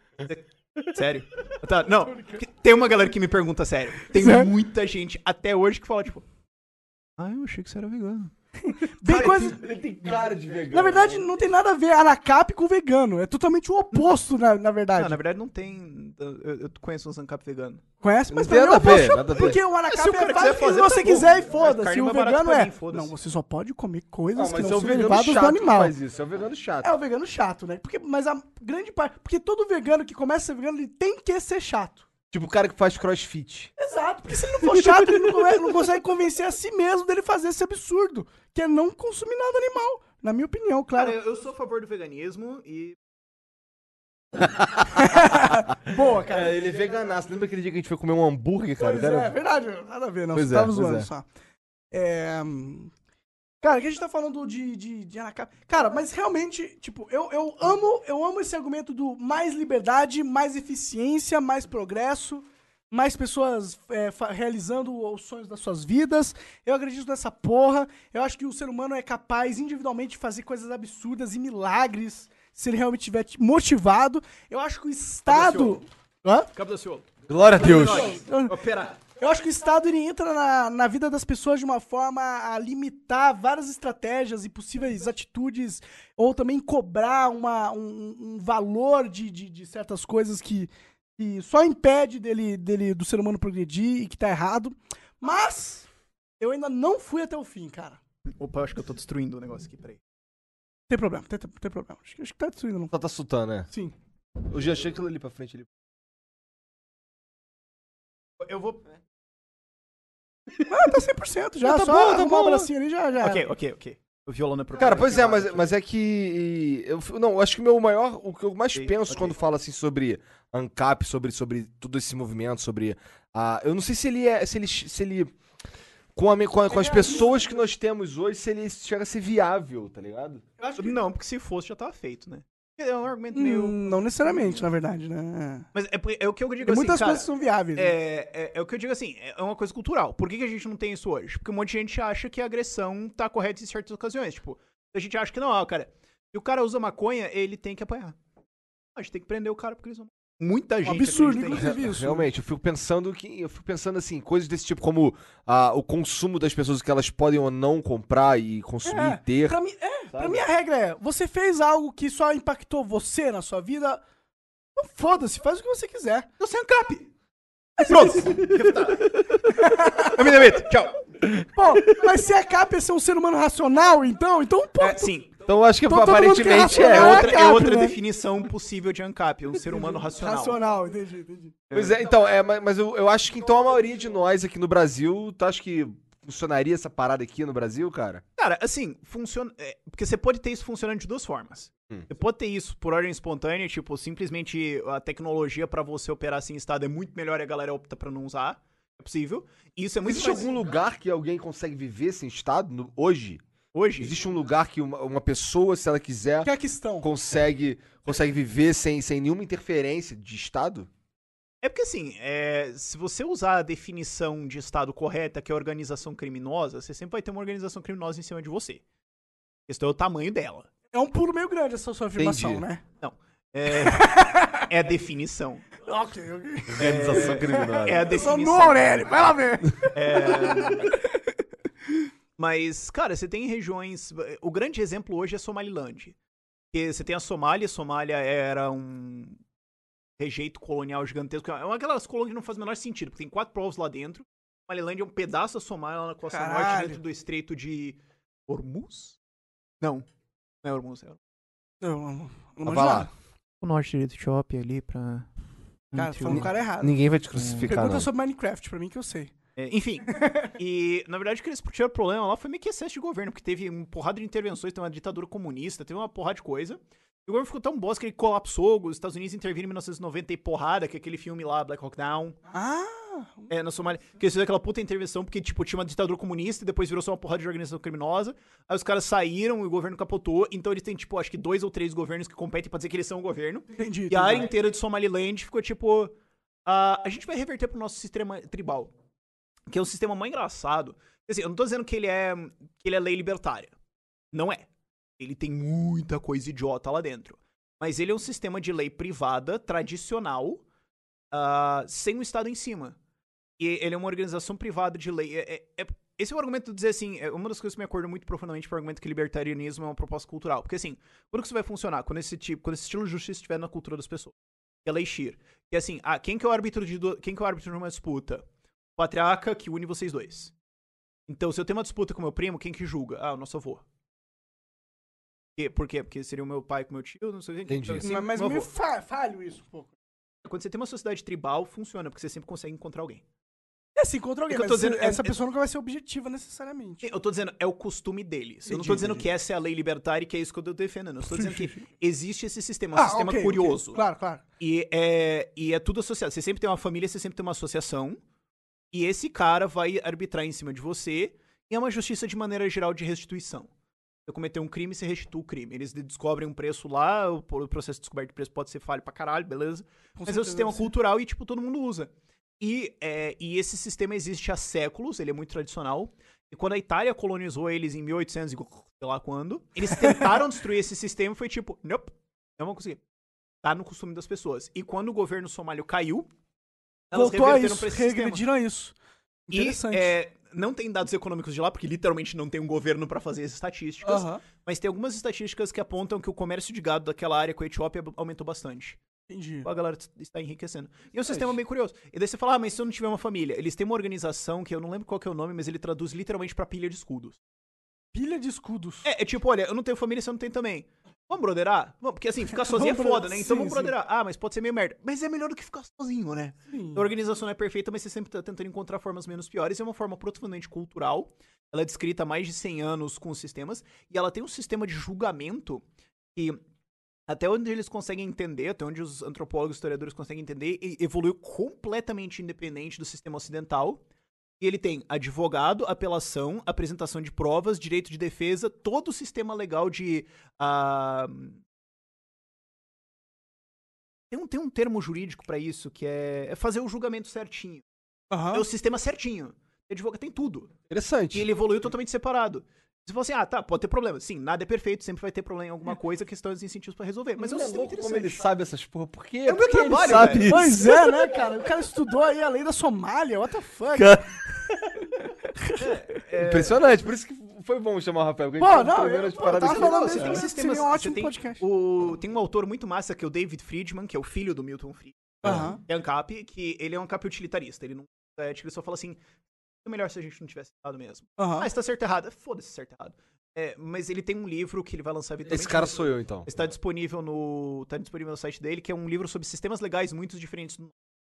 C: sério? Tá, não, porque tem uma galera que me pergunta sério. Tem
A: Sério?
C: muita gente até hoje que fala, tipo. Ah, eu achei que você era vegano.
A: Tem coisa.
B: Ele tem cara de vegano.
A: Na verdade, não tem nada a ver anacap com vegano. É totalmente o oposto, na, na verdade.
C: Não, na verdade não tem. Eu, eu conheço um Zancap vegano.
A: Conhece? Mas
B: Não
A: pra mim
B: tem
A: é o
B: nada a ver,
A: oposto.
B: nada a ver.
A: Porque o
C: Mas se
A: anacap
C: o cara
A: é fácil
C: quiser fazer,
A: se você
C: tá bom.
A: quiser e
C: Mas
A: foda-se.
C: carne
A: O
C: é mais barato
A: vegano
C: pra
A: é.
C: mim, foda-se.
A: não, você só pode comer coisas
B: Ah,
A: que
B: mas
A: não
B: é o
A: são
B: vegano
A: derivados
B: chato
A: do animal.
B: que faz isso, é o vegano chato.
A: É o vegano chato, né? Porque, mas a grande parte. Porque todo vegano que começa a ser vegano, ele tem que ser chato.
B: Tipo o cara que faz crossfit.
A: Exato, porque se ele não for chato, ele não, come- não consegue convencer a si mesmo dele fazer esse absurdo, que é não consumir nada animal. Na minha opinião,
C: Cara,
A: claro.
C: eu, eu sou a favor do veganismo e.
A: Boa, cara.
B: ele é veganaço. Lembra aquele dia que a gente foi comer um hambúrguer, cara?
A: Pois é, é verdade, nada a ver, não.
B: Pois
A: Você
B: é,
A: tava
B: pois
A: zoando
B: é.
A: só. É, hum, Cara, que a gente tá falando de, de, de Anacap. Cara, mas realmente, tipo, eu, eu amo eu amo esse argumento do mais liberdade, mais eficiência, mais progresso, mais pessoas é, fa- realizando os sonhos das suas vidas. Eu acredito nessa porra. Eu acho que o ser humano é capaz individualmente de fazer coisas absurdas e milagres se ele realmente estiver motivado. Eu acho que o Estado. Hã?
C: Cabo da Ciolo.
B: Glória a Deus.
C: Operar.
A: Eu acho que o Estado ele entra na, na vida das pessoas de uma forma a limitar várias estratégias e possíveis atitudes, ou também cobrar uma, um, um valor de, de, de certas coisas que, que só impede dele, dele do ser humano progredir e que tá errado. Mas eu ainda não fui até o fim, cara. Não
C: Opa, eu acho que eu tô destruindo o negócio aqui, peraí.
A: Tem problema, tem, tem- tem problema. Acho, que- acho que tá destruindo, não.
B: Só tá soltando, né?
A: Sim.
B: Eu já achei aquilo ali pra frente. Ali.
C: Eu vou.
B: É.
A: Ah, tá 100% já.
B: Ah, tá
A: só
B: bom, tá
A: arrumar
B: bom.
A: uma bracinha ali já, já.
C: Ok, ok, ok. O violão é pro
B: Cara, pois é, mas, mas é que. Eu, f- não, eu acho que o meu maior. O que eu mais
C: Ok,
B: penso
C: ok.
B: quando falo assim sobre ANCAP, sobre, sobre todo esse movimento, sobre. a eu não sei se ele é. Se ele. Se ele com, a me- com a- com as pessoas que nós temos hoje, se ele chega a ser viável, tá ligado?
C: Eu acho que não, porque se fosse já tava feito, né? É um argumento
A: Hum,
C: meio.
A: Não necessariamente, na verdade, né?
C: Mas é, porque- é o que eu digo
A: Tem
C: assim,
A: muitas
C: cara,
A: coisas que são viáveis. né?
C: É, é- é o que eu digo assim, é uma coisa cultural. Por que, que a gente não tem isso hoje? Porque um monte de gente acha que a agressão tá correta em certas ocasiões. Tipo, a gente acha que não, ah, cara. Se o cara usa maconha, ele tem que apanhar. A gente tem que prender o cara porque eles vão. Muita gente.
A: absurdo,
C: acredita nisso.
A: inclusive. Teve isso.
B: Realmente, eu fico pensando que. Eu fico pensando assim, coisas desse tipo, como ah, o consumo das pessoas que elas podem ou não comprar e consumir e ter.
A: Pra mim, é, pra
B: Sabe?
A: mim a regra é, você fez algo que só impactou você na sua vida, então foda-se, faz o que você quiser.
C: Eu
B: um
C: sei ANCAP.
A: Pronto.
C: Eu me demito. Tchau.
A: Pô, mas se a capa é ser um ser humano racional, então, então pô,
C: [laughs] É, sim.
B: Então eu acho que
A: Então todo mundo que é
B: aparentemente é.
C: É
A: racional
B: outra-
C: outra, é
A: ANCAP,
C: outra
A: né?
C: definição possível de ANCAP, um ser humano racional.
A: racional, entendi, entendi.
B: Pois é, então, é, mas, mas eu, eu acho que então a maioria de nós aqui no Brasil, tu acha que funcionaria essa parada aqui no Brasil, cara?
C: Cara, assim, funciona. é, porque você pode ter isso funcionando de duas formas. Você pode ter isso por ordem espontânea, tipo, simplesmente a tecnologia pra você operar assim em estado é muito melhor e a galera opta pra não usar. É possível. E isso é muito
B: Existe
C: mais...
B: algum lugar que alguém consegue viver sem estado no- hoje?
C: Hoje,
B: Existe um lugar que uma, uma pessoa, se ela quiser,
A: Que é a questão?
B: consegue, consegue viver sem, sem nenhuma interferência de estado?
C: É porque assim, é, se você usar a definição de Estado correta, que é organização criminosa, você sempre vai ter uma organização criminosa em cima de você. A questão é o tamanho dela.
A: É um pulo meio grande essa sua afirmação,
B: Entendi.
A: né?
C: É, [laughs] é a definição.
A: Ok, ok.
B: Organização criminosa.
C: É a
A: Eu sou no
C: definição.
A: Aurélio, vai lá
B: [laughs]
A: ver.
C: É, Mas, cara, você tem regiões. O grande exemplo hoje é Somaliland. Porque você tem a Somália, a Somália era um rejeito colonial gigantesco. É uma daquelas colônias que não faz o menor sentido, porque tem quatro povos lá dentro. Somaliland é um pedaço da Somália lá na costa norte,
A: Caralho.
C: dentro do estreito de. Hormuz? Não. Não é Hormuz, é
A: Não, não, não
B: Mas
A: imagino.
B: vai lá.
C: o norte direito de Chope ali pra.
A: Cara, falou o cara errado.
B: Ninguém vai te crucificar,
A: Pergunta
B: não.
A: sobre Minecraft pra mim que eu sei.
C: É, enfim. e, na verdade, o que eles tiveram problema lá foi meio que excesso de governo, porque teve uma porrada de intervenções, teve uma ditadura comunista, teve uma porrada de coisa. E o governo ficou tão bosta que ele colapsou, os Estados Unidos interviram em 1990 e porrada, que é aquele filme lá, Black Hawk Down,
A: Ah,
C: é, na Somália, que eles fizeram aquela puta intervenção, porque, tipo, tinha uma ditadura comunista e depois virou só uma porrada de organização criminosa. Aí os caras saíram e o governo capotou, então eles têm, tipo, acho que dois ou três governos que competem pra dizer que eles são o governo.
A: entendi.
C: E a área
A: entendi.
C: inteira de Somaliland ficou tipo. ah, a gente vai reverter pro nosso sistema tribal. Que é um sistema mais engraçado. Assim, eu não tô dizendo que ele é. que ele é lei libertária. Não é. Ele tem muita coisa idiota lá dentro. Mas ele é um sistema de lei privada, tradicional, ah, sem o Estado em cima. E ele é uma organização privada de lei. É- é- é- esse é o argumento de dizer assim, é uma das coisas que me acordo muito profundamente para o argumento que libertarianismo é uma proposta cultural. Porque assim, quando que isso vai funcionar? Quando esse tipo, quando esse estilo de justiça estiver na cultura das pessoas. Que é lei Shir. Que é assim, ah, quem que é o árbitro de du- quem que é o árbitro numa disputa? O patriarca que une vocês dois. Então, se eu tenho uma disputa com meu primo, quem que julga? Ah, o nosso avô. E- Por quê? Porque seria o meu pai com meu tio, não sei o que.
B: Entendi.
C: Então, assim,
A: Mas, mas
C: meu
A: meio
C: avô.
A: fa- falho isso um pouco.
C: Quando você tem uma sociedade tribal, funciona, porque você sempre consegue encontrar alguém.
A: É, se encontra alguém,
C: É que eu
A: mas
C: tô dizendo,
A: essa- essa
C: é-
A: pessoa nunca vai ser objetiva necessariamente.
C: Sim, Eu tô dizendo, é o costume deles. eu não tô
A: Entendi,
C: dizendo
A: entendi.
C: que essa é a lei libertária e que é isso que eu tô defendendo. Eu tô dizendo
A: [laughs]
C: que existe esse sistema, é um
A: Ah,
C: sistema
A: ok, ok.
C: curioso.
A: Claro, claro.
C: E, é, e é tudo associado. Você sempre tem uma família, você sempre tem uma associação. E esse cara vai arbitrar em cima de você. E é uma justiça de maneira geral de restituição. Você cometeu um crime, você restitua o crime. Eles de- descobrem um preço lá, o po- o processo de descoberta de preço pode ser falho pra caralho, beleza?
A: Com
C: Mas é um
A: certeza
C: sistema
A: vai ser.
C: cultural e, tipo, todo mundo usa. E, é, e esse sistema existe há séculos, ele é muito tradicional. E quando a Itália colonizou eles em 1800 e sei lá quando, eles tentaram destruir esse sistema e foi tipo, nope, não vão conseguir. Tá no costume das pessoas. E quando o governo somálio caiu, elas
A: Voltou a
C: reverteram
A: isso,
C: pra esse sistema.
A: regrediram a isso. Interessante.
C: E é, não tem dados econômicos de lá, porque literalmente não tem um governo pra fazer as estatísticas.
A: Aham,
C: Mas tem algumas estatísticas que apontam que o comércio de gado daquela área com a Etiópia aumentou bastante.
A: entendi.
C: A galera está enriquecendo. E é um sistema bem curioso. E daí você fala, ah, mas se eu não tiver uma família? Eles têm uma organização que eu não lembro qual que é o nome, mas ele traduz literalmente pra pilha de escudos.
A: Pilha de escudos.
C: É, é tipo, olha, eu não tenho família, você não tem também. Vamos broderar? Vamos, porque
A: [laughs]
C: assim, ficar sozinho é
A: Vamos bro-
C: foda, né?
A: sim,
C: Então vamos
A: sim.
C: broderar. Ah, mas pode ser meio merda. Mas é melhor do que ficar sozinho, né?
A: Sim.
C: A organização não é perfeita, mas você sempre tá tentando encontrar formas menos piores. É uma forma profundamente cultural. Ela é descrita há mais de 100 anos com os sistemas. E ela tem um sistema de julgamento que, até onde eles conseguem entender, até onde os antropólogos e historiadores conseguem entender, e- evoluiu completamente independente do sistema ocidental. E ele tem advogado, apelação, apresentação de provas, direito de defesa, todo o sistema legal de. ah, Tem, um, tem um termo jurídico pra isso, que é, é fazer o julgamento certinho.
G: Aham.
C: É o sistema certinho. Advogado tem tudo.
B: Interessante.
C: E ele evoluiu totalmente separado. Você fala assim, ah, tá, pode ter problema. Sim, nada é perfeito, sempre vai ter problema em alguma coisa, questões e incentivos pra resolver. Mas é um
G: Ele é
C: sistema
G: louco como ele
C: interessante.
G: sabe essas porra. Por quê?
C: É o meu
G: Por que ele
C: trabalho,
G: sabe
C: velho.
G: isso?
A: Pois é, né, cara? O cara estudou aí a lei da Somália, what the fuck?
B: Impressionante, por isso que foi bom chamar o Rafael. porque a gente
A: Pô,
B: tava
A: não,
B: comendo
A: eu,
B: as
A: pô, eu
B: paradas
A: tava
B: que-
A: Tá falando
C: Você
A: isso,
C: tem
A: que
C: sistemas-
A: seria um
C: você
A: ótimo
C: tem
A: podcast.
C: o- tem um autor muito massa que é o David Friedman, que é o filho do Milton Friedman.
A: Aham.
C: É ANCAP, que ele é um ANCAP utilitarista. Ele não. É, tipo, ele só fala assim: é melhor se a gente não tivesse errado mesmo.
A: Aham.
C: Ah, está certo ou errado? Foda-se, certo ou errado. É, mas ele tem um livro que ele vai lançar
B: Esse cara sou eu, então.
C: Está disponível no. Tá disponível no site dele, que é um livro sobre sistemas legais muito diferentes do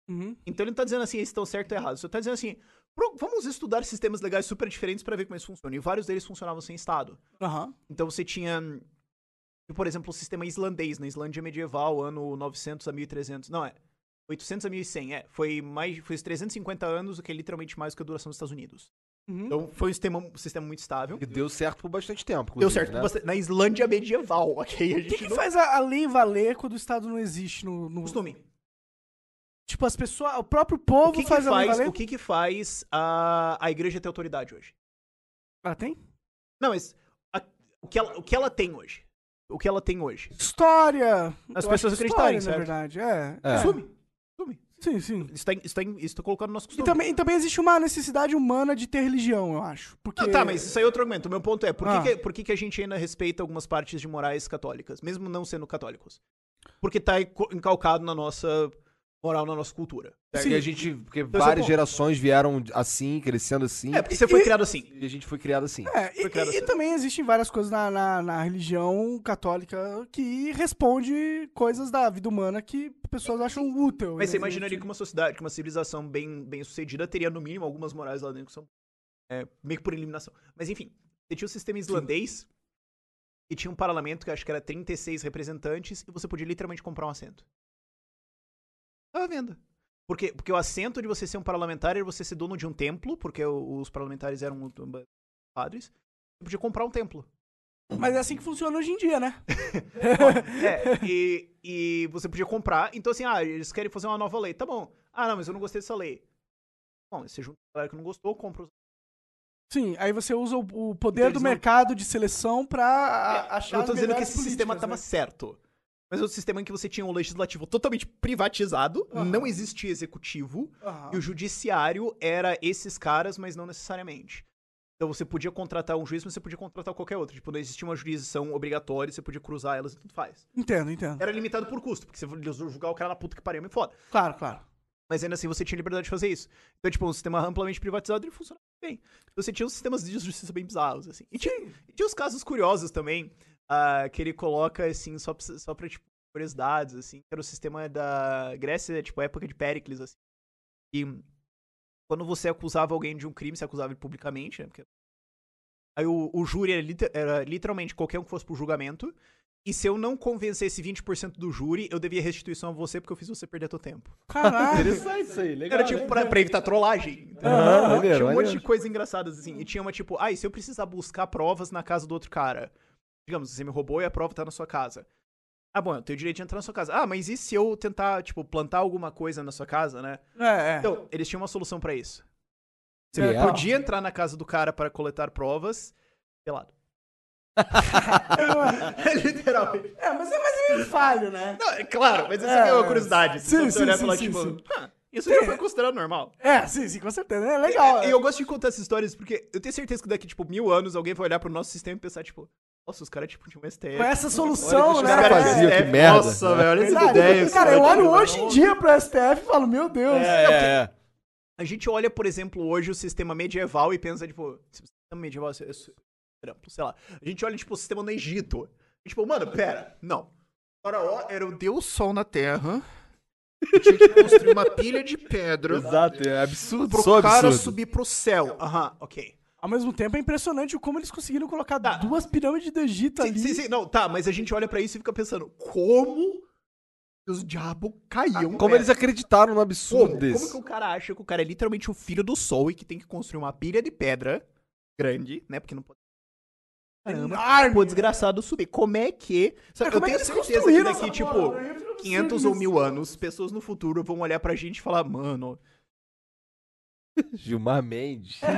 A: Uhum.
C: então ele não tá dizendo assim, eles estão certo ou errado. Ele tá dizendo assim, "Pro- vamos estudar sistemas legais super diferentes pra ver como eles funcionam. E vários deles funcionavam sem Estado.
A: Aham.
C: Então você tinha, hum, tipo, por exemplo, o sistema islandês, na Islândia medieval, ano 900 a 1300. Não, é. 800 a 1100, é. Foi mais, foi os 350 anos, o que é literalmente mais que a duração dos Estados Unidos.
A: Uhum.
C: Então foi um sistema, um sistema muito estável.
B: E deu certo por bastante tempo.
C: Deu
B: inclusive,
C: certo
B: né?
C: bastante- na Islândia medieval, [laughs] ok? A gente
A: O que, que
C: não...
A: faz a, a lei valer quando o Estado não existe no. no-
C: Costume.
A: Tipo, as pessoas. O próprio povo
C: O que, que
A: faz,
C: faz,
A: a lei valer.
C: o que que faz a, a igreja ter autoridade hoje?
A: Ela Ah, tem?
C: Não, mas a- o, que ela, o que ela tem hoje? O que ela tem hoje?
A: História!
C: As
A: Eu
C: pessoas
A: acho que história,
C: acreditarem,
A: na
C: certo?
A: verdade. É.
B: É.
C: Costume. Costume.
A: Sim, sim.
C: Isso tá, em- isso tá, em- isso tá colocado no nosso
A: E
C: costume.
A: também, e também existe uma necessidade humana de ter religião, eu acho. Porque...
C: Não, tá, mas isso aí é outro argumento. O meu ponto é, por, que,
A: Ah.
C: que- por que, que a gente ainda respeita algumas partes de morais católicas, mesmo não sendo católicos? Porque tá enco- encalcado na nossa moral, na nossa cultura.
B: É, E a gente, porque
C: é o
B: várias
C: ponto.
B: gerações vieram assim, crescendo assim,
C: É, porque você foi
A: E-
C: criado assim.
B: e a gente foi criado assim.
A: É, e,
C: Foi criado
A: e- e
C: assim.
A: também existem várias coisas na, na, na religião católica que responde coisas da vida humana que pessoas acham útil.
C: Mas você
A: né?
C: imaginaria que uma sociedade, que uma civilização bem, bem sucedida teria, no mínimo, algumas morais lá dentro que são é, meio que por eliminação. Mas enfim, você tinha o sistema islandês e tinha um parlamento que eu acho que era 36 representantes e você podia literalmente comprar um assento. Tava à venda. Porque, porque o assento de você ser um parlamentar era você ser dono de um templo, porque o- os parlamentares eram padres. Você podia comprar um templo.
A: Mas é assim que funciona hoje em dia, né?
C: É, e, e você podia comprar. Então, assim, ah, eles querem fazer uma nova lei. Tá bom. Ah, não, mas eu não gostei dessa lei. Bom, você junta a galera que não gostou, compra os.
A: Sim, aí você usa o, o poder
C: Então eles
A: do
C: não-
A: mercado de seleção pra a-
C: eu
A: achar
C: não tô
A: as
C: dizendo que
A: melhores
C: esse sistema
A: políticas,
C: tava
A: né?
C: certo. Mas é um sistema em que você tinha um legislativo totalmente privatizado,
A: Aham.
C: não existia executivo,
A: Aham.
C: e o judiciário era esses caras, mas não necessariamente. Então você podia contratar um juiz, mas você podia contratar qualquer outro. Tipo, não existia uma jurisdição obrigatória, você podia cruzar elas e tudo faz.
A: Entendo, entendo.
C: Era limitado por custo, porque você julgar o cara na puta que pariu, é meio foda.
A: Claro, claro.
C: Mas ainda assim você tinha liberdade de fazer isso. Então, tipo, um sistema amplamente privatizado, ele funcionava bem. Então, Você tinha uns sistemas de justiça bem bizarros, assim. E tinha, e tinha uns casos curiosos também, ah, que ele coloca, assim, só pra, só pra, tipo, curiosidades, assim. que Era o sistema da Grécia, tipo, época de Péricles, assim. E quando você acusava alguém de um crime, você acusava ele publicamente, né? Porque... Aí o, o júri era, liter- era literalmente qualquer um que fosse pro julgamento. E se eu não convencesse 20% do júri, eu devia restituição a você porque eu fiz você perder teu tempo.
A: Caralho.
G: Interessante isso aí,
A: Ah,
G: legal.
C: Era
A: né?
B: né?
C: tipo pra, pra evitar trollagem. entendeu?
B: Aham, maneiro,
C: Tinha um monte de
B: maneiro.
C: coisa engraçada, assim. E tinha uma tipo, ai, se eu precisar buscar provas na casa do outro cara. Digamos, você me roubou e a prova tá na sua casa. Ah, bom, eu tenho direito de entrar na sua casa. Ah, mas e se eu tentar, tipo, plantar alguma coisa na sua casa, né?
A: É, é.
C: Então, eles tinham uma solução pra isso. Você
B: É, tá.
C: podia entrar na casa do cara para coletar provas,
A: [laughs]
C: pelado. [laughs] Literalmente.
A: É, mas é mais meio falho, né?
C: Não, é claro, mas isso
A: É,
C: é, uma curiosidade.
A: sim,
C: Sim, você
A: sim,
C: olhar e
A: sim,
C: falar,
A: sim,
C: tipo,
A: sim. um
C: "Ah, isso já foi considerado normal.
A: É, sim, sim, com certeza. É legal.
C: E eu gosto de contar essas histórias porque eu tenho certeza que daqui, tipo, mil anos alguém vai olhar pro nosso sistema e pensar, tipo, nossa, os caras, tipo, tinham um STF.
A: Com essa
B: Olha,
A: solução,
B: deixa
A: né?
B: os caras
A: É,
B: faziam,
A: é,
B: que
C: STF,
B: merda.
C: Nossa, velho, olha essas
A: verdade.
C: ideias.
A: Cara, eu olho
C: Nossa.
A: hoje em dia pro STF e falo, meu Deus.
G: É, é.
C: A gente olha, por exemplo, hoje o sistema medieval e pensa, tipo, se o sistema medieval é é amplo, sei lá. A gente olha, tipo, o sistema no Egito. E, tipo, mano, pera, não. O faraó era o deus sol na terra. Tinha que construir uma pilha de pedra
B: Exato, é absurdo.
C: pro
B: sou
C: cara
B: absurdo.
C: subir pro céu. Aham, ok.
A: Ao mesmo tempo, é impressionante como eles conseguiram colocar
C: Tá.
A: duas pirâmides do Egito
C: Sim,
A: ali.
C: sim, sim. Não, tá, mas a gente olha pra isso e fica pensando, como Os diabo
A: Ah,
C: caiu.
B: Como eles acreditaram no absurdo
C: é. Como, como
B: desse?
C: que o cara acha que o cara é literalmente o filho do sol e que tem que construir uma pilha de pedra grande, né? Porque não pode. Caramba, pô, desgraçado subir. Como é que. Sabe, eu
A: como é que
C: tenho
A: eles
C: certeza que
A: construíram
C: daqui,
A: essa
C: tipo,
A: porra? Eu não sei
C: 500 ou mil anos, pessoas no futuro vão olhar pra gente e falar, mano,
B: Gilmar Mendes.
C: como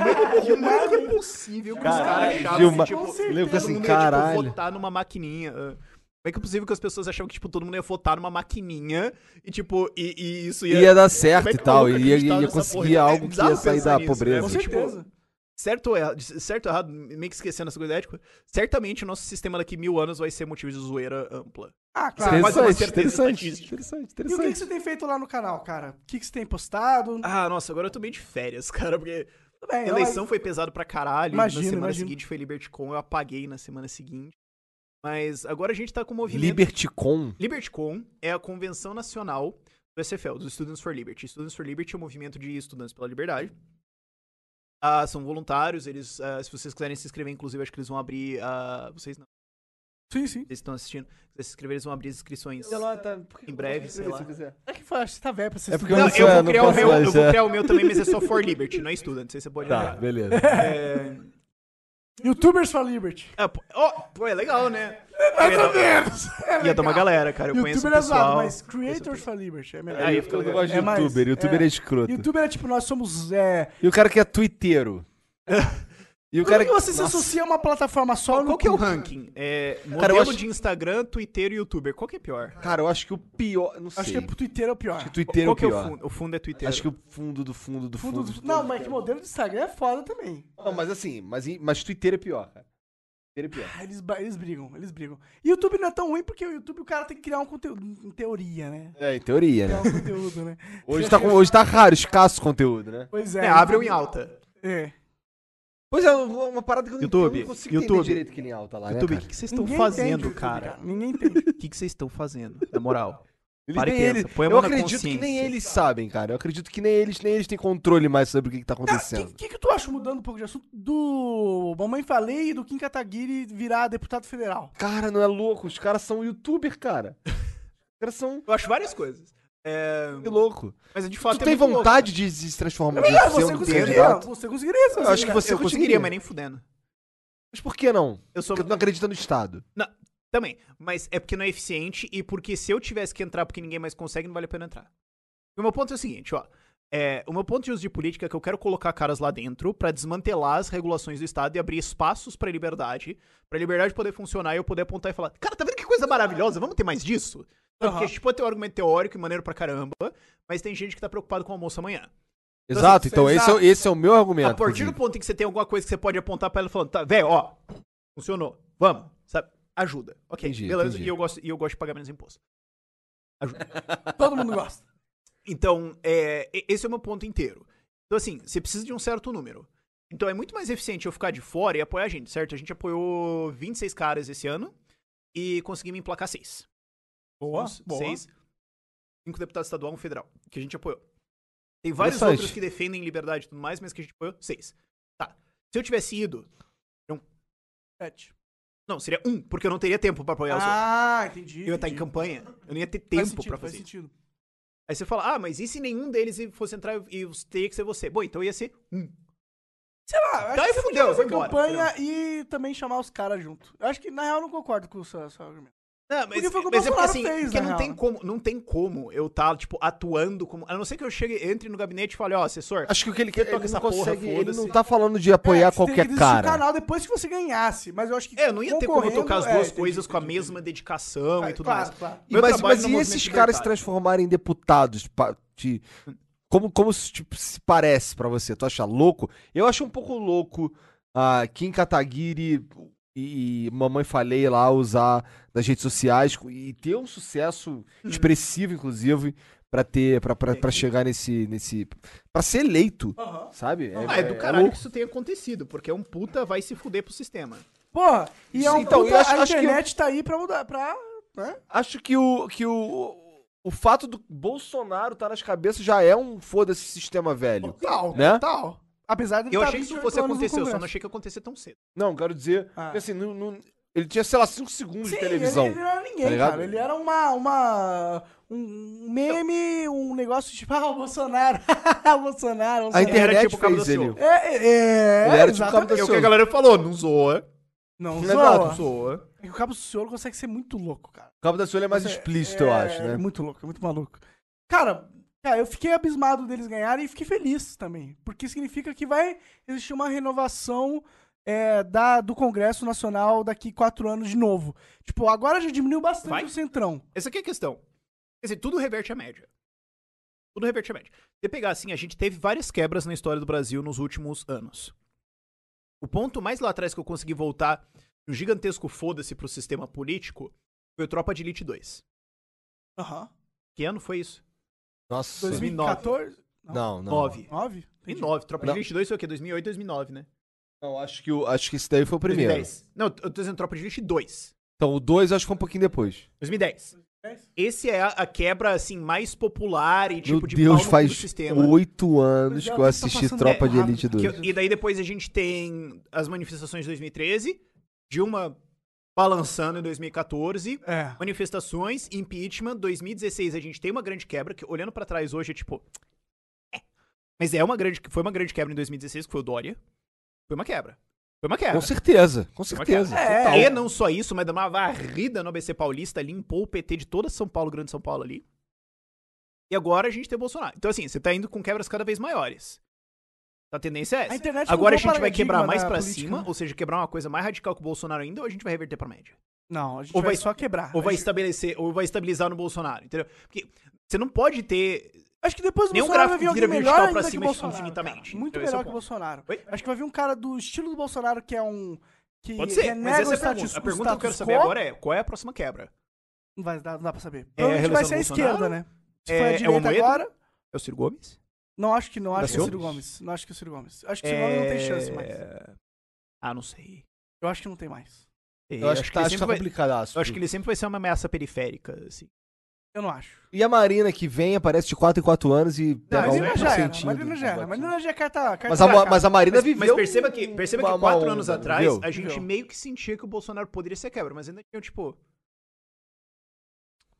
C: é que é possível que os caras
B: Caralho,
C: achavam
B: Gilmar.
C: que, tipo,
B: Eu lembro que
C: todo
B: assim,
C: mundo ia, tipo,
B: caralho.
C: votar numa maquininha. ah. Como é que é possível que as pessoas achavam que, tipo, todo mundo ia votar numa maquininha e, tipo, e, e isso ia...
B: Ia dar
C: Como
B: certo
C: é
B: e
C: que
B: tal,
C: maluco
B: ia, ia
C: acreditava nessa porra?
B: conseguir
C: É
B: algo que ia
C: bizarro
B: sair
C: pensar
B: da
C: nisso, né?
B: pobreza.
C: Com
B: Tipo,
C: certeza. Certo ou errado, certo ou errado, meio que esquecendo essa coisa da ética, certamente o nosso sistema daqui mil anos vai ser motivo de zoeira ampla.
A: Ah, claro. Mas,
C: Mas é uma
B: Interessante,
C: certeza
B: interessante,
C: estatística.
A: e
B: interessante,
A: o que, que
B: interessante.
A: você tem feito lá no canal, cara? O que, que você tem postado?
C: Ah, nossa, agora eu tô meio de férias, [laughs] cara, porque
A: Tudo bem,
C: eleição foi pesado pra caralho.
A: É, Imagino,
C: na semana
A: imagino.
C: seguinte foi LibertyCon, eu apaguei na semana seguinte. Mas agora a gente tá com o movimento...
B: Liberticon.
C: LibertyCon é a convenção nacional do SFL, dos Students for Liberty. Students for Liberty é um movimento de estudantes pela liberdade. Ah, são voluntários, eles, ah, se vocês quiserem se inscrever, inclusive, acho que eles vão abrir. ah, vocês não,
A: Sim, sim.
C: vocês estão assistindo. Se vocês se inscrever, eles vão abrir as inscrições.
B: tá-
C: Em breve, sei lá.
A: É que foi, acho que você tá velho pra ser
B: É porque eu
C: Não,
B: não
C: eu
B: sou,
C: vou,
B: não
C: criar o
B: posso
C: meu, eu
B: mais.
C: vou
B: é.
C: criar o meu também, mas é só for Liberty, não é Student, vocês podem
B: Tá,
C: olhar.
B: beleza.
C: É,
A: Youtubers for Liberty.
C: ah, pô, oh, pô, é legal, né? Mais ou menos. Ia dar uma galera, cara. Eu conheço o
A: Youtuber é zoado,
C: pessoal.
A: mas Creators for Liberty é melhor.
C: Aí
B: eu
C: fica
B: não
C: legal.
B: gosto de
A: É mais-
B: youtuber, youtuber é,
A: é.
B: escroto.
A: Youtuber é tipo, nós somos. É...
B: E o cara que é twitteiro. [laughs] e o
A: Como
B: cara
A: que você se
B: Nossa,
A: associa a uma plataforma só?
C: Qual,
A: no
C: qual que é o
A: cu?
C: ranking? É, modelo
B: Cara, eu acho-
C: de Instagram, Twitter e YouTuber. Qual que é pior?
B: Cara, eu acho que o pior. Não sei.
A: Acho que é pro Twitter é o pior.
B: o Twitter é
C: qual
B: o
C: que é o
B: pior.
C: fundo? O fundo é Twitter.
B: Acho que o fundo do fundo do fundo.
A: Fundo do- Não, mas que modelo de Instagram é foda também.
B: Não, mas assim, mas, mas Twitter é pior, cara. Twitter é pior.
A: Ah, Eles, ba- eles brigam, eles brigam. E YouTube não é tão ruim porque o YouTube o cara tem que criar um conteúdo, em teoria, né?
B: É, em teoria, né?
A: Criar um conteúdo, né?
B: [laughs] Hoje tá, com- hoje tá raro, escasso conteúdo, né?
A: Pois
C: É,
A: é.
C: abre o
A: YouTube-
C: em alta.
A: É.
B: Pois é, uma parada que eu não,
C: YouTube,
B: eu não consigo
C: YouTube.
B: entender direito que ele alta lá,
C: YouTube, o
B: né,
C: que
B: cara?
C: que vocês estão
A: Ninguém entende o
C: fazendo,
A: YouTube,
C: cara?
A: Ninguém entende.
C: O que que vocês estão fazendo, na moral?
B: Eles,
C: Para e
B: nem
C: pensa,
B: eles-
C: põe
B: eu
C: a mão na
B: acredito que nem
C: consciência.
B: eles sabem, cara. Eu acredito que nem eles, nem eles têm controle mais sobre o que, que tá
A: O
B: acontecendo.
A: que, que, que tu acha, mudando um pouco de assunto, do Mamãe Falei e do Kim Kataguiri virar deputado federal?
B: Cara, não é louco? Os caras são youtuber, cara. Os caras são
C: Eu acho várias coisas. É,
B: que louco.
C: mas de fato
B: tu
C: é
B: tem
C: muito louco. É
B: vontade de se se transformar de
A: Ah,
B: ser
A: você
B: um
A: conseguiria?
B: candidato?
A: Você conseguiria? assim,
B: Eu acho que você
C: Eu conseguiria, mas nem fudendo.
B: Mas por que não?
C: Eu sou...
B: Porque tu não acredita no Estado.
C: Não, também. Mas é porque não é eficiente e porque se eu tivesse que entrar porque ninguém mais consegue, não vale a pena entrar. E o meu ponto é o seguinte, ó. É, o meu ponto de uso de política é que eu quero colocar caras lá dentro pra desmantelar as regulações do Estado e abrir espaços pra liberdade, pra liberdade poder funcionar e eu poder apontar e falar, cara, tá vendo que coisa maravilhosa? Vamos ter mais disso? Não, Porque a gente pode ter um argumento teórico e maneiro pra caramba, mas tem gente que tá preocupado com o almoço amanhã.
B: Exato, então esse é, o- esse é o meu argumento.
C: A partir do
B: inclusive.
C: ponto em Ah, que você tem alguma coisa que você pode apontar pra ela falando, tá, velho, ó, funcionou, vamos, sabe? Ajuda. Ok,
B: Entendi,
C: beleza,
B: entendi.
C: E, eu gosto, e eu gosto de pagar menos imposto.
A: Todo mundo gosta.
C: Então, é, e- esse é o meu ponto inteiro. Então, assim, você precisa de um certo número. Então, é muito mais eficiente eu ficar de fora e apoiar a gente, certo? A gente apoiou 26 caras esse ano e conseguimos emplacar 6.
A: Boa, boa.
C: 6. 5 deputados estadual, um federal, que a gente apoiou. Tem vários
B: Interessante.
C: outros que defendem liberdade e tudo mais, mas que a gente apoiou 6. Tá. Se eu tivesse ido... seriam-
A: Sete.
C: Não, seria um, porque eu não teria tempo pra apoiar os outros.
A: Ah, entendi.
C: Eu ia estar em
A: entendi.
C: campanha. Eu não ia ter
A: Faz
C: tempo
A: sentido,
C: pra
A: faz
C: fazer. isso.
A: sentido.
C: Aí você fala, ah, mas e se nenhum deles fosse entrar e e teria que ser você? Bom, então ia ser um.
A: Sei lá, eu acho
C: Então aí
A: que você
C: fudeu,
A: podia fazer
C: vou embora,
A: campanha e também chamar os caras junto. Eu acho que, na real, eu não concordo com o seu, seu argumento.
C: Não, mas,
A: Porque foi o que o
C: mas é porque
A: Bolsonaro
C: assim,
A: fez,
C: porque
A: na
C: não
A: real,
C: tem,
A: né?
C: como, não tem como eu estar, tipo, atuando como. A não ser que eu chegue, entre no gabinete e fale, ó, assessor,
B: Acho que o que ele quer,
C: toca
B: ele
C: essa
B: não
C: porra,
B: consegue, ele não
C: foda-se.
B: tá falando de apoiar
A: É, você teria que
B: qualquer
A: desistir do
B: cara.
A: canal depois que você ganhasse, mas eu acho que
C: é, eu não ia ter como eu
A: concorrendo,
C: tocar as
A: é,
C: duas
A: entendi,
C: coisas com a
A: entendi,
C: mesma dedicação
A: entendi.
C: e tudo
A: claro,
C: mais.
A: Claro.
B: E
C: Meu
B: mas
C: trabalho é
B: mas
C: no
B: e
C: movimento
B: esses caras se
C: libertário?
B: transformarem em deputados? Pa- te- como como se, tipo, se parece pra você? Tu acha louco? Eu acho um pouco louco a Kim Kataguiri e, e Mamãe Falei lá usar das redes sociais e ter um sucesso
C: Uhum.
B: expressivo, inclusive, pra ter pra- pra pra chegar nesse. nesse para ser eleito, sabe?
C: Ah, é do caralho
B: louco.
C: que isso tenha acontecido, porque é um puta vai se fuder pro sistema.
A: Porra, e é um
B: Então, eu
A: puta-
B: acho-
A: a
B: acho que eu-
A: internet tá aí pra mudar, pra... né?
B: acho que o que o, o fato do Bolsonaro tá nas cabeças já é um foda-se sistema velho.
A: Tal,
C: tá
B: Né?
A: tal. Apesar de tá
C: Eu achei que isso fosse acontecer, eu só não achei que ia acontecer tão cedo.
B: Não, quero dizer,
A: Ah.
B: que assim, não, não- Ele tinha, sei lá, 5 segundos de televisão.
A: Ele, ele não era
B: tá
A: ninguém,
B: ligado?
A: cara. Ele era uma. uma um meme, um negócio tipo, ah, o Bolsonaro. [laughs] Bolsonaro, Bolsonaro.
B: A
C: Ele
B: internet
C: era tipo o Cabo
B: fez
C: da
B: ele.
C: Ciolo.
A: É, é,
B: Ele era tipo o
A: exatamente.
B: Cabo da
C: É o que a
B: Ciolo.
C: galera falou, não é. zoa.
A: Não,
B: Exato.
A: zoa.
C: Não zoa.
A: É que o Cabo Ciolo consegue ser muito louco, cara.
B: O Cabo da Ciolo é mais
A: Você-
B: explícito, eu
A: é,
B: acho,
A: É
B: né?
A: muito louco, é muito maluco. Cara, cara, eu fiquei abismado deles ganharem e fiquei feliz também. Porque significa que vai existir uma renovação é, da, do Congresso Nacional daqui quatro anos de novo. Tipo, agora já diminuiu bastante
C: Vai?
A: o centrão.
C: Essa aqui é a questão. Quer dizer, tudo reverte à média. Tudo reverte à média. Se você pegar assim, a gente teve várias quebras na história do Brasil nos últimos anos. O ponto mais lá atrás que eu consegui voltar um gigantesco foda-se pro sistema político foi o Tropa de Elite 2.
A: Aham.
C: Que ano foi isso?
B: Nossa.
A: 2014?
B: Não, não.
C: 9.
A: 9?
C: 2009. Tropa
B: Não.
C: de Elite 2 foi o quê? 2008, 2009, né?
B: Não, acho que, o- acho que esse daí foi o primeiro.
C: 2010. Não, eu tô dizendo Tropa de Elite 2.
B: Então, o 2 acho que foi um pouquinho depois.
C: 2010. Esse é a, a quebra, assim, mais popular e tipo
B: Meu
C: de
B: Deus,
C: pau no cu do
B: faz
C: sistema. né?
B: oito anos
A: Mas
B: que
A: ela
B: eu
A: tá
B: assisti
A: passando
B: Tropa de
A: errado,
B: Elite
A: cara.
B: 2.
C: Que- e daí depois a gente tem as manifestações de 2013, Dilma balançando em 2014,
A: É.
C: manifestações, impeachment, 2016 a gente tem uma grande quebra, que olhando pra trás hoje é tipo... é. Mas é uma grande, foi uma grande quebra em 2016, que foi o Dória. Foi uma quebra. Foi
A: É.
C: uma quebra.
B: Com certeza, com
C: Foi uma
B: certeza.
C: quebra.
A: total.
C: É, E não só isso, mas deu uma varrida no ABC Paulista, limpou o PT de toda São Paulo, Grande São Paulo ali. E agora a gente tem o Bolsonaro. Então assim, você tá indo com quebras cada vez maiores. A tendência é essa.
A: A internet
C: Agora a
A: mudou o
C: gente vai quebrar
A: paradigma
C: mais
A: da
C: pra
A: política,
C: cima,
A: né?
C: ou seja, quebrar uma coisa mais radical que o Bolsonaro ainda, ou a gente vai reverter pra média.
A: Não, a gente
C: Ou
A: vai,
C: vai-
A: só quebrar.
C: Ou vai
A: acho,
C: estabelecer, ou vai estabilizar no Bolsonaro, entendeu? Porque você não pode ter.
A: acho que depois do
C: nenhum
A: Bolsonaro vai
C: gráfico
A: vir alguém
C: vira
A: melhor
C: vertical
A: ainda
C: pra
A: que o
C: cima assim
A: Bolsonaro,
C: infinitamente.
A: cara. Muito
C: Então, esse é
A: melhor
C: o
A: que o
C: ponto.
A: Bolsonaro.
C: Oi?
A: Acho que vai vir um cara do estilo do Bolsonaro que é um... Que
C: Pode ser, mas
A: renega
C: essa
A: o
C: é a pergunta.
A: status-
C: A pergunta que eu quero
A: status
C: saber
A: quo.
C: agora é: qual é a próxima quebra?
A: Não vai dar, não dá pra saber.
C: É
A: Provavelmente
C: a
A: vai
C: relação
A: ser a
C: do Bolsonaro?
A: esquerda, né? Se
C: É-
A: for
C: é
A: a
C: o
A: direita
C: Amoedo?
A: agora...
C: É o Ciro Gomes?
A: Não, acho que não. Acho que é o Ciro
C: Ciolo?
A: Gomes. Não acho que é o Ciro Gomes. Acho que o Ciro Gomes não tem chance mais.
C: Ah, não sei. É,
A: Eu acho que não tem mais.
B: Eu acho que tá, acho que
C: ele
B: tá
C: sempre vai-
B: complicadaço.
C: eu acho que ele sempre vai ser uma ameaça periférica, assim.
A: Eu não acho.
B: E a Marina que vem, aparece de 4 em 4 anos e
A: Não,
C: É,
A: é
B: pega
A: a
B: um
A: Marina já era.
B: centinho.
A: Marina
B: do-
A: já era.
B: do-
A: Marina já é carta, carta
B: Mas a,
A: branca.
B: mas a Marina
C: Mas,
B: viveu.
C: mas perceba que, perceba que
B: uma- uma
C: quatro
B: onda,
C: anos
B: não
C: atrás,
B: viveu?
C: a gente
A: Viveu.
C: meio que sentia que o Bolsonaro poderia ser quebra, mas ainda tinha, tipo...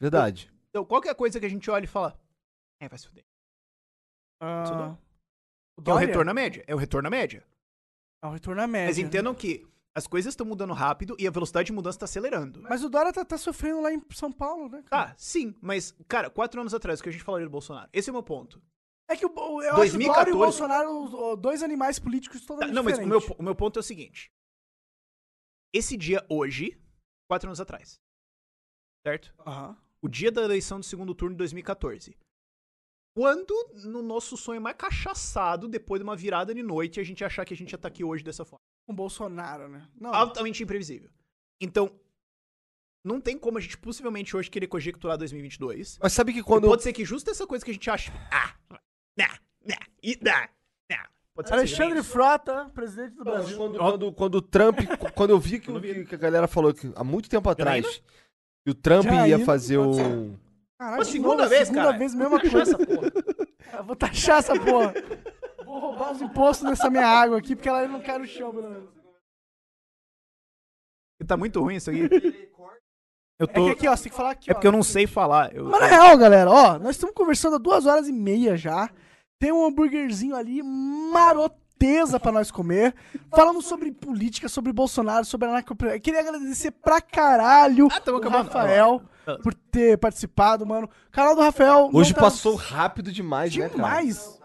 B: Verdade.
C: Então, qualquer coisa que a gente olha e fala... É, vai se fuder.
A: Ah,
C: Que é o
A: Dória?
C: retorno à média. É o retorno à média.
A: É o retorno à média.
C: Mas entendam que as coisas estão mudando rápido e a velocidade de mudança tá acelerando.
A: Mas o Dória tá, tá sofrendo lá em São Paulo, né? cara?
C: Tá, sim, mas, cara, quatro anos atrás, o que a gente falaria do Bolsonaro? Esse é o meu ponto.
A: É que o, Bo- eu acho que o Dória e
C: 2014.
A: o Bolsonaro, os- os dois animais políticos
C: Tá,
A: totalmente
C: não, mas o meu,
A: diferentes.
C: o meu ponto é o seguinte. Esse dia hoje, quatro anos atrás, certo?
A: Aham.
C: O dia da eleição do segundo turno de 2014. Quando, no nosso sonho mais cachaçado, depois de uma virada de noite, a gente achar que a gente ia estar aqui hoje dessa forma?
A: Com o Bolsonaro, né? Não.
C: Altamente imprevisível. Então, não tem como a gente possivelmente hoje querer conjecturar 2022.
B: Mas sabe que
C: Quando
B: quando.
C: pode ser que justo essa coisa que a gente acha. tipo, Ah, nah, nah, e nah, nah. Pode ser que seja
A: Alexandre
C: isso.
A: Frota, presidente do
B: Mas
A: Brasil.
B: [laughs] Quando, quando, quando
A: [laughs]
B: o Trump. quando eu vi que, o- que a galera falou que há muito tempo atrás que o Trump
A: Já
B: ia
A: ainda?
B: fazer
A: Pode
B: um.
A: Caralho,
C: Pô,
A: de
C: segunda
A: novo,
C: vez,
A: segunda
C: cara.
A: vez, mesma coisa. Eu Vou taxar essa porra. Vou roubar os impostos dessa minha água aqui, porque ela não cai no chão, mano.
C: Tá muito ruim isso aqui.
A: É
C: Eu tô.
A: que aqui, ó, você tem que falar aqui,
C: É porque eu
A: ó.
C: não sei falar. Eu,
A: Mas é na real, galera, ó, nós estamos conversando há duas horas e meia já. Tem um hambúrguerzinho ali, maroteza pra nós comer. Falando sobre política, sobre Bolsonaro, sobre anarcopre... Queria agradecer pra caralho
C: Ah, tamo
A: o
C: acabando.
A: Rafael
C: Ah.
A: por ter participado, mano. O canal do Rafael... não
B: Hoje
A: tá-
B: passou rápido demais, né, cara?
A: É demais.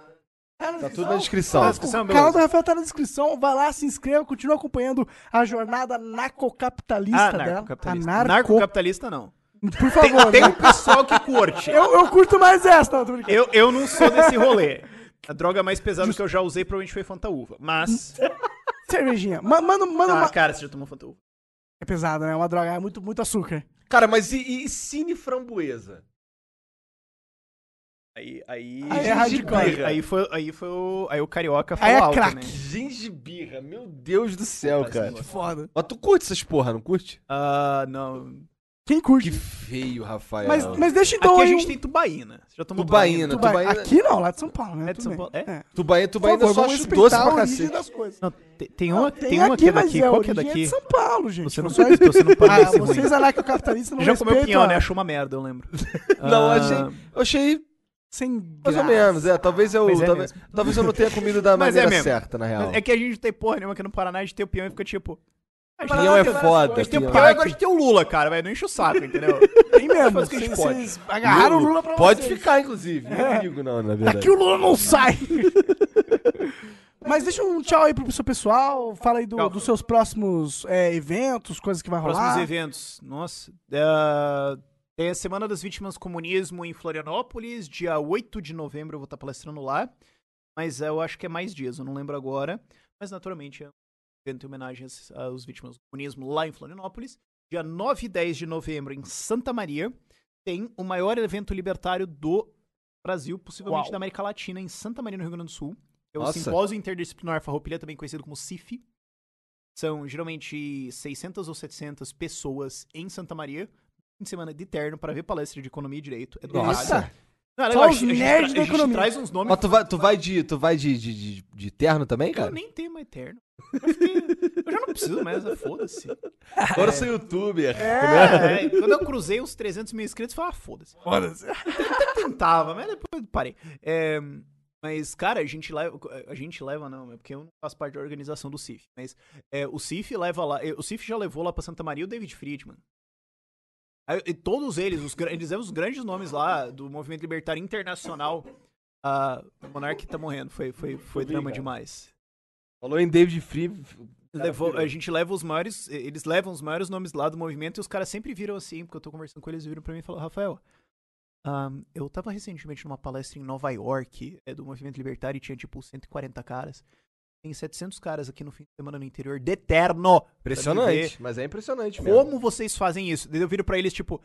B: Tá tudo na descrição.
C: Tá, descrição,
A: o
C: beleza.
A: canal do Rafael tá na descrição. Vai lá, se inscreva, continua acompanhando a jornada narcocapitalista
C: Ah,
A: dela.
C: narcocapitalista.
A: A narco...
C: Narcocapitalista não.
A: né? Por favor,
C: Tem
A: né?
C: um pessoal que curte.
A: eu, eu curto mais essa, não, tô brincando.
C: Eu, eu não sou desse rolê. A droga mais pesada que eu já usei provavelmente foi Fantaúva. Mas.
A: Cervejinha. Ma- Manda, manda
C: Ah,
A: uma.
C: cara, você já tomou Fantaúva.
A: É pesado, né? É uma droga, é muito, muito açúcar.
B: Cara, mas e, e Cine Framboesa?
C: Aí. Aí,
A: Aí é radical.
C: aí, aí foi, aí foi o. Aí o carioca foi
A: Aí é
C: o alto,
A: crack.
C: né?
B: Gengibirra, meu Deus do céu,
C: Parece
B: cara.
C: um negócio.
A: Foda.
B: Mas tu curte essas porra, não curte?
C: Ah, não.
A: Quem curte?
B: Que feio, Rafael.
A: Mas, mas deixa então
C: é. Aqui a
A: aí
C: gente
A: um-
C: tem tubaína. Você já tomou
B: Tubaína,
A: Tuba-
B: Tubaína.
A: Aqui não, lá de São Paulo, né?
C: É de
A: Tudo
C: São
A: bem.
C: Paulo? É?
B: Tubaína,
A: Por favor,
B: Tubaína eu só
A: vamos
B: acho
A: respeitar
B: doce
A: a
B: pra
A: origem
B: cacete.
A: das coisas.
C: Não, te- tem uma,
A: Tem,
C: tem uma
A: aqui,
C: que é
A: mas
C: daqui.
A: é, a
C: Qual que é
A: origem
C: daqui?
A: de São Paulo, gente.
C: Você não
A: Vocês-
C: sabe, você não
A: [laughs]
C: pode
A: Ah,
C: ser ruim.
A: vocês anarcocapitalistas não
C: Já comeu
A: respeitam.
C: pinhão, né?
A: a-
C: Achou uma merda,
A: [laughs]
C: eu lembro.
B: Não,
C: Ah,
B: achei, eu achei
A: Sem
B: mais ou
A: graça.
B: menos. É, talvez eu,
C: Mas é
B: talvez, talvez eu não tenha comido da
C: Mas é
B: maneira
C: mesmo.
B: certa, na real.
C: mas É que a gente tem porra nenhuma aqui no Paraná, a gente tem o peão e fica tipo. a gente
B: Pinhão
C: tem-
B: é foda,
C: A gente tem o
B: pinhão.
C: peão e agora a gente tem o Lula, cara, vai. Não enche o saco,
B: [laughs]
C: entendeu?
A: Tem mesmo.
C: Faz o que a gente
A: Vocês
C: pode.
A: vocês agarraram o Lula pra
B: Pode
A: vocês.
B: ficar, inclusive. Não digo não, na verdade.
A: Daqui o Lula não sai. [laughs] Mas deixa um tchau aí pro seu pessoal. Fala aí do-
C: Tchau.
A: dos seus próximos é, eventos, coisas que vai rolar.
C: Próximos eventos. Nossa. Ah, tem a Semana das Vítimas do Comunismo em Florianópolis, dia 8 de novembro eu vou estar palestrando lá. Mas eh, eu acho que é mais dias, eu não lembro agora. Mas naturalmente é um evento em homenagem às- aos vítimas do comunismo lá em Florianópolis. Dia 9 e 10 de novembro em Santa Maria tem o maior evento libertário do Brasil, possivelmente
A: Uau.
C: da América Latina, em Santa Maria, no Rio Grande do Sul. É o
B: Nossa.
C: Simpósio Interdisciplinar Farroupilha, também conhecido como CIF. São geralmente 600 ou 700 pessoas em Santa Maria, em semana de terno, para ver palestra de economia e direito. É do caralho.
B: Nossa.
C: Não, é
A: Só os
C: legal, a gente,
A: nerds
C: a gente,
A: da
C: tra- a gente
A: economia.
C: traz uns nomes.
B: Mas tu vai, tu vai, de, tu vai de, de, de, de terno também,
C: Eu
B: cara?
C: nem tenho mais terno. Eu, fiquei- eu já não preciso mais, ah, foda-se.
B: Agora eu sou youtuber.
C: É, quando eu cruzei os 300 mil inscritos, eu falei, ah, foda-se. Foda-se. Até tentava, mas depois parei. É, mas, cara, a gente leva. A gente leva, não, é porque eu não faço parte da organização do CIF. Mas é, o CIF leva lá. é, O CIF já levou lá pra Santa Maria o David Friedman. Aí, e todos eles, os, gran- eles levam os grandes nomes lá do movimento libertário internacional. Ah, o Monark tá morrendo, foi, foi, foi drama demais.
B: [laughs] Falou em David Free.
C: Levou- a gente leva os maiores. Eles levam os maiores nomes lá do movimento e os caras sempre viram assim, porque eu tô conversando com eles, viram pra mim e falaram, Rafael, ahn, eu tava recentemente numa palestra em Nova York é, do movimento libertário e tinha tipo 140 caras. Tem 700 caras aqui no fim de semana no interior de terno. Pra me ver
B: Impressionante, mas é impressionante mesmo.
C: Como vocês fazem isso? Daí eu viro pra eles, tipo,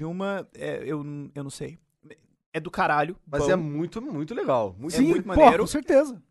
C: de uma. é, eu, n- eu não sei. É do caralho.
B: Mas
C: bom,
B: é muito, muito legal. Muito
A: Sim,
C: é muito
A: pô,
C: maneiro.
A: com certeza.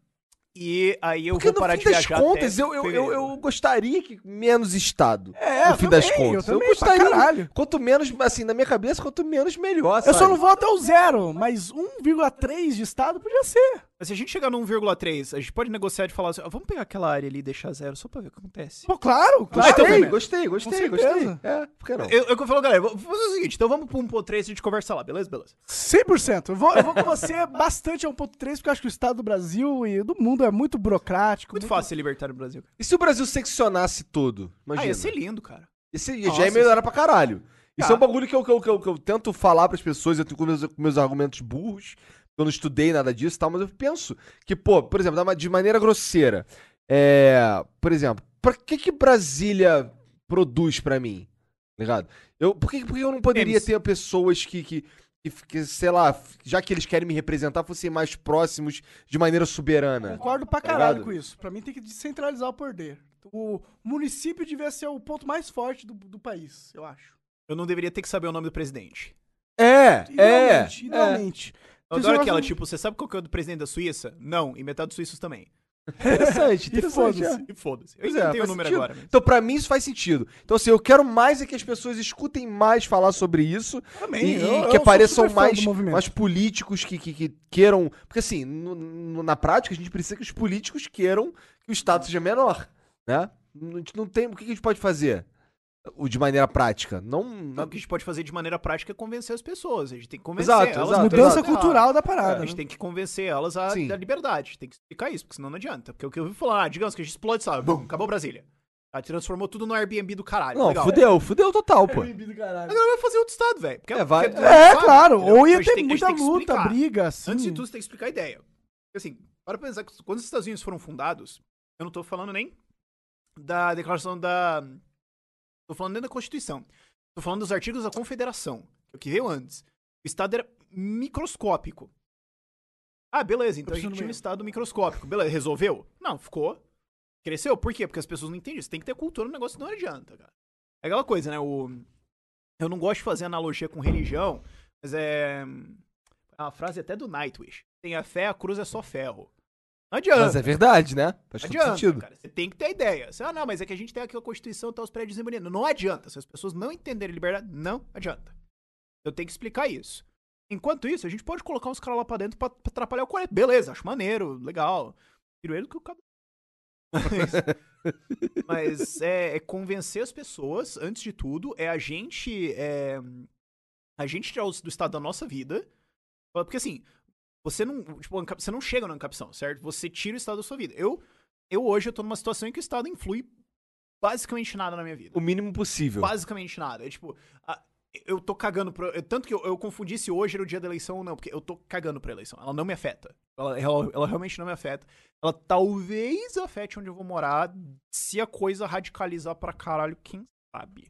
C: E aí eu
B: Porque
C: vou
B: no
C: parar
B: fim
C: de
B: das
C: viajar. até
B: contas, eu, eu, eu,
C: fevereiro.
B: eu gostaria que menos Estado.
A: É,
B: no fim
A: eu
B: das
A: também,
B: contas.
A: eu também, pra
B: gostaria.
A: caralho.
B: Quanto menos, assim, na minha cabeça, quanto menos, melhor.
A: Eu só
B: sabe?
A: não vou até o zero, mas 1,3 de estado podia ser.
C: Mas se a gente chegar no 1,3, a gente pode negociar de falar assim, ó, vamos pegar aquela área ali e deixar zero, só pra ver o que acontece.
A: Pô,
C: Ah, então
A: claro, claro.
B: Gostei,
A: Tem.
B: gostei, gostei,
A: né? Com
B: gostei.
A: certeza.
B: É, por que não?
C: Eu, eu falo, galera, vou- vou fazer o seguinte, então vamos pro 1.3 e a gente conversa lá, beleza? Beleza.
A: 100%. Eu vou, eu vou com você bastante a 1.3, porque eu acho que o estado do Brasil e do mundo é muito burocrático.
C: Muito fácil ser libertário no Brasil. cara.
B: E se o Brasil seccionasse todo? Imagina.
C: Ah, ia ser lindo, cara.
B: Esse já
C: Nossa,
B: é melhorar pra caralho. Isso
C: Tá.
B: é um bagulho que eu, que, eu, que, eu, que eu tento falar pras pessoas, eu tenho com meus, com meus argumentos burros, eu não estudei nada disso e tal, mas eu penso que, pô, por exemplo, da ma- de maneira grosseira, é, por exemplo, pra que que Brasília produz pra mim? Tá Ligado? Eu, por, que, por que eu não poderia
C: Memes.
B: ter pessoas que, que, que, f- que, sei lá, já que eles querem me representar, fossem mais próximos de maneira soberana?
A: Concordo pra
B: Tá
A: caralho
B: ligado?
A: com isso. Pra mim tem que descentralizar o poder. O município devia ser o ponto mais forte do, do país, eu acho.
C: Eu não deveria ter que saber o nome do presidente.
B: É, é,
A: Idealmente,
B: é.
A: idealmente.
C: Eu
A: Vocês
C: adoro
A: não
C: aquela,
B: assim.
A: acham-
C: tipo, você sabe qual que é o do presidente da Suíça? Não, e metade dos suíços também.
B: [laughs] Interessante,
A: E
B: interessante.
A: foda-se.
B: é.
C: E foda-se. Eu
B: Pois
C: inventei o
B: faz
C: número
B: sentido.
C: agora. mas-
B: Então, pra mim, isso faz sentido. Então, assim, eu quero mais é que as pessoas escutem mais falar sobre isso
A: Também,
B: e, e
A: eu- eu
B: que
A: sou
B: apareçam
A: super fã
B: mais,
A: do movimento.
B: mais políticos que, que, que queiram. Porque, assim, no- no- na prática, a gente precisa que os políticos queiram que o Estado seja menor, né? A gente não tem. O que que a gente pode fazer? O de maneira prática. Não.
C: Então,
B: não
C: o que a gente pode fazer de maneira prática é convencer as pessoas. A gente tem que convencer
B: Exato,
C: elas.
B: exato,
A: Mudança
B: exato.
A: cultural da
C: A
A: parada.
C: gente
A: né?
C: tem que convencer elas a,
B: Sim.
C: da liberdade. Tem que explicar isso, porque senão não adianta. Porque o que eu ouvi falar, ah, digamos que a gente explode, sabe? Bum, acabou Brasília. Ah, transformou tudo no Airbnb do caralho.
B: não,
C: legal.
B: fudeu, fudeu total, pô.
C: A galera vai fazer outro estado, velho. Porque
B: É, vai-
C: porque-
A: É,
C: sabe,
A: claro.
C: entendeu? Então
A: Ou
C: A
A: ia
C: gente
A: ter
C: tem- a gente
A: muita
C: tem que
A: luta,
C: explicar.
A: briga, assim.
C: Antes de tudo, você tem que explicar a ideia. Porque, Assim, para pensar que quando os Estados Unidos foram fundados, eu não tô falando nem da declaração da. Tô falando nem da Constituição. Tô falando dos artigos da Confederação, que é o que veio antes. O Estado era microscópico. Ah, beleza, então a
A: preciso
C: gente
A: no
C: tinha um
A: banheiro.
C: Estado microscópico. Beleza, resolveu? Não, ficou. Cresceu? Por quê? Porque as pessoas não entendem isso. Tem que ter cultura no negócio, não adianta, cara. É aquela coisa, né? O... Eu não gosto de fazer analogia com religião, mas é. A frase até do Nightwish. Tem a fé, a cruz é só é ferro. Não adianta.
B: Mas é verdade, né? Faz
C: Não
B: todo
C: adianta,
B: sentido.
C: cara. Você tem que ter a ideia. Você, ah, não, mas é que a gente tem aquela Constituição e tal, os prédios demolindo. Não adianta. Se as pessoas não entenderem liberdade, não adianta. Eu tenho que explicar isso. Enquanto isso, a gente pode colocar uns caras lá pra dentro pra, pra atrapalhar o colégio. Beleza, acho maneiro, legal. Tiro ele do que o É cara. [laughs] Mas, mas é, é convencer as pessoas, antes de tudo, é a gente. é, a gente tirar os- do estado da nossa vida. Porque assim, você não. Tipo, anca- você não chega na capção, certo? Você tira o estado da sua vida. Eu eu hoje eu tô numa situação em que o Estado influi basicamente nada na minha vida.
B: O mínimo possível.
C: Basicamente nada. É tipo, a- eu tô cagando pro. eu- tanto que eu, eu confundi se hoje era o dia da eleição ou não, porque eu tô cagando pra eleição. Ela não me afeta. Ela, ela- ela realmente não me afeta. Ela talvez afete onde eu vou morar se a coisa radicalizar pra caralho, quem sabe.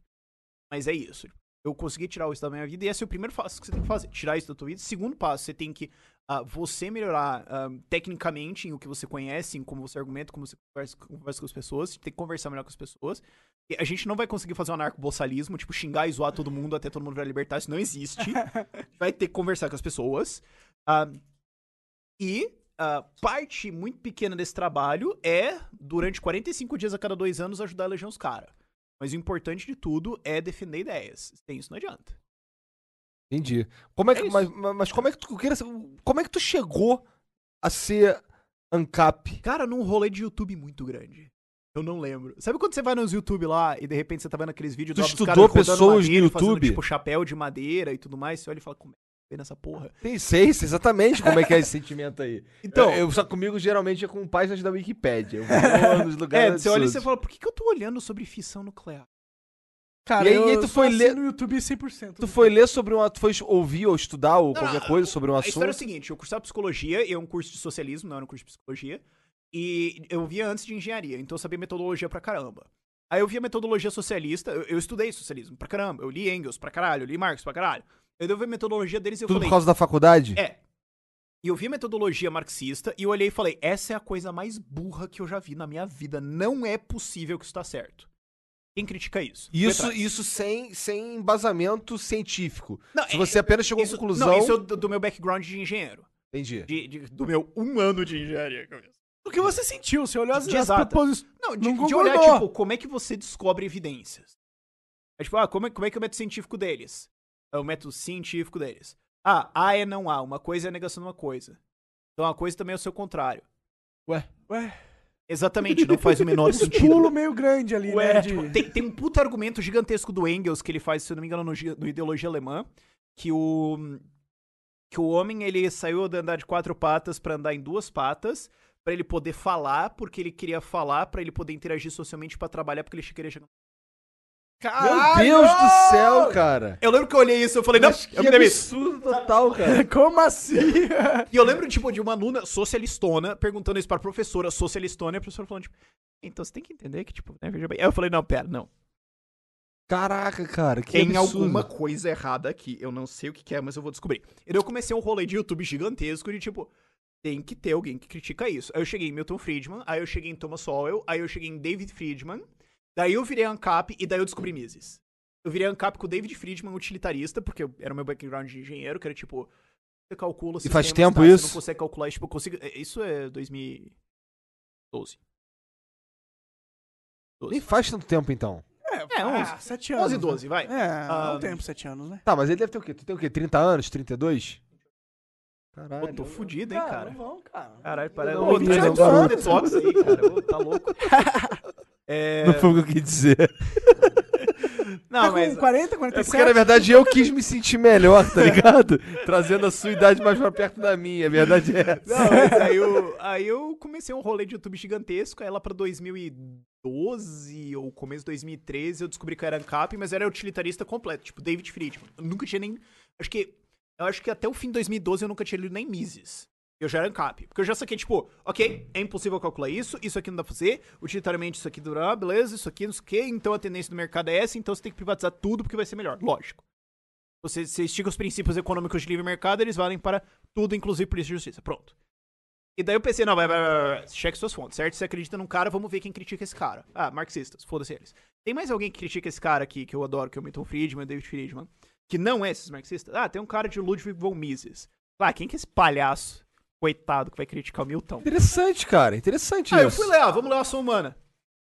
C: Mas é isso. Eu consegui tirar isso da minha vida e esse é o primeiro passo que você tem que fazer. Tirar isso da tua vida. Segundo passo, você tem que ah, você melhorar ah, tecnicamente em o que você conhece, em como você argumenta, como você conversa, conversa com as pessoas, tem que conversar melhor com as pessoas. E a gente não vai conseguir fazer um anarco-bolsalismo, tipo, xingar e zoar todo mundo até todo mundo virar libertar, isso não existe. vai ter que conversar com as pessoas. Ah, e ah, parte muito pequena desse trabalho é, durante 45 dias a cada dois anos, ajudar a eleger os caras. Mas o importante de tudo é defender ideias. Sem isso não adianta.
B: Entendi. Como é que,
C: É isso.
B: mas, mas- mas como é que tu queira, como é que tu chegou a ser ANCAP?
C: Cara, num rolê de YouTube muito grande. Eu não lembro. Sabe quando você vai nos YouTube lá e de repente você tá vendo aqueles vídeos
B: Tu
C: lá dos
B: estudou
C: caras rodando
B: pessoas no
C: madeira e fazendo,
B: YouTube?
C: tipo chapéu de madeira e tudo mais, você olha e fala como é que foi nessa porra.
B: Tem seis, exatamente como é que é esse sentimento aí.
C: [laughs] Então,
B: eu, eu- só comigo geralmente é com páginas da Wikipédia. Eu
C: [laughs]
B: vou nos lugares
C: é, você olha e
B: absurdos.
C: você fala, por que, que eu tô olhando sobre fissão nuclear?
A: Cara,
B: E aí-
A: eu,
B: e aí tu
A: eu sou
B: foi
A: assim
B: ler-
A: no YouTube 100%.
B: Tu foi ler sobre um, tu foi ouvir ou estudar ou
C: Não,
B: qualquer
C: não,
B: coisa sobre um
C: A história é o
B: assunto?
C: seguinte, eu cursava psicologia, e é um curso de socialismo, não era um curso de psicologia, e eu via antes de engenharia, então eu sabia metodologia pra caramba. Aí eu via metodologia socialista, eu, eu estudei socialismo pra caramba, eu li Engels pra caralho, eu li Marx pra caralho. Eu vi a metodologia deles e eu
B: Tudo
C: falei,
B: por causa da faculdade?
C: É. E eu vi a metodologia marxista e eu olhei e falei: essa é a coisa mais burra que eu já vi na minha vida. Não é possível que isso tá certo. Quem critica isso? Foi
B: Isso,
C: atrás.
B: isso sem, sem embasamento científico.
C: Não,
B: Se
C: é-
B: você apenas chegou
C: isso-
B: à conclusão.
C: Não, isso é do, do meu background de engenheiro.
B: Entendi.
C: De- de- do meu um ano de engenharia. que eu fiz.
A: O que você sentiu? Você olhou as,
C: De
A: as
C: exatas.
A: proposições.
C: Não, de,
A: Não
C: de olhar,
A: concordou.
C: tipo, como é que você descobre evidências? É tipo, ah, como é, como é que é o método científico deles? É o método científico deles. Ah, A é não A. Uma coisa é a negação de uma coisa. Então a coisa também é o seu contrário.
B: Ué.
C: tipo,
A: Ué.
C: Exatamente, não faz
A: [laughs]
C: o menor
A: Esse
C: sentido.
A: pulo meio grande ali, né?
C: Ué,
A: de-
C: tipo, tem, tem um puta argumento gigantesco do Engels que ele faz, se eu não me engano, no, gi- no Ideologia Alemã, que o que o homem ele saiu de andar de quatro patas pra andar em duas patas, pra ele poder falar, porque ele queria falar, pra ele poder interagir socialmente pra trabalhar, porque ele queria chegar.
B: Meu Deus do céu, cara.
C: Eu lembro que eu olhei isso, eu falei, não, eu me
B: que [laughs]
C: demito.
B: absurdo total,
C: [laughs]
B: cara.
A: Como assim?
C: E eu lembro, tipo, de uma aluna socialistona perguntando isso pra professora socialistona, e a professora falando, tipo, então você tem que entender que, tipo, né, veja bem. Aí eu falei, não, pera, não.
B: Caraca, cara, que
C: Tem
B: absurdo.
C: alguma coisa errada aqui. Eu não sei o que, que é, mas eu vou descobrir. E daí eu comecei um rolê de YouTube gigantesco de tipo. Tem que ter alguém que critica isso. Aí eu cheguei em Milton Friedman, aí eu cheguei em Thomas Sowell, aí eu cheguei em David Friedman, daí eu virei ANCAP e daí eu descobri Mises. Eu virei ANCAP com o David Friedman, utilitarista, porque eu- era o meu background de engenheiro, que era tipo. Você calcula
B: E faz
C: sistemas,
B: tempo
C: Você
B: isso?
C: não consegue calcular, isso, tipo, eu consigo. é, Isso é 2012.
B: Nem faz tanto tempo, então.
C: É, 11.
A: Ah, 7 anos.
C: 11 e 12, vai.
A: né? É, há
C: Ah,
A: um tempo, 7 anos, né?
B: Tá, mas ele deve ter o quê? Tu tem o quê? 30 anos? 32?
C: Pô,
B: Caralho.
C: tô fudido, hein, cara.
A: vão, cara.
C: Caralho, parece
B: Não,
C: Ô,
B: não,
C: traz
B: não,
C: um
B: não,
C: suco
B: não.
C: detox aí, cara. Ô, Tá
B: [laughs]
C: louco. É,
B: Não foi o que eu quis dizer.
C: Não,
A: Tá
C: mas. ah,
A: com 40,
B: É
A: 47?
B: [laughs] porque, na verdade, eu quis me sentir melhor, tá ligado? [laughs] Trazendo a sua idade mais pra perto da minha. A verdade [laughs] é essa.
C: Não, mas aí, eu, aí eu comecei um rolê de YouTube gigantesco. Aí lá pra 2012 ou começo de 2013 eu descobri que eu era ANCAP, mas eu era utilitarista completo, tipo David Friedman. Eu nunca tinha nem. Acho que. Eu acho que até o fim de 2012 eu nunca tinha lido nem Mises. Eu já era ANCAP. Porque eu já saquei, tipo, ok, é impossível calcular isso, isso aqui não dá pra fazer, utilitariamente isso aqui durar, beleza, isso aqui não sei o quê, então a tendência do mercado é essa, então você tem que privatizar tudo porque vai ser melhor. Lógico. Você, você estica os princípios econômicos de livre mercado, eles valem para tudo, inclusive polícia e justiça. Pronto. E daí eu pensei, não, vai, vai, vai, vai, vai, cheque suas fontes, certo? Você acredita num cara, vamos ver quem critica esse cara. Ah, marxistas, foda-se eles. Tem mais alguém que critica esse cara aqui, que eu adoro, que é o Milton Friedman, o David Friedman, que não é esses marxistas? Ah, tem um cara de Ludwig von Mises. Ah, quem que é esse palhaço? coitado que vai criticar o Milton.
B: Interessante, cara. é Interessante
C: Ah, eu
B: isso.
C: fui ler, ah, vamos ler a ação humana.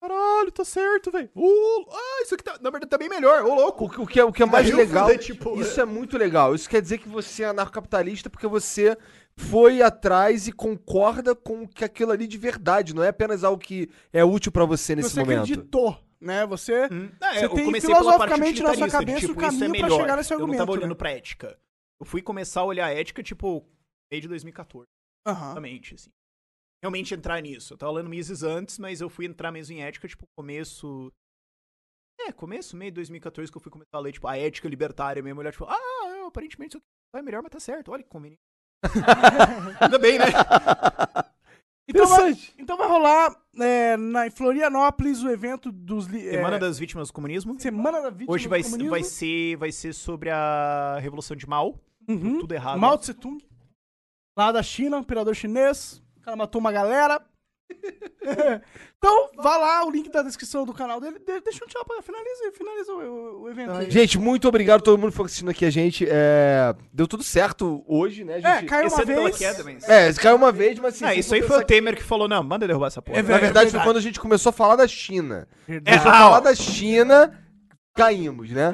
C: Caralho, tá certo, velho. Uh, ah, isso aqui tá, na verdade tá bem melhor, ô louco.
B: O que, o que é, o que é mais
C: Daí eu fui
B: legal.
C: ler, tipo,
B: isso é muito legal. Isso quer dizer que você é anarcocapitalista porque você foi atrás e concorda com que aquilo ali de verdade. Não é apenas algo que é útil pra você nesse
A: Você
B: momento.
A: acreditou, né? Você,
C: Ah,
A: você
C: eu
A: tem
C: comecei pela parte
A: filosoficamente na sua
C: utilitarista, de,
A: cabeça
C: tipo,
A: o
C: isso é
A: caminho pra
C: melhor.
A: chegar nesse
C: Eu não tava
A: argumento.
C: olhando
A: né?
C: pra ética. Eu fui começar a olhar a ética, tipo, meio de 2014,
A: Aham. Então
C: realmente, assim. Realmente entrar nisso. Eu tava lendo Mises antes, mas eu fui entrar mesmo em ética, tipo, começo... É, começo, meio de 2014, que eu fui começar a ler, tipo, a ética libertária mesmo. Olhar, tipo, ah, eu, aparentemente isso aqui é melhor, mas tá certo. Olha que conveniente. [laughs] Ainda bem, né?
A: Então vai,
B: Interessante.
A: então vai rolar é, na, em Florianópolis o evento dos... li- [laughs] é,
C: Semana das Vítimas do Comunismo.
A: Semana da Vítima
C: Hoje
A: do
C: vai,
A: Comunismo.
C: vai, ser, vai ser sobre a Revolução de Mao.
A: Uhum.
C: Tudo errado.
A: Mao Tse Tung. Lá da China, um imperador chinês. O cara matou uma
C: [laughs]
A: galera. então, vá lá, o link da descrição do canal dele. De- deixa um tchau pra finaliza, finaliza o, o evento. aí.
B: Gente, muito obrigado a todo mundo que foi assistindo aqui a gente. É, Deu tudo certo hoje, né?
A: É,
B: gente?
A: caiu uma
C: Exceto pela
A: vez.
C: queda, mas...
B: É, caiu uma vez, mas assim.
C: Ah,
B: se
C: isso
B: for
C: aí
B: pensar
C: foi o Temer que falou, não, manda derrubar essa porra. É,
A: É
B: Na verdade, foi
A: verdade.
B: quando a gente começou a falar da China.
A: Verdade.
B: Começou a
C: Ah,
B: falar da China, caímos,
C: [laughs]
B: né?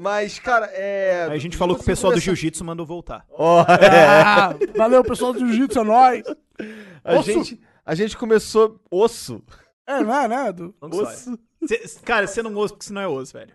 B: Mas, cara, é. assim,
C: Aí a gente falou que o pessoal do jiu-jitsu mandou voltar.
B: Ó,
C: [laughs]
B: é.
A: Ah, valeu, pessoal do Jiu-Jitsu, é nóis.
B: A
A: Osso.
B: gente, a gente começou. Osso.
A: É, não é, né? Do...
C: Osso. Cê- cara, você não ouça porque senão é osso, velho.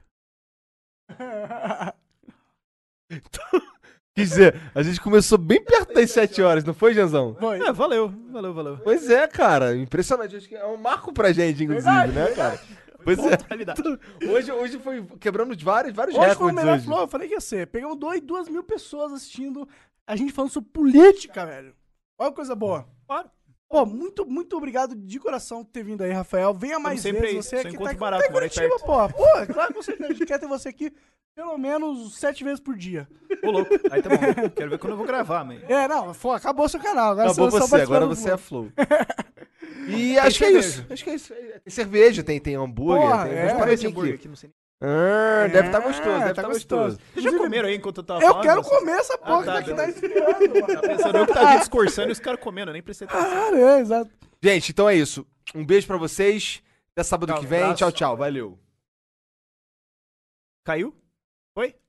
B: Quer dizer, a gente começou bem perto das 7 horas, não foi, Janzão?
A: [laughs] Foi.
C: É, valeu, valeu, valeu.
B: Pois é, cara. Impressionante. Acho que é um marco pra gente, inclusive, né, cara? Pois é.
C: Pontualidade.
B: [laughs] Hoje, hoje foi. Quebramos vários, vários
A: Hoje foi o
B: recordes
A: melhor
B: hoje.
A: flow, eu falei que ia ser. Pegamos dois, duas mil pessoas assistindo a gente falando sobre política, velho. Olha que coisa boa.
C: Claro.
A: Pô, muito, muito obrigado de coração por ter vindo aí, Rafael. Venha mais
C: sempre aí,
A: vezes. Você
C: só
A: que
C: encontro
A: tá,
C: barato,
A: tá em
C: mora aí
A: Curitiba,
C: perto.
A: pô. Pô, claro que você, a gente quer ter você aqui pelo menos sete vezes por dia.
C: Ô, louco. Aí tá bom. Quero ver quando eu vou gravar, mano.
A: É, não, fô, acabou seu canal. Agora
B: Acabou
A: só
B: você, agora
A: participando do
B: você é
A: Flow. [laughs]
B: Flow. E acho que é
C: cerveja.
B: isso. Acho que é isso. Tem cerveja, tem, tem hambúrguer,
A: Porra,
B: tem
A: é,
B: umas
A: tem
B: paradinhas
C: Esse hambúrguer
B: aqui.
C: aqui, não sei nem.
B: Ah, deve estar gostoso,
A: É,
B: deve
A: tá
B: estar gostoso.
A: gostoso.
C: Vocês já comeram aí enquanto eu tava
A: Eu
C: Tá falando?
A: quero comer essa porra
C: tá,
A: que tá
C: beleza.
A: esfriando. mano.
C: Tá pensando eu que tava
A: [laughs]
C: discursando e os caras comendo, eu nem prestei atenção.
A: Cara, é, exato.
B: Gente, então é isso. Um beijo pra vocês. Até sábado que vem. Tchau, tchau. Valeu.
C: Caiu? Foi?